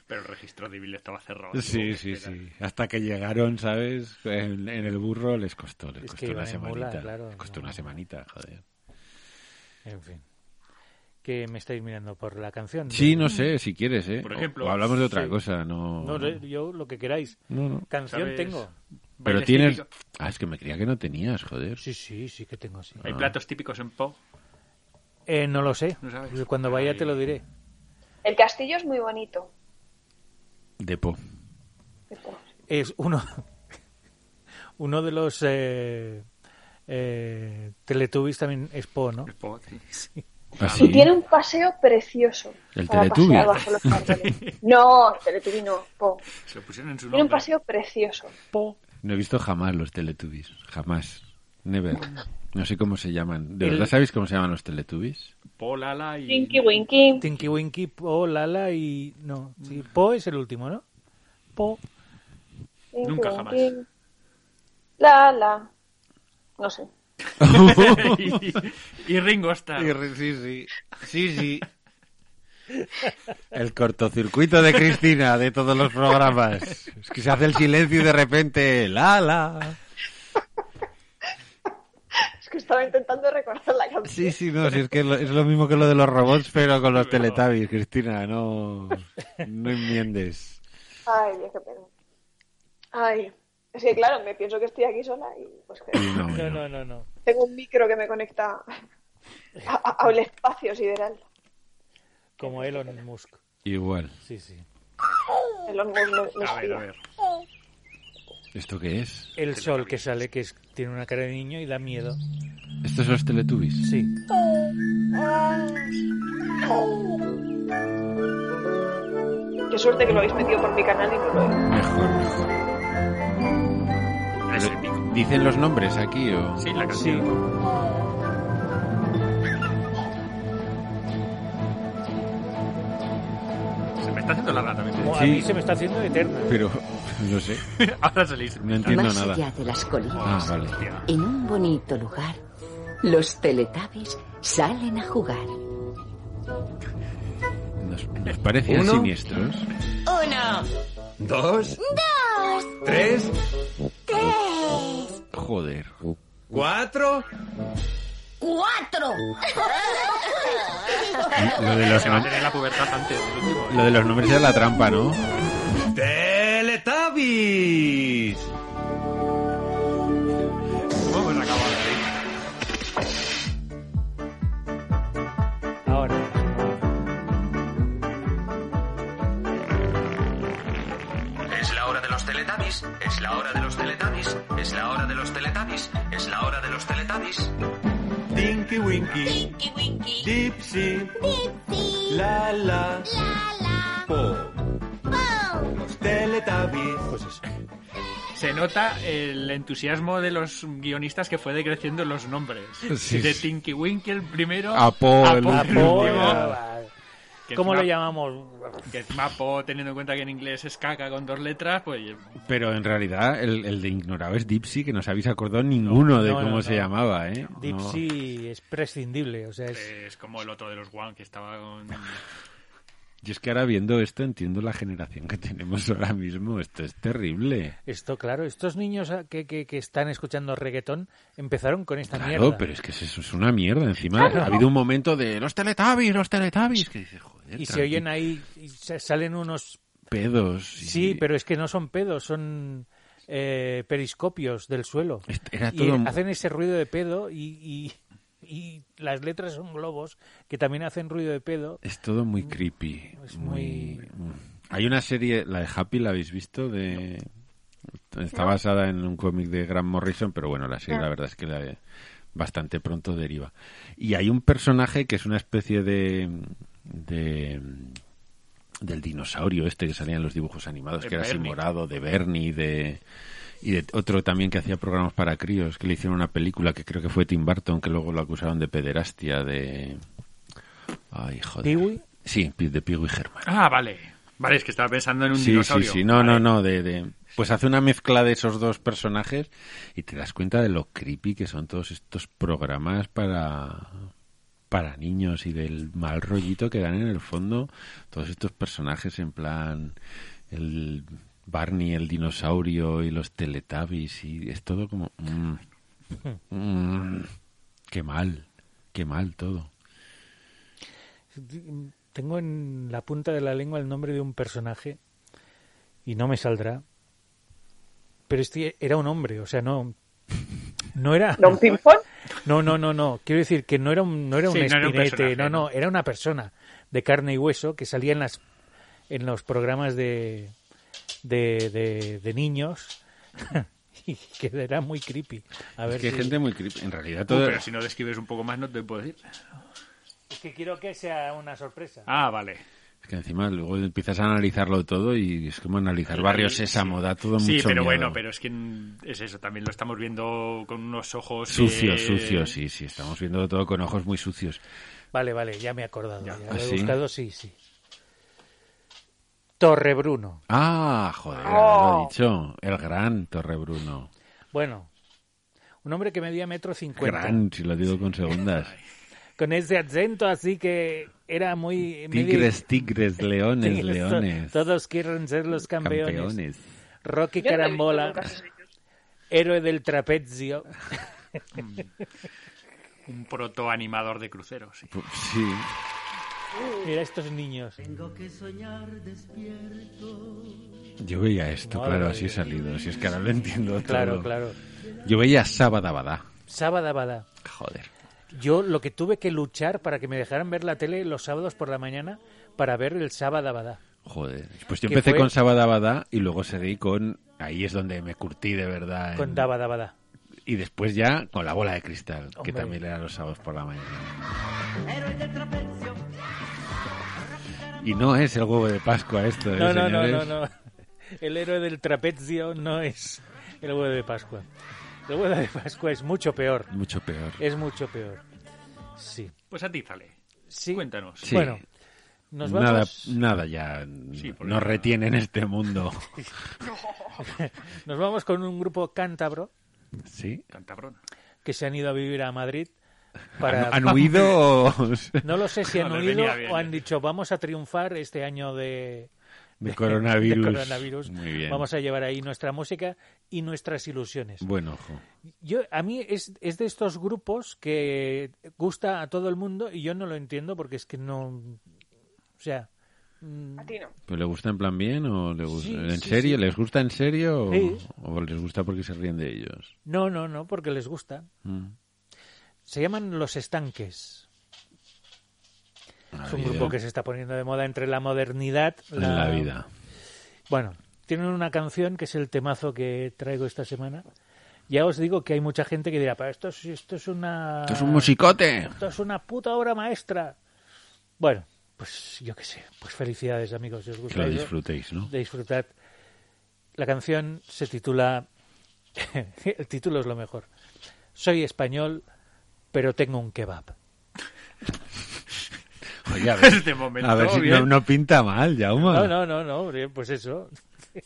[SPEAKER 4] Pero el registro civil estaba cerrado.
[SPEAKER 5] Sí, sí, sí. Hasta que llegaron, ¿sabes? En, en el burro les costó, les
[SPEAKER 3] Es
[SPEAKER 5] costó una
[SPEAKER 3] que iban en
[SPEAKER 5] semanita.
[SPEAKER 3] mula, claro,
[SPEAKER 5] les costó
[SPEAKER 3] no.
[SPEAKER 5] una semanita, joder.
[SPEAKER 3] En fin. Que me estáis mirando por la canción.
[SPEAKER 5] Sí, no sé, si quieres, ¿eh?
[SPEAKER 4] Por
[SPEAKER 5] O-
[SPEAKER 4] ejemplo,
[SPEAKER 5] o hablamos de otra
[SPEAKER 3] Mm. sí.
[SPEAKER 5] cosa, no...
[SPEAKER 3] No, no, yo lo que queráis.
[SPEAKER 5] No, no.
[SPEAKER 3] Canción
[SPEAKER 4] ¿Sabes?
[SPEAKER 3] tengo.
[SPEAKER 5] Pero
[SPEAKER 4] Bailes
[SPEAKER 5] tienes...
[SPEAKER 4] típicos.
[SPEAKER 5] Ah, es que me creía que no tenías, joder.
[SPEAKER 3] Sí, sí, sí que tengo, sí.
[SPEAKER 5] Ah.
[SPEAKER 4] Hay platos típicos en Po.
[SPEAKER 3] Eh, no lo sé.
[SPEAKER 4] No sabes.
[SPEAKER 3] Cuando vaya
[SPEAKER 4] Ay.
[SPEAKER 3] te lo diré.
[SPEAKER 1] El castillo es muy bonito.
[SPEAKER 5] De po.
[SPEAKER 3] Es uno, uno de los eh, eh, Teletubbies también es Po, ¿no?
[SPEAKER 4] El Po, sí.
[SPEAKER 5] Así.
[SPEAKER 1] Y tiene un paseo precioso.
[SPEAKER 5] El
[SPEAKER 1] para
[SPEAKER 5] Teletubby.
[SPEAKER 1] pasear bajo los árboles. no, el Teletubby no. po.
[SPEAKER 4] Se lo pusieron en su
[SPEAKER 1] Tiene
[SPEAKER 4] nombre.
[SPEAKER 1] un paseo precioso.
[SPEAKER 3] Po.
[SPEAKER 5] No he visto jamás los Teletubbies. Jamás. Never. No sé cómo se llaman. ¿De
[SPEAKER 3] Mm. El-
[SPEAKER 5] verdad sabéis cómo se llaman los Teletubbies?
[SPEAKER 4] Po, Lala y...
[SPEAKER 1] Tinky Winky.
[SPEAKER 3] Tinky Winky, Po, Lala y... No, sí, Po es el último, ¿no? Po.
[SPEAKER 1] Tinky
[SPEAKER 4] Nunca jamás.
[SPEAKER 1] Winky. La, la. No sé.
[SPEAKER 4] y, y Ringo Starr.
[SPEAKER 5] Sí, sí. Sí, sí. El cortocircuito de Cristina de todos los programas. Es que se hace el silencio y de repente... ¡La, la!
[SPEAKER 1] Es que estaba intentando recordar la canción.
[SPEAKER 5] Sí, sí, no, si es que lo- es lo mismo que lo de los robots, pero con los Teletubbies, Cristina. No, no enmiendes.
[SPEAKER 1] Ay, Dios, qué pena. Ay. Es que claro, me pienso que estoy aquí sola y pues que
[SPEAKER 5] Sí, no,
[SPEAKER 3] No,
[SPEAKER 5] bueno.
[SPEAKER 3] no, no, no.
[SPEAKER 1] tengo un micro que me conecta a- a- al espacio sideral.
[SPEAKER 3] Como Elon Musk.
[SPEAKER 5] Igual.
[SPEAKER 3] Sí, sí.
[SPEAKER 1] El Elon Musk me- me
[SPEAKER 4] A ver, a
[SPEAKER 1] espía.
[SPEAKER 4] ver.
[SPEAKER 5] ¿Esto qué es?
[SPEAKER 3] El sol que sale, que es- tiene una cara de niño y da miedo.
[SPEAKER 5] ¿Estos son los Teletubbies?
[SPEAKER 3] Sí.
[SPEAKER 1] Qué suerte que lo habéis metido por mi canal y no lo he
[SPEAKER 5] Mejor, mejor.
[SPEAKER 4] Es épico.
[SPEAKER 5] ¿Dicen los nombres aquí o...?
[SPEAKER 4] Sí, la
[SPEAKER 3] Sí.
[SPEAKER 4] canción. Se me está haciendo larga también.
[SPEAKER 3] Como A
[SPEAKER 5] Sí.
[SPEAKER 3] mí se me está haciendo eterna.
[SPEAKER 5] Pero, no sé,
[SPEAKER 4] Ahora salís.
[SPEAKER 5] no entiendo
[SPEAKER 8] Más
[SPEAKER 5] nada.
[SPEAKER 8] allá de las
[SPEAKER 5] Ah,
[SPEAKER 8] colinas,
[SPEAKER 5] vale.
[SPEAKER 4] Hostia.
[SPEAKER 8] en un bonito lugar, los teletavis salen a jugar.
[SPEAKER 5] Nos, nos parecen
[SPEAKER 9] Uno.
[SPEAKER 5] siniestros.
[SPEAKER 9] Dos. Tres.
[SPEAKER 5] Joder.
[SPEAKER 9] Cuatro.
[SPEAKER 5] Lo de los,
[SPEAKER 4] Se va a tener la pubertad antes del último. ¿eh?
[SPEAKER 5] lo de los nombres es la trampa, ¿no?
[SPEAKER 9] Teletubbies.
[SPEAKER 4] ¿Cómo hemos acabado ahí?
[SPEAKER 3] Ahora.
[SPEAKER 9] Es la hora de los Teletubbies. Es la hora de los Teletubbies. Es la hora de los Teletubbies. Es la hora de los Teletubbies. Tinky Winky. Tinky Winky. Dipsy. La la. La la. Po. Los Teletubbies.
[SPEAKER 3] Pues eso.
[SPEAKER 4] Se nota el entusiasmo de los guionistas que fue decreciendo los nombres.
[SPEAKER 5] Sí,
[SPEAKER 4] de
[SPEAKER 5] sí.
[SPEAKER 4] Tinky Winky el primero.
[SPEAKER 5] Apo, el
[SPEAKER 4] Apo
[SPEAKER 5] último.
[SPEAKER 4] último.
[SPEAKER 3] Apoya.
[SPEAKER 4] Que
[SPEAKER 3] ah, ¿Cómo
[SPEAKER 4] encima-
[SPEAKER 3] lo llamamos?
[SPEAKER 4] Que es mapo, teniendo en cuenta que en inglés es caca con dos letras, pues
[SPEAKER 5] Pero en realidad el, el de ignorado es Dipsy, que no os habéis acordado ninguno de
[SPEAKER 3] no,
[SPEAKER 5] cómo
[SPEAKER 3] no,
[SPEAKER 5] se
[SPEAKER 3] no.
[SPEAKER 5] llamaba, ¿eh?
[SPEAKER 3] Dipsy es prescindible, o sea, es...
[SPEAKER 4] es como el otro de los One que estaba con.
[SPEAKER 5] Yo es que ahora viendo esto entiendo la generación que tenemos ahora mismo. Esto es terrible.
[SPEAKER 3] Esto, claro, estos niños ah, que, que, que están escuchando reggaetón empezaron con esta
[SPEAKER 5] Claro,
[SPEAKER 3] mierda. Ah,
[SPEAKER 5] pero es que es- eso es una mierda. Encima ha habido un momento de los Teletubbies, los Teletubbies. Que dices, joder,
[SPEAKER 3] Y se
[SPEAKER 5] tranqui-
[SPEAKER 3] oyen ahí, y sa- salen unos...
[SPEAKER 5] pedos. y-
[SPEAKER 3] Sí, pero es que no son pedos, son eh, periscopios del suelo.
[SPEAKER 5] Este- Era
[SPEAKER 3] Y
[SPEAKER 5] todo...
[SPEAKER 3] hacen ese ruido de pedo y, y, y las letras son globos que también hacen ruido de pedo.
[SPEAKER 5] Es todo muy creepy.
[SPEAKER 3] Es
[SPEAKER 5] muy... mm. Hay una serie, la de Happy, ¿la habéis visto? De... Está basada en un cómic de Grant Morrison, pero bueno, la serie la verdad es que la- bastante pronto deriva. Y hay un personaje que es una especie de... de del dinosaurio este que salía en los dibujos animados,
[SPEAKER 4] De
[SPEAKER 5] que era así
[SPEAKER 4] Bernie.
[SPEAKER 5] morado, de Bernie, de... Y de otro también que hacía programas para críos, que le hicieron una película que creo que fue Tim Burton, que luego lo acusaron de pederastia, de... Ay, joder.
[SPEAKER 3] Pee-wee.
[SPEAKER 5] Sí, pi- de Pee-wee Herman.
[SPEAKER 4] Ah, vale. Vale, es que estaba pensando en un
[SPEAKER 5] Sí, sí,
[SPEAKER 4] dinosaurio.
[SPEAKER 5] sí. No,
[SPEAKER 4] Vale.
[SPEAKER 5] no, no. De, de- Pues hace una mezcla de esos dos personajes y te das cuenta de lo creepy que son todos estos programas para para niños y del mal rollito que dan en el fondo todos estos personajes en plan el Barney, el dinosaurio y los Teletubbies y es todo como mm, mm, qué mal, qué mal todo.
[SPEAKER 3] Tengo en la punta de la lengua el nombre de un personaje y no me saldrá. Pero este era un hombre, o sea, no no era
[SPEAKER 1] ¿No un ping-pong?
[SPEAKER 3] no no no no, quiero decir que no era un no era
[SPEAKER 4] Sí,
[SPEAKER 3] un
[SPEAKER 4] no era un
[SPEAKER 3] espinete,
[SPEAKER 4] personaje,
[SPEAKER 3] no no,
[SPEAKER 4] ¿no?
[SPEAKER 3] era una persona de carne y hueso que salía en las en los programas de de, de, de niños y que era muy creepy. A ver
[SPEAKER 5] es que hay
[SPEAKER 3] si-
[SPEAKER 5] gente muy creepy. En realidad
[SPEAKER 4] Uh,
[SPEAKER 5] todo
[SPEAKER 4] pero si no describes un poco más, no te puedo decir.
[SPEAKER 3] es que quiero que sea una sorpresa.
[SPEAKER 4] Ah, vale.
[SPEAKER 5] Es que encima luego empiezas a analizarlo todo y es como analizar
[SPEAKER 4] El
[SPEAKER 5] Barrio
[SPEAKER 4] barrio,
[SPEAKER 5] Sésamo,
[SPEAKER 4] sí.
[SPEAKER 5] da todo
[SPEAKER 4] Sí,
[SPEAKER 5] mucho
[SPEAKER 4] pero
[SPEAKER 5] miedo.
[SPEAKER 4] bueno, pero es que mm, es eso, también lo estamos viendo con unos ojos...
[SPEAKER 5] Sucio,
[SPEAKER 4] eh,
[SPEAKER 5] sucio, sí, sí, estamos viendo todo con ojos muy sucios.
[SPEAKER 3] Vale, vale, ya me he acordado. Ya, lo
[SPEAKER 5] ¿Ah,
[SPEAKER 3] he
[SPEAKER 5] sí?
[SPEAKER 3] buscado, sí, sí. Torre Bruno.
[SPEAKER 5] Ah, joder,
[SPEAKER 1] Oh.
[SPEAKER 5] lo he dicho, el gran Torre Bruno.
[SPEAKER 3] Bueno, un hombre que medía metro cincuenta.
[SPEAKER 5] Gran, si lo digo con segundas.
[SPEAKER 3] Con ese acento, así que era muy... medio-
[SPEAKER 5] Tigres, tigres, leones,
[SPEAKER 3] Sí, to-
[SPEAKER 5] leones.
[SPEAKER 3] Todos quieren ser los campeones.
[SPEAKER 5] Campeones.
[SPEAKER 3] Rocky
[SPEAKER 1] Yo no he visto
[SPEAKER 3] Carambola,
[SPEAKER 1] nunca esos vídeos.
[SPEAKER 3] héroe del trapezio.
[SPEAKER 4] Un protoanimador de cruceros. sí.
[SPEAKER 5] Pu- Sí,
[SPEAKER 3] Mira estos niños.
[SPEAKER 5] yo veía esto,
[SPEAKER 3] Madre
[SPEAKER 5] claro,
[SPEAKER 3] mía.
[SPEAKER 5] así he salido, si es que ahora lo entiendo
[SPEAKER 3] Claro,
[SPEAKER 5] todo.
[SPEAKER 3] claro.
[SPEAKER 5] Yo veía Sabadabada.
[SPEAKER 3] Sábado, Abada.
[SPEAKER 5] Joder.
[SPEAKER 3] Yo lo que tuve que luchar para que me dejaran ver la tele los sábados por la mañana para ver el sábado Abada.
[SPEAKER 5] Joder. Pues yo
[SPEAKER 3] Que
[SPEAKER 5] empecé
[SPEAKER 3] fue-
[SPEAKER 5] con Sabadabada y luego seguí con... Ahí es donde me curtí de verdad.
[SPEAKER 3] Con
[SPEAKER 5] en-
[SPEAKER 3] Dabada Abada.
[SPEAKER 5] Y después ya con la bola de cristal, que
[SPEAKER 3] Hombre.
[SPEAKER 5] también era los sábados por la mañana. Y no es el huevo de Pascua esto, ¿eh,
[SPEAKER 3] No, no, no, no,
[SPEAKER 5] señores?
[SPEAKER 3] no. El héroe del trapezio no es el huevo de Pascua. El huevo de Pascua es mucho peor.
[SPEAKER 5] Mucho peor.
[SPEAKER 3] Es mucho peor. Sí.
[SPEAKER 4] Pues atízale.
[SPEAKER 3] Sí.
[SPEAKER 4] Cuéntanos.
[SPEAKER 5] Sí.
[SPEAKER 3] Bueno, nos vamos.
[SPEAKER 5] Nada, nada ya
[SPEAKER 4] Sí, porque-
[SPEAKER 5] nos retiene en este mundo.
[SPEAKER 3] Nos vamos con un grupo cántabro
[SPEAKER 5] ¿Sí?
[SPEAKER 4] Cantabrón.
[SPEAKER 3] que se han ido a vivir a Madrid para.
[SPEAKER 5] ¿Han huido o-
[SPEAKER 3] No lo sé si han
[SPEAKER 4] No, les
[SPEAKER 3] huido
[SPEAKER 4] venía bien.
[SPEAKER 3] o
[SPEAKER 5] eh.
[SPEAKER 3] han dicho vamos a triunfar este año de,
[SPEAKER 5] de coronavirus?
[SPEAKER 3] de coronavirus.
[SPEAKER 5] Muy bien.
[SPEAKER 3] Vamos a llevar ahí nuestra música y nuestras ilusiones.
[SPEAKER 5] Bueno, ojo.
[SPEAKER 3] Yo, a mí es, es de estos grupos que gusta a todo el mundo y yo no lo entiendo porque es que no. O sea,
[SPEAKER 1] A ti no.
[SPEAKER 5] ¿Pero le gusta en plan bien o le gusta
[SPEAKER 3] Sí,
[SPEAKER 5] en
[SPEAKER 3] sí,
[SPEAKER 5] serio?
[SPEAKER 3] sí.
[SPEAKER 5] ¿Les gusta en serio o...
[SPEAKER 3] Sí.
[SPEAKER 5] o les gusta porque se ríen de ellos?
[SPEAKER 3] no, no, no, porque les gusta.
[SPEAKER 5] Mm.
[SPEAKER 3] Se llaman Los Estanques. Es un
[SPEAKER 5] vida.
[SPEAKER 3] grupo que se está poniendo de moda entre la modernidad
[SPEAKER 5] En la vida.
[SPEAKER 3] Ah. Bueno, tienen una canción que es el temazo que traigo esta semana. Ya os digo que hay mucha gente que dirá, pero esto es, esto es una.
[SPEAKER 5] ¡Esto es un musicote!
[SPEAKER 3] Esto es una puta obra maestra. Bueno, pues yo qué sé. Pues felicidades, amigos. Si os
[SPEAKER 5] Que
[SPEAKER 3] gusta
[SPEAKER 5] lo
[SPEAKER 3] eso,
[SPEAKER 5] disfrutéis, ¿no?
[SPEAKER 3] de disfrutar. La canción se titula. el título es lo mejor. Soy español, pero tengo un kebab.
[SPEAKER 5] Oye, a ver,
[SPEAKER 4] Este momento,
[SPEAKER 5] a ver si
[SPEAKER 4] bien.
[SPEAKER 5] no, no pinta mal, Jaume.
[SPEAKER 3] No, no, no, no, hombre, pues eso.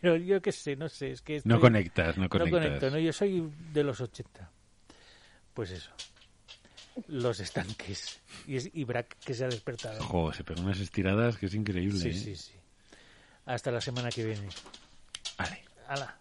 [SPEAKER 3] Pero yo qué sé, no sé, es que...
[SPEAKER 5] No
[SPEAKER 3] estoy-
[SPEAKER 5] conectas, no
[SPEAKER 3] No
[SPEAKER 5] conectas.
[SPEAKER 3] conecto, no, yo soy de los 80. Pues eso. Los estanques. Y, es, y Brack que se ha despertado.
[SPEAKER 5] Jo, se pega unas estiradas que es increíble.
[SPEAKER 3] Sí,
[SPEAKER 5] ¿eh?
[SPEAKER 3] sí, sí. Hasta la semana que viene.
[SPEAKER 5] Vale.
[SPEAKER 3] Hala.